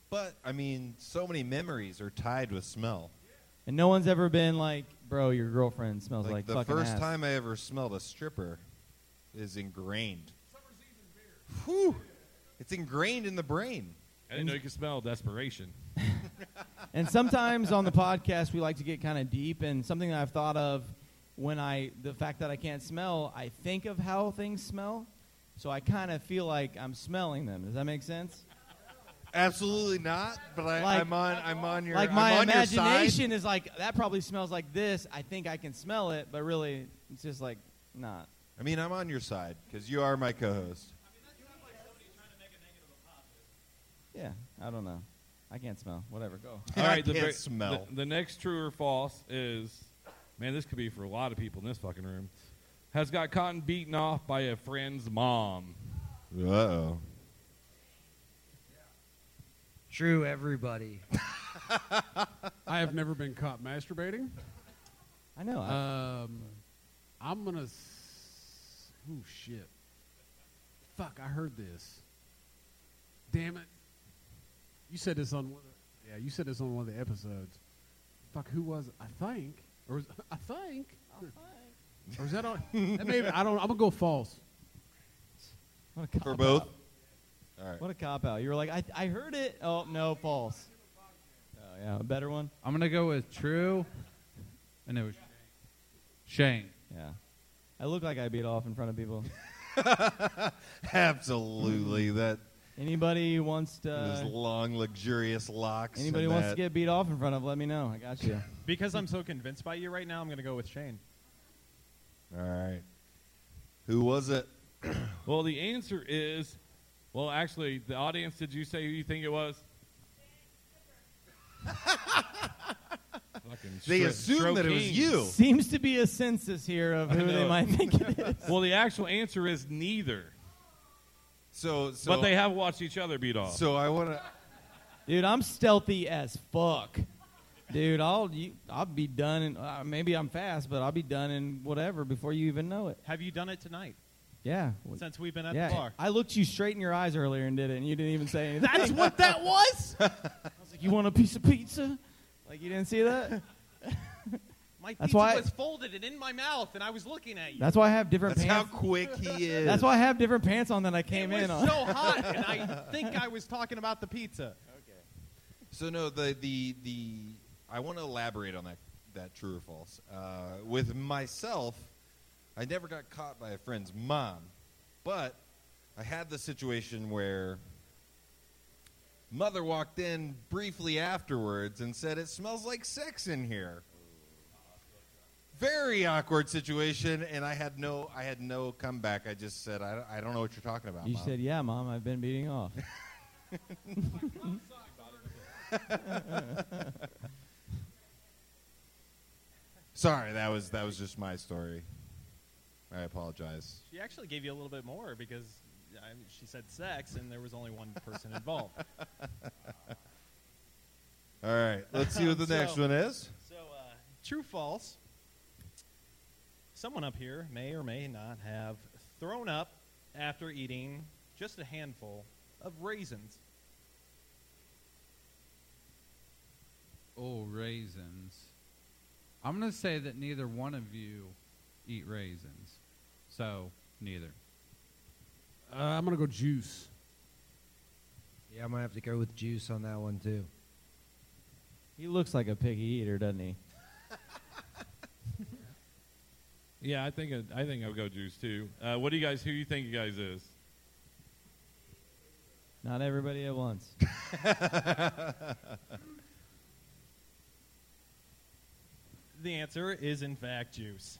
But I mean, so many memories are tied with smell. And no one's ever been like, bro, your girlfriend smells like, the fucking first ass." time I ever smelled a stripper is ingrained. Whew. It's ingrained in the brain. I didn't know you could smell desperation. and sometimes on the podcast, we like to get kind of deep. And something that I've thought of when I, the fact that I can't smell, I think of how things smell. So I kind of feel like I'm smelling them. Does that make sense? Absolutely not. But I, Like- I'm on. I'm on your. like I'm my on your side. imagination is like, that probably smells like this. I think I can smell it, but really, it's just like not. I mean, I'm on your side because you are my co-host. Yeah, I don't know. I can't smell. Whatever, go. All right, the, the ver- The, the next true or false is, man, this could be for a lot of people in this fucking room. Has got cotton beaten off by a friend's mom. Uh oh. True, everybody. I have never been caught masturbating. I know. Um, I'm gonna. S- oh shit! Fuck! I heard this. Damn it! You said this on one. Of, yeah, you said this on one of the episodes. Fuck! Who was it? I think, or was, I think, or is that on? that may be- I don't. I'm gonna go false. What a For cop both? out. All right. What a cop out. You were like, I, I heard it. Oh, no, false. Oh, yeah, a better one. I'm gonna go with true, and it was Shane. Yeah. I look like I beat off in front of people. Mm. Absolutely. That Anybody wants those to long, luxurious locks. and anybody wants that- to get beat off in front of, let me know. I got you. Because I'm so convinced by you right now, I'm going to go with Shane. All right. Who was it? Well, the answer is, well, actually, the audience, did you say who you think it was? Fucking They stro- assumed that it was stroking. you. Seems to be a census here of I who they know. might think it is. Well, the actual answer is neither. So, so but they have watched each other beat off. So I want to. Dude, I'm stealthy as fuck. Dude, I'll you, I'll be done, and uh, maybe I'm fast, but I'll be done in whatever before you even know it. Have you done it tonight? Yeah. Since we've been at yeah. the bar. I looked you straight in your eyes earlier and did it, and you didn't even say anything. That's what that was? I was like, you want a piece of pizza? Like you didn't see that? My That's pizza why- was folded and in my mouth, and I was looking at you. That's why I have different That's pants. how quick he is. That's why I have different pants on than I came It in was on. so hot, and I think I was talking about the pizza. So no, the the the I want to elaborate on that that true or false. Uh, with myself, I never got caught by a friend's mom, but I had the situation where mother walked in briefly afterwards and said, "It smells like sex in here." Very awkward situation, and I had no I had no comeback. I just said, "I, I don't know what you're talking about." You Mom." said, "Yeah, mom, I've been beating off." Sorry, that was that was just my story. I apologize. She actually gave you a little bit more because I mean, she said sex, and there was only one person involved. All right, let's see what the So- next one is. So, uh, true false. Someone up here may or may not have thrown up after eating just a handful of raisins. Oh, raisins. I'm going to say that neither one of you eat raisins. So, neither. Uh, I'm gonna go juice. Yeah, I'm gonna have to go with juice on that one too. he looks like a picky eater, doesn't he? Yeah, I think I think I'll go juice too. Uh, what do you guys? Who you think you guys is? Not everybody at once. The answer is, in fact, juice.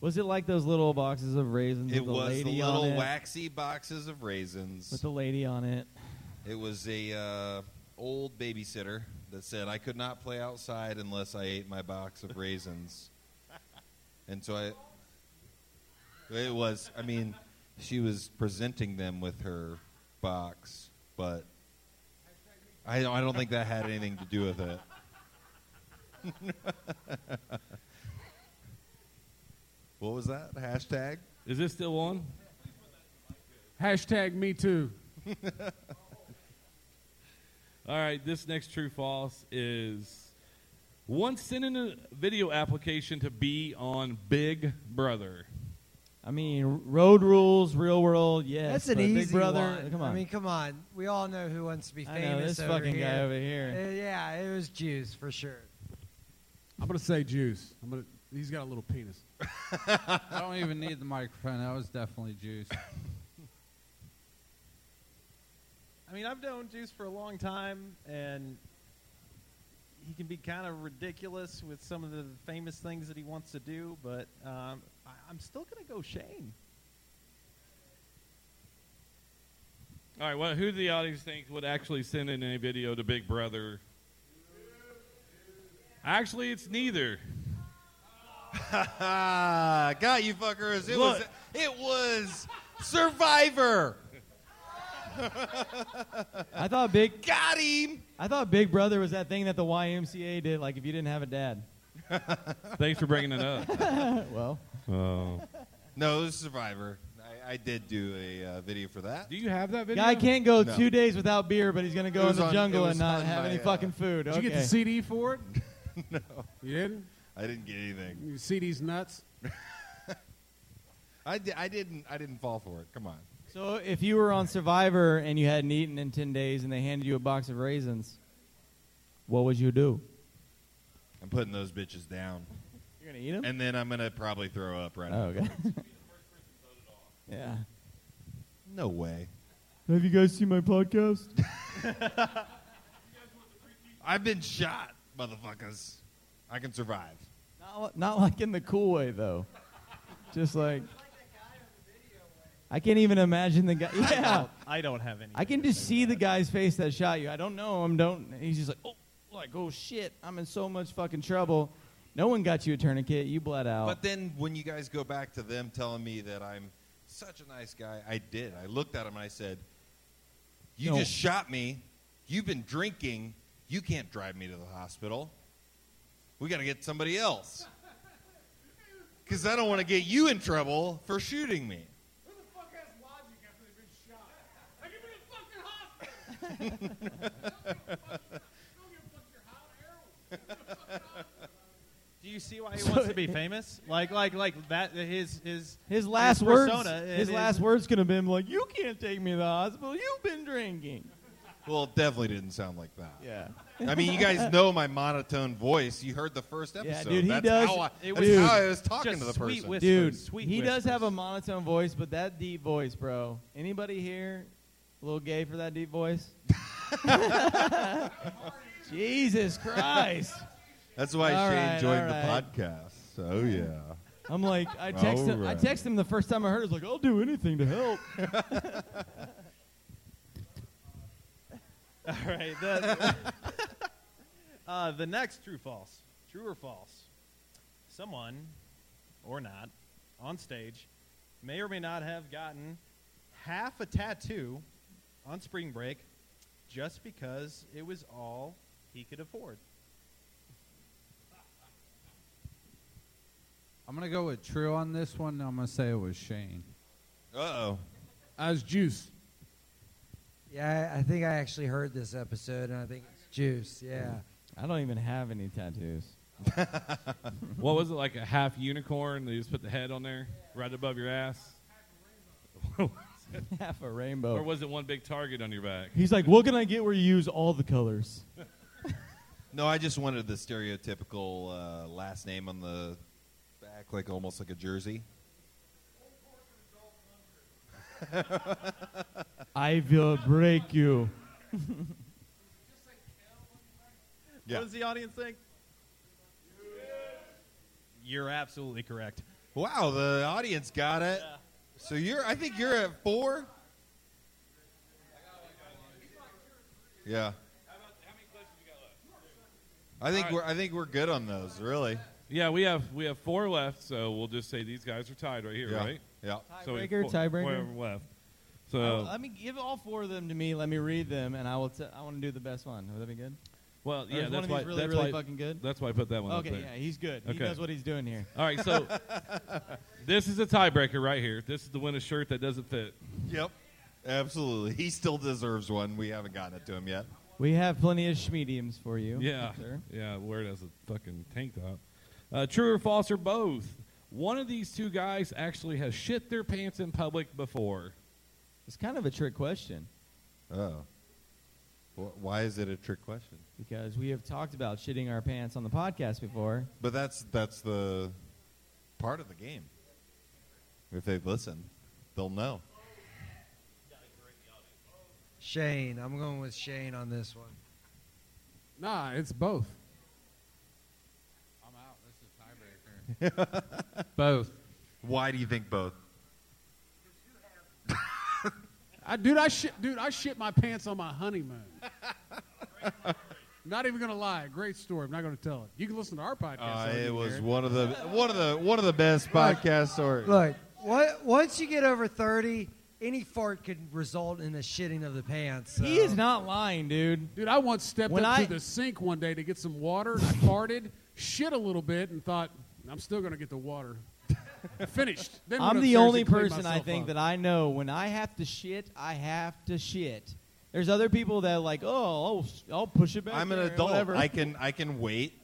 Was it like those little boxes of raisins It with the was the lady on little it? waxy boxes of raisins. With the lady on it. It was a uh, old babysitter that said I could not play outside unless I ate my box of raisins, and so I. It was. I mean, she was presenting them with her box, but I don't, I don't think that had anything to do with it. what was that hashtag? Is this still on? Hashtag me too. All right, this next true false is once sending a video application to be on Big Brother. I mean, road rules, real world. Yes, That's an but easy Big Brother. one. Come on. I mean, come on. We all know who wants to be I know, famous this over fucking here. guy over here. Uh, yeah, it was juice for sure. I'm gonna say juice. I'm gonna. He's got a little penis. I don't even need the microphone. That was definitely juice. I mean, I've known Juice for a long time, and he can be kind of ridiculous with some of the famous things that he wants to do, but um, I, I'm still going to go Shane. All right, well, who do the audience think would actually send in a video to Big Brother? Actually, it's neither. Got you, fuckers! It was Look. it was Survivor. I thought Big Got him. I thought Big Brother was that thing that the YMCA did. Like if you didn't have a dad. Thanks for bringing it up. well, Oh. No, it was Survivor. I, I did do a uh, video for that. Do you have that guy can't go No. two days without beer, but he's gonna It go in was the on- jungle it and was not on have my, any uh, fucking food. Did you get Okay. the CD for it? no, You didn't. I didn't get anything. Your CD's nuts. I, di- I didn't. I didn't fall for it. Come on. So if you were on Survivor and you hadn't eaten in ten days and they handed you a box of raisins, what would you do? I'm putting those bitches down. You're gonna eat them, and then I'm gonna probably throw up right Oh, now. okay. yeah. No way. Have you guys seen my podcast? I've been shot, motherfuckers. I can survive. Not, not like in the cool way though. Just like I can't even imagine the guy. Yeah, I don't have any. I can just see the guy's face that shot you. I don't know him. Don't. He's just like, oh, like oh shit, I'm in so much fucking trouble. No one got you a tourniquet. You bled out. But then when you guys go back to them telling me that I'm such a nice guy, I did. I looked at him and I said, You No. just shot me. You've been drinking. You can't drive me to the hospital. We got to get somebody else. Because I don't want to get you in trouble for shooting me. Do you see why he wants to be famous? Like, like, like that. His his His last words. persona and His last words could have been like, "You can't take me to the hospital. You've been drinking." Well, it definitely didn't sound like that. Yeah. I mean, you guys know my monotone voice. You heard the first episode. Yeah, dude, he that's does. How I, it that's how I was talking to the person. dude. he does have a monotone voice, but that deep voice, bro. Anybody here a little gay for that deep voice? Jesus Christ! That's why All Shane right, joined all right. the podcast. So yeah. I'm like, I text him. I Alright. text him the first time I heard. it, I was like, I'll do anything to help. All right. The, uh, the next true false. True or false? Someone, or not, on stage may or may not have gotten half a tattoo on spring break just because it was all he could afford. I'm gonna go with true on this one. I'm gonna say it was Shane. Uh oh. I was juice. Yeah, I, I think I actually heard this episode, and I think it's juice. Yeah. I don't even have any tattoos. what was it like a half unicorn? They just put the head on there, right above your ass. half a rainbow. Or was it one big target on your back? He's like, what can I get where you use all the colors? No, I just wanted the stereotypical uh, last name on the back, like almost like a jersey. I will break you. Yeah. What does the audience think? You're absolutely correct. Wow, the audience got it. So you're, I think you're at four. Yeah. I think we're, I think we're good on those, really. Yeah, we have we have four left, so we'll just say these guys are tied right here, Yeah, right? yeah. we have Tiebreaker, four- tiebreaker. four of them left. Uh, So let me give all four of them to me. Let me read them, and I will. T- I want to do the best one. Would that be good? Well, Or yeah, that's is one of why these really, that's really why- fucking good. That's why I put that one. Okay, up there. yeah, he's good. He knows what he's doing here. All right, so this is a tiebreaker right here. This is the win a shirt that doesn't fit. Yep, absolutely. He still deserves one. We haven't gotten it to him yet. We have plenty of schmediums for you. Yeah, sir. yeah. Wear it as a fucking tank top. Uh, true or false or both? One of these two guys actually has shit their pants in public before. It's kind of a trick question Oh. Wh- Why is it a trick question? because we have talked about shitting our pants on the podcast before. But that's that's the part of the game. If they've listened, they'll know. Shane, I'm going with Shane on this one. Nah, it's both. I'm out. This is tiebreaker. both. Why do you think both? I, dude, I shit, dude, I shit my pants on my honeymoon. not even gonna lie, great story. I'm not gonna tell it. You can listen to our podcast. Uh, though, if it you was care. one of the one of the one of the best podcast stories. Look, what, once you get over 30, any fart could result in a shitting of the pants. He is not lying, dude. Dude, I once stepped When up I- to the sink one day to get some water, and I farted, shit a little bit, and thought, I'm still gonna get the water. Finished. Then went I'm upstairs the only and cleaned person I myself think up. that I know when I have to shit, I have to shit. There's other people that are like, oh, I'll, sh- I'll push it back. I'm an there," or adult. whatever. I can I can wait.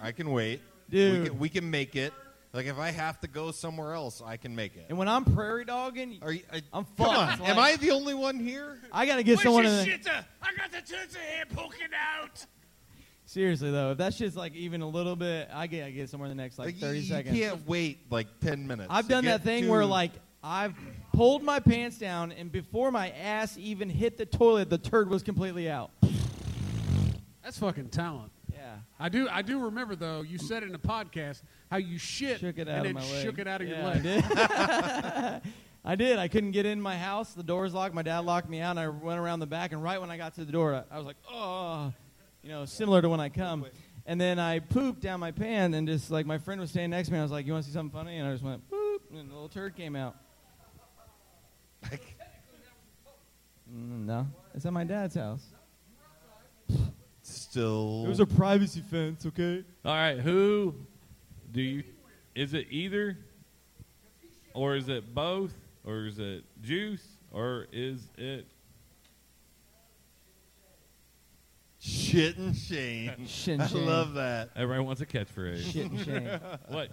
I can wait. Dude. We can, we can make it. Like if I have to go somewhere else, I can make it. And when I'm prairie dogging, Are you, I, I'm fucked. Come on, Like, am I the only one here? I gotta get someone. In the, shitter? I got the tits here poking out. seriously though, if that shit's like even a little bit, I get I get somewhere in the next like you- 30 you seconds. can't wait like 10 minutes. I've to done that get thing to- where like I've pulled my pants down, and before my ass even hit the toilet, the turd was completely out. That's fucking talent. Yeah. I do. I do remember though. You said in the podcast how you shit Shook it and out then of my leg. shook it out of Yeah, your I leg. did. I did. I couldn't get in my house. The door's locked. My dad locked me out. And I went around the back, and right when I got to the door, I, I was like, oh, you know, similar to when I come. And then I pooped down my pan, and just like my friend was standing next to me, I was like, you want to see something funny? And I just went, boop, and a little turd came out. Mm, no, it's at my dad's house. Still. It was a privacy fence, okay? All right, who do you? Is it either, or is it both, or is it juice, or is it shit and shame? Shit and I shame. love that. Everyone wants a catchphrase. Shit and shame. what?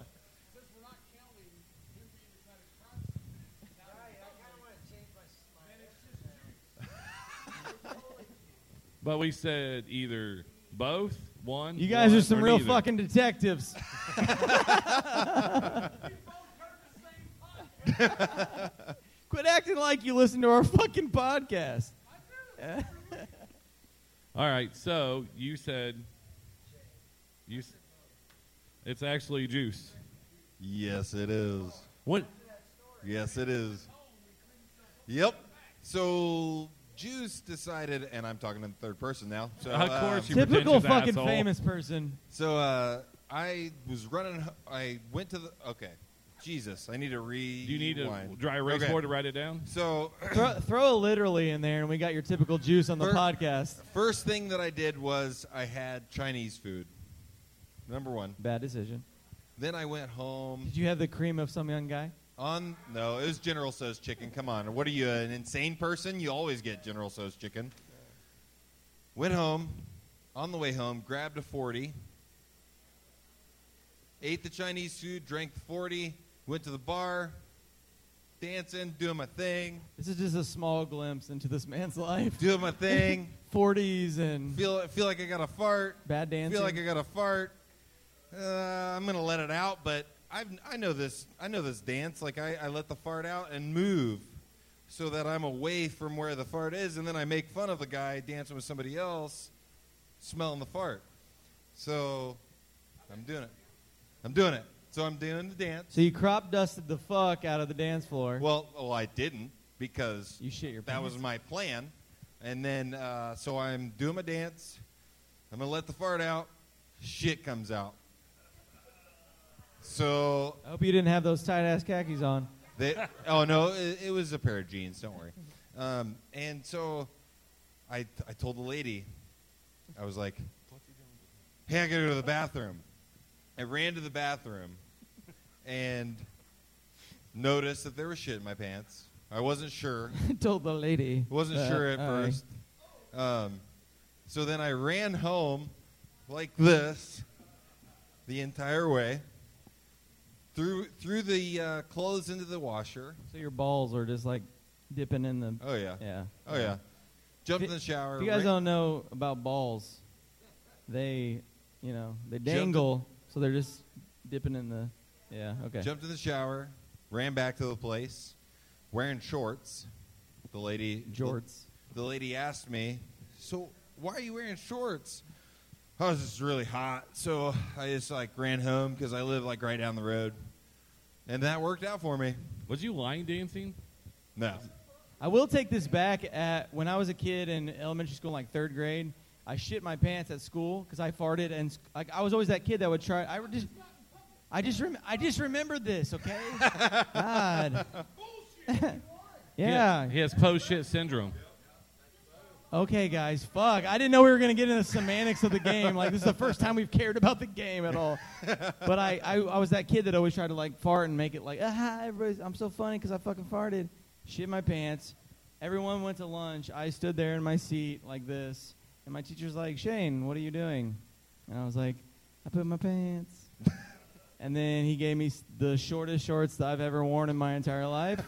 But we said either both, one. You guys one, are some or real neither. fucking detectives. Quit acting like you listen to our fucking podcast. All right, so you said you. s- It's actually juice. Yes, it is. What? Yes, it is. Yep. So Juice decided, and I'm talking in third person now. So Of course um, you Typical pretentious fucking asshole. famous person. So uh, I was running. I went to the. Okay. Jesus, I need to read. you need a dry erase board to write it down? So throw, throw a literally in there, and we got your typical juice on the Fir- podcast. First thing that I did was I had Chinese food. Number one. Bad decision. Then I went home. Did you have the cream of some young guy? On no, it was General So's chicken. Come on, what are you, an insane person? You always get General So's chicken. Went home. On the way home, grabbed a forty. Ate the Chinese food, drank the forty. Went to the bar, dancing, doing my thing. This is just a small glimpse into this man's life. Doing my thing. 40s and Feel feel like I got a fart. Bad dancing. Feel like I got a fart. Uh, I'm gonna let it out, but I've, I know this. I know this dance. Like I, I let the fart out and move, so that I'm away from where the fart is, and then I make fun of the guy dancing with somebody else, smelling the fart. So I'm doing it. I'm doing it. So I'm doing the dance. So you crop dusted the fuck out of the dance floor. Well, well, I didn't because you shit your that was pants. my plan. And then, uh, so I'm doing my dance. I'm gonna let the fart out. Shit comes out. So I hope you didn't have those tight ass khakis on. they, oh no, it, it was a pair of jeans. Don't worry. Um, and so, I I told the lady, I was like, "Hey, I gotta go to the bathroom." I ran to the bathroom, and noticed that there was shit in my pants. I wasn't sure. Told the lady. Wasn't Uh, sure at all right. first. Um, so then I ran home like this the entire way. Threw threw the uh, clothes into the washer. So your balls are just like dipping in the. Oh yeah. Yeah. Oh yeah. Jumped in the shower. If you guys ra- don't know about balls, they, you know, they dangle, so they're just dipping in the. Yeah. Okay. Jumped in the shower, ran back to the place, wearing shorts. The lady Jorts. The, lady asked me, "So why are you wearing shorts?" I was just really hot, so I just like ran home because I live like right down the road, and that worked out for me. Was you line dancing? No. I will take this back at when I was a kid in elementary school, like third grade. I shit my pants at school because I farted, and sc- like I was always that kid that would try. I would just, I just, rem- I just remembered this. Okay, God, He has- yeah. He has, post shit syndrome. Okay, guys, fuck. I didn't know we were gonna get into the semantics of the game. Like this is the first time we've cared about the game at all. But I, I, I was that kid that always tried to like fart and make it like, ah, everybody's, I'm so funny because I fucking farted, shit my pants. Everyone went to lunch. I stood there in my seat like this, and my teacher's like, Shane, what are you doing? And I was like, I put my pants. and then he gave me s- the shortest shorts that I've ever worn in my entire life.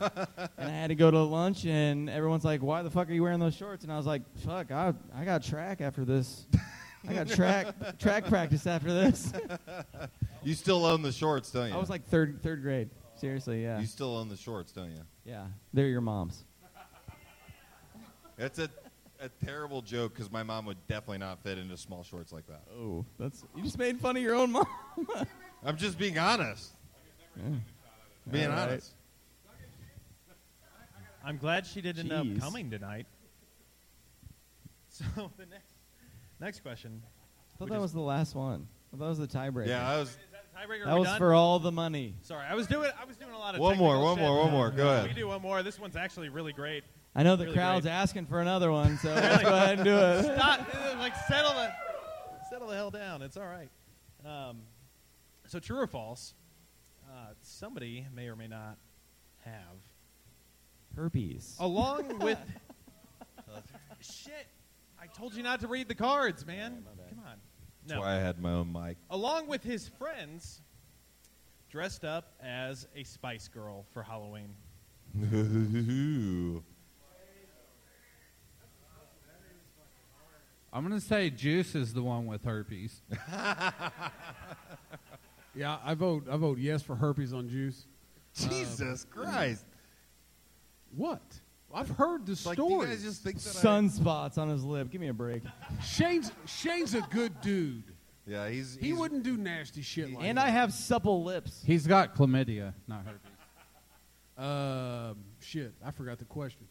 and I had to go to lunch, and everyone's like, "Why the fuck are you wearing those shorts?" And I was like, "Fuck, I I got track after this. I got track track practice after this." You still own the shorts, don't you? I was like third third grade. Seriously, yeah. You still own the shorts, don't you? Yeah, they're your mom's. That's a, a terrible joke because my mom would definitely not fit into small shorts like that. Oh, that's you just made fun of your own mom. I'm just being honest. Being All right. honest. I'm glad she didn't end Jeez. up coming tonight. So the next next question. I thought that was the last one. I thought that was the tiebreaker. Yeah, I was- tiebreaker? That Are we was done? for all the money. Sorry, I was doing I was doing a lot of One more, technical one shit. more, one more. Go Uh, ahead. We do one more. This one's actually really great. I know the Really crowd's great. asking for another one, so let's go ahead and do it. Stop. Like settle the settle the hell down. It's all right. Um, so true or false? Uh, somebody may or may not have Herpes. along with. Shit! I told you not to read the cards, man. Come on. That's why I had my own mic. Along with his friends, dressed up as a Spice Girl for Halloween. I'm gonna say Juice is the one with herpes. Yeah, I vote. I vote yes for herpes on juice. Um, Jesus Christ. What? I've heard the Like, do you story. guys just think that I- Sunspots on his lip. Give me a break. Shane's Shane's a good dude. Yeah, he's He wouldn't do nasty shit like And that. I have supple lips. He's got chlamydia, not herpes. Um, shit, I forgot the question.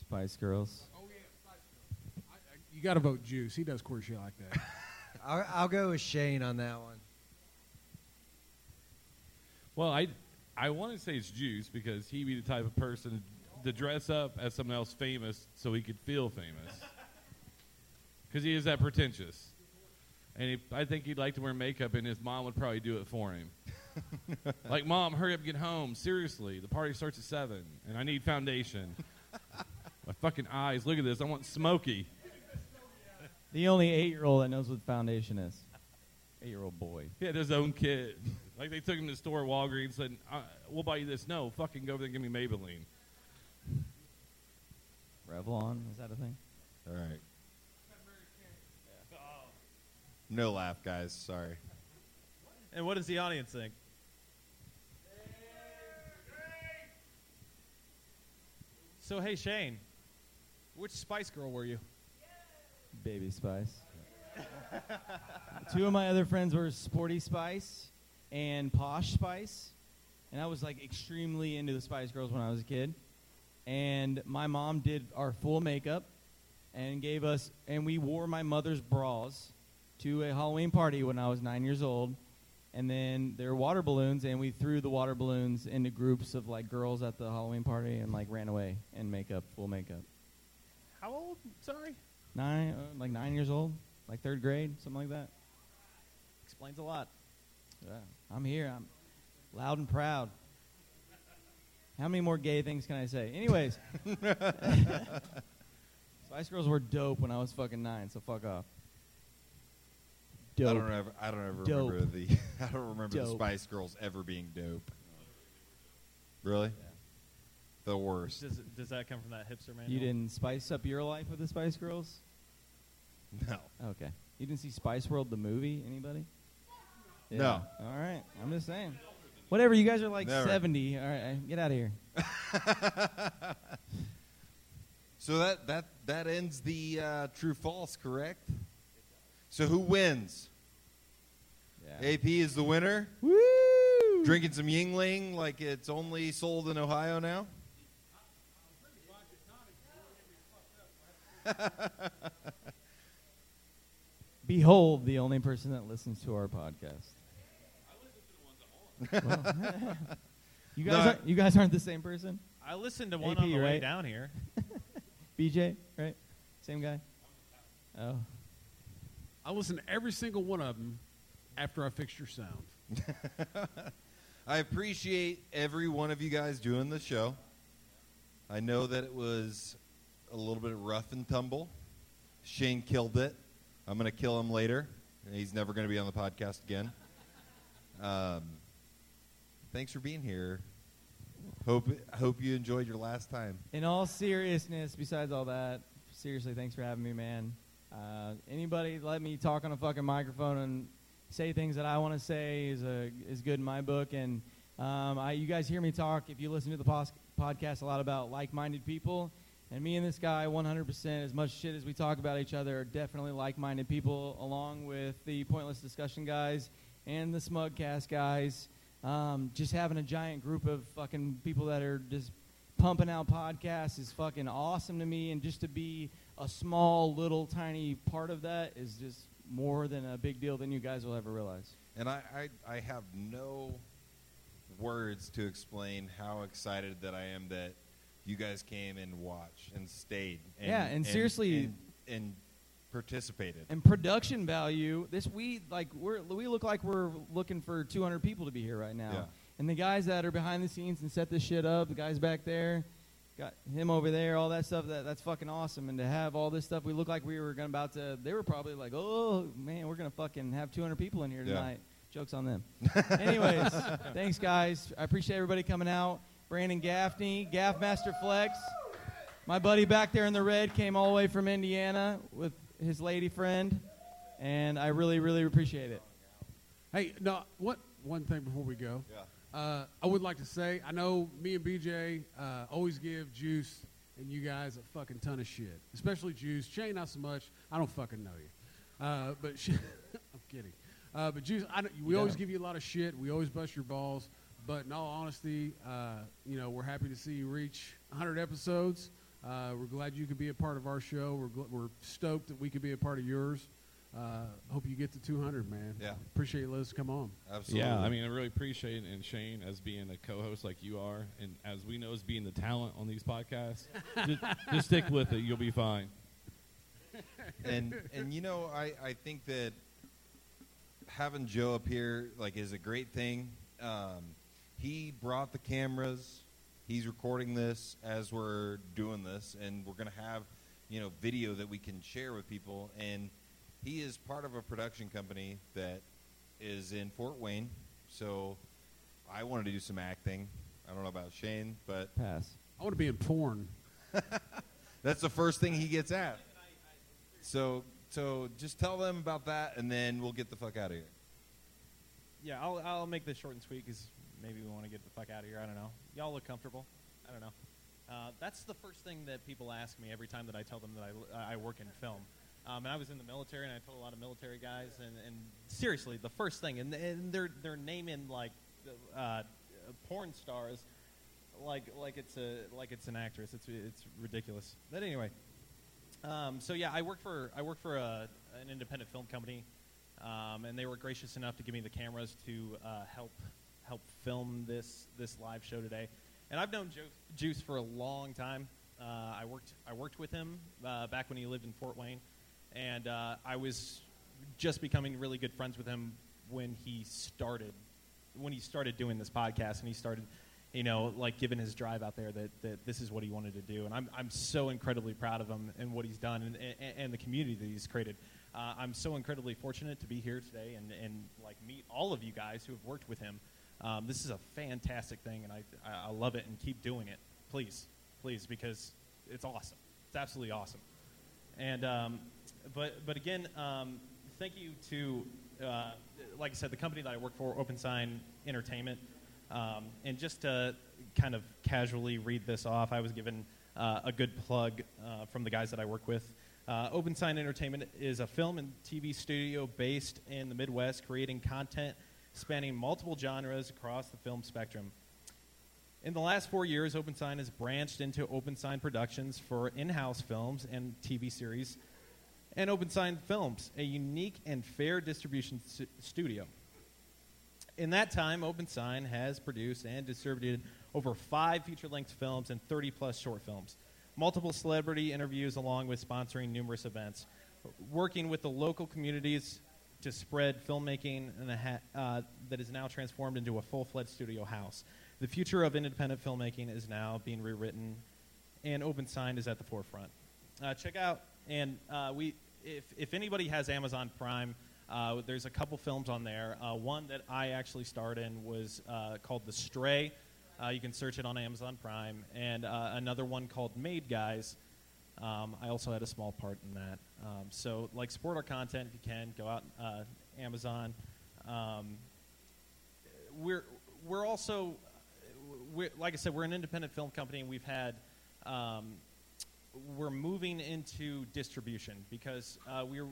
Spice Girls. You got to vote Juice. He does queer shit like that. I'll, I'll go with Shane on that one. Well, I I want to say it's Juice because he'd be the type of person to dress up as someone else famous so he could feel famous. Because he is that pretentious, and he, I think he'd like to wear makeup, and his mom would probably do it for him. like, mom, hurry up, get home. Seriously, the party starts at seven, and I need foundation. My fucking eyes. Look at this. I want smoky. The only eight-year-old that knows what foundation is. Eight-year-old boy. He had his own kid. Like they took him to the store, Walgreens, said, uh, "We'll buy you this." No, fucking go over there and give me Maybelline. Revlon. Is that a thing? All right. No laugh, guys. Sorry. And what does the audience think? So hey Shane, which Spice Girl were you? Baby Spice. Two of my other friends were Sporty Spice and Posh Spice. And I was like extremely into the Spice Girls when I was a kid. And my mom did our full makeup and gave us, and we wore my mother's bras to a Halloween party when I was nine years old. And then there were water balloons, and we threw the water balloons into groups of like girls at the Halloween party and like ran away in makeup, full makeup How old? Sorry, nine, uh, like nine years old, like third grade, something like that. explains a lot. Yeah. I'm here. I'm loud and proud. How many more gay things can I say? Anyways, Spice Girls were dope when I was fucking nine, so fuck off. Dope. I don't ever. I don't ever Dope. remember the. I don't remember the Dope. Spice Girls ever being dope. Really? The worst. Does, does that come from that hipster man? You didn't spice up your life with the Spice Girls? No. Okay. You didn't see Spice World the movie? Anybody? Yeah. No. All right. I'm just saying. Whatever. You guys are like Never. 70. All right. Get out of here. So that that that ends the uh, true false, correct? So who wins? AP is the winner. Woo! Drinking some Yingling like it's only sold in Ohio now. Behold the only person that listens to our podcast. Well, you guys, No. aren't, you guys aren't the same person. I listened to one AP, on the way right? down here. BJ, right? Same guy. Oh, I listen to every single one of them after I fix your sound. I appreciate every one of you guys doing the show. I know that it was a little bit rough and tumble. Shane killed it. I'm going to kill him later. He's never going to be on the podcast again. Um, thanks for being here. Hope hope you enjoyed your last time. in all seriousness, besides all that, seriously, thanks for having me, man. Uh, anybody let me talk on a fucking microphone and say things that I want to say is a, is good in my book. And um, I, you guys hear me talk if you listen to the pos- podcast a lot about like-minded people. And me and this guy, 100%, as much shit as we talk about each other, are definitely like-minded people, along with the pointless discussion guys and the smugcast guys. Um, just having a giant group of fucking people that are just pumping out podcasts is fucking awesome to me, and just to be a small, little, tiny part of that is just more than a big deal than you guys will ever realize. And I, I, I have no words to explain how excited that I am that you guys came and watched and stayed. And, Yeah, and seriously- and, and participated. And production value. This we like we're we look like we're looking for 200 people to be here right now. Yeah. And the guys that are behind the scenes and set this shit up, the guys back there, got him over there, all that stuff. That that's fucking awesome. And to have all this stuff, we look like we were gonna about to. They were probably like, oh man, we're gonna fucking have 200 people in here Yeah. tonight. Jokes on them. Anyways, thanks guys. I appreciate everybody coming out. Brandon Gaffney, Gaff Master Flex. My buddy back there in the red came all the way from Indiana with his lady friend, and I really, really appreciate it. Hey, no, what one thing before we go? Yeah. Uh, I would like to say I know me and BJ uh, always give Juice and you guys a fucking ton of shit, especially Juice. Shane, not so much. I don't fucking know you, uh, but sh- I'm kidding. Uh, but Juice, I, don't- we You always don't. give you a lot of shit. We always bust your balls. But in all honesty, uh, you know, we're happy to see you reach 100 episodes. Uh, we're glad you could be a part of our show. We're, gl- we're stoked that we could be a part of yours. Uh, hope you get to 200, man. Yeah. Appreciate you. Let us come on. Yeah, I mean, I really appreciate it. And Shane, as being a co host like you are, and as we know, as being the talent on these podcasts, just, just stick with it. You'll be fine. and and you know I, I think that having Joe up here like is a great thing. Um, he brought the cameras. He's recording this as we're doing this, and we're gonna have you know video that we can share with people. And he is part of a production company that is in Fort Wayne, so I wanted to do some acting. I don't know about Shane, but pass. I want to be in porn. That's the first thing he gets at. So so just tell them about that, and then we'll get the fuck out of here. Yeah, I'll, I'll make this short and sweet because maybe we want to get the fuck out of here. I don't know. Y'all look comfortable. I don't know. Uh, that's the first thing that people ask me every time that I tell them that I l- I, work in film. Um, and I was in the military, and I told a lot of military guys, and, and seriously, the first thing, and, and they're, they're naming like uh, uh, porn stars like, like, it's a, like it's an actress. It's, it's ridiculous. But anyway, um, so yeah, I work for I work for a, an independent film company, um, and they were gracious enough to give me the cameras to uh, help help film this this live show today. And I've known Ju- Juice for a long time. Uh, I worked I worked with him uh, back when he lived in Fort Wayne, and uh, I was just becoming really good friends with him when he started when he started doing this podcast and he started you know like giving his drive out there that, that this is what he wanted to do and I'm, I'm so incredibly proud of him and what he's done and, and, and the community that he's created uh, i'm so incredibly fortunate to be here today and, and like meet all of you guys who have worked with him um, this is a fantastic thing and I, I I love it and keep doing it please please because it's awesome it's absolutely awesome and um, but but again, um, thank you to uh, like I said, the company that I work for, Open Sign Entertainment. Um, and just to kind of casually read this off, I was given uh, a good plug uh, from the guys that I work with. Uh, Open Sign Entertainment is a film and TV studio based in the Midwest, creating content spanning multiple genres across the film spectrum. In the last four years, OpenSign has branched into OpenSign Productions for in house films and TV series, and OpenSign Films, a unique and fair distribution s- studio. In that time, OpenSign has produced and distributed over five feature length films and 30 plus short films, multiple celebrity interviews, along with sponsoring numerous events, working with the local communities to spread filmmaking and the ha- uh, that is now transformed into a full fledged studio house. The future of independent filmmaking is now being rewritten, and OpenSign is at the forefront. Uh, check out, and uh, we, if, if anybody has Amazon Prime, uh, there's a couple films on there. Uh, one that I actually starred in was uh, called The Stray. Uh, you can search it on Amazon Prime, and uh, another one called Made Guys. Um, I also had a small part in that. Um, so, like, support our content if you can. Go out uh, Amazon. Um, we're we're also we're, like I said, we're an independent film company, and we've had um, we're moving into distribution because uh, we're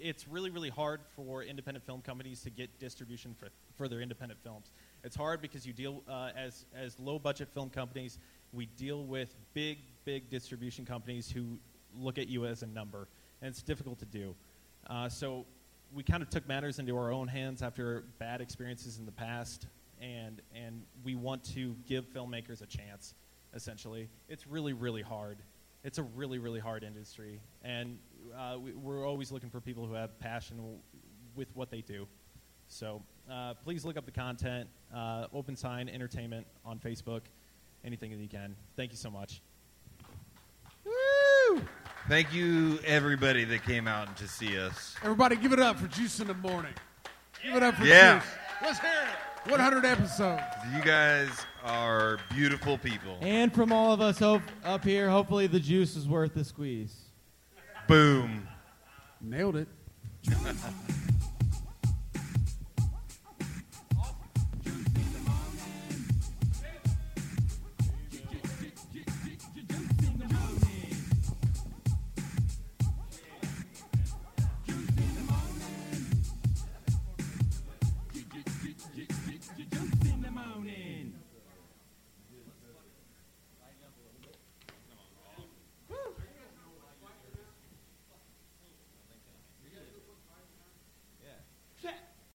it's really really hard for independent film companies to get distribution for for their independent films. It's hard because you deal uh, as as low budget film companies. We deal with big big distribution companies who look at you as a number, and it's difficult to do. Uh, so we kind of took matters into our own hands after bad experiences in the past, and and we want to give filmmakers a chance essentially. It's really, really hard. It's a really, really hard industry, and uh, we, we're always looking for people who have passion w- with what they do. So uh, please look up the content, uh, Open Sign Entertainment on Facebook, anything that you can. Thank you so much. Thank you, everybody that came out to see us. Everybody, give it up for Juice in the Morning. Give it up for Yeah. Juice. Let's hear it. 100 episodes. You guys are beautiful people. And from all of us hope, up here, hopefully the juice is worth the squeeze. Boom. Nailed it.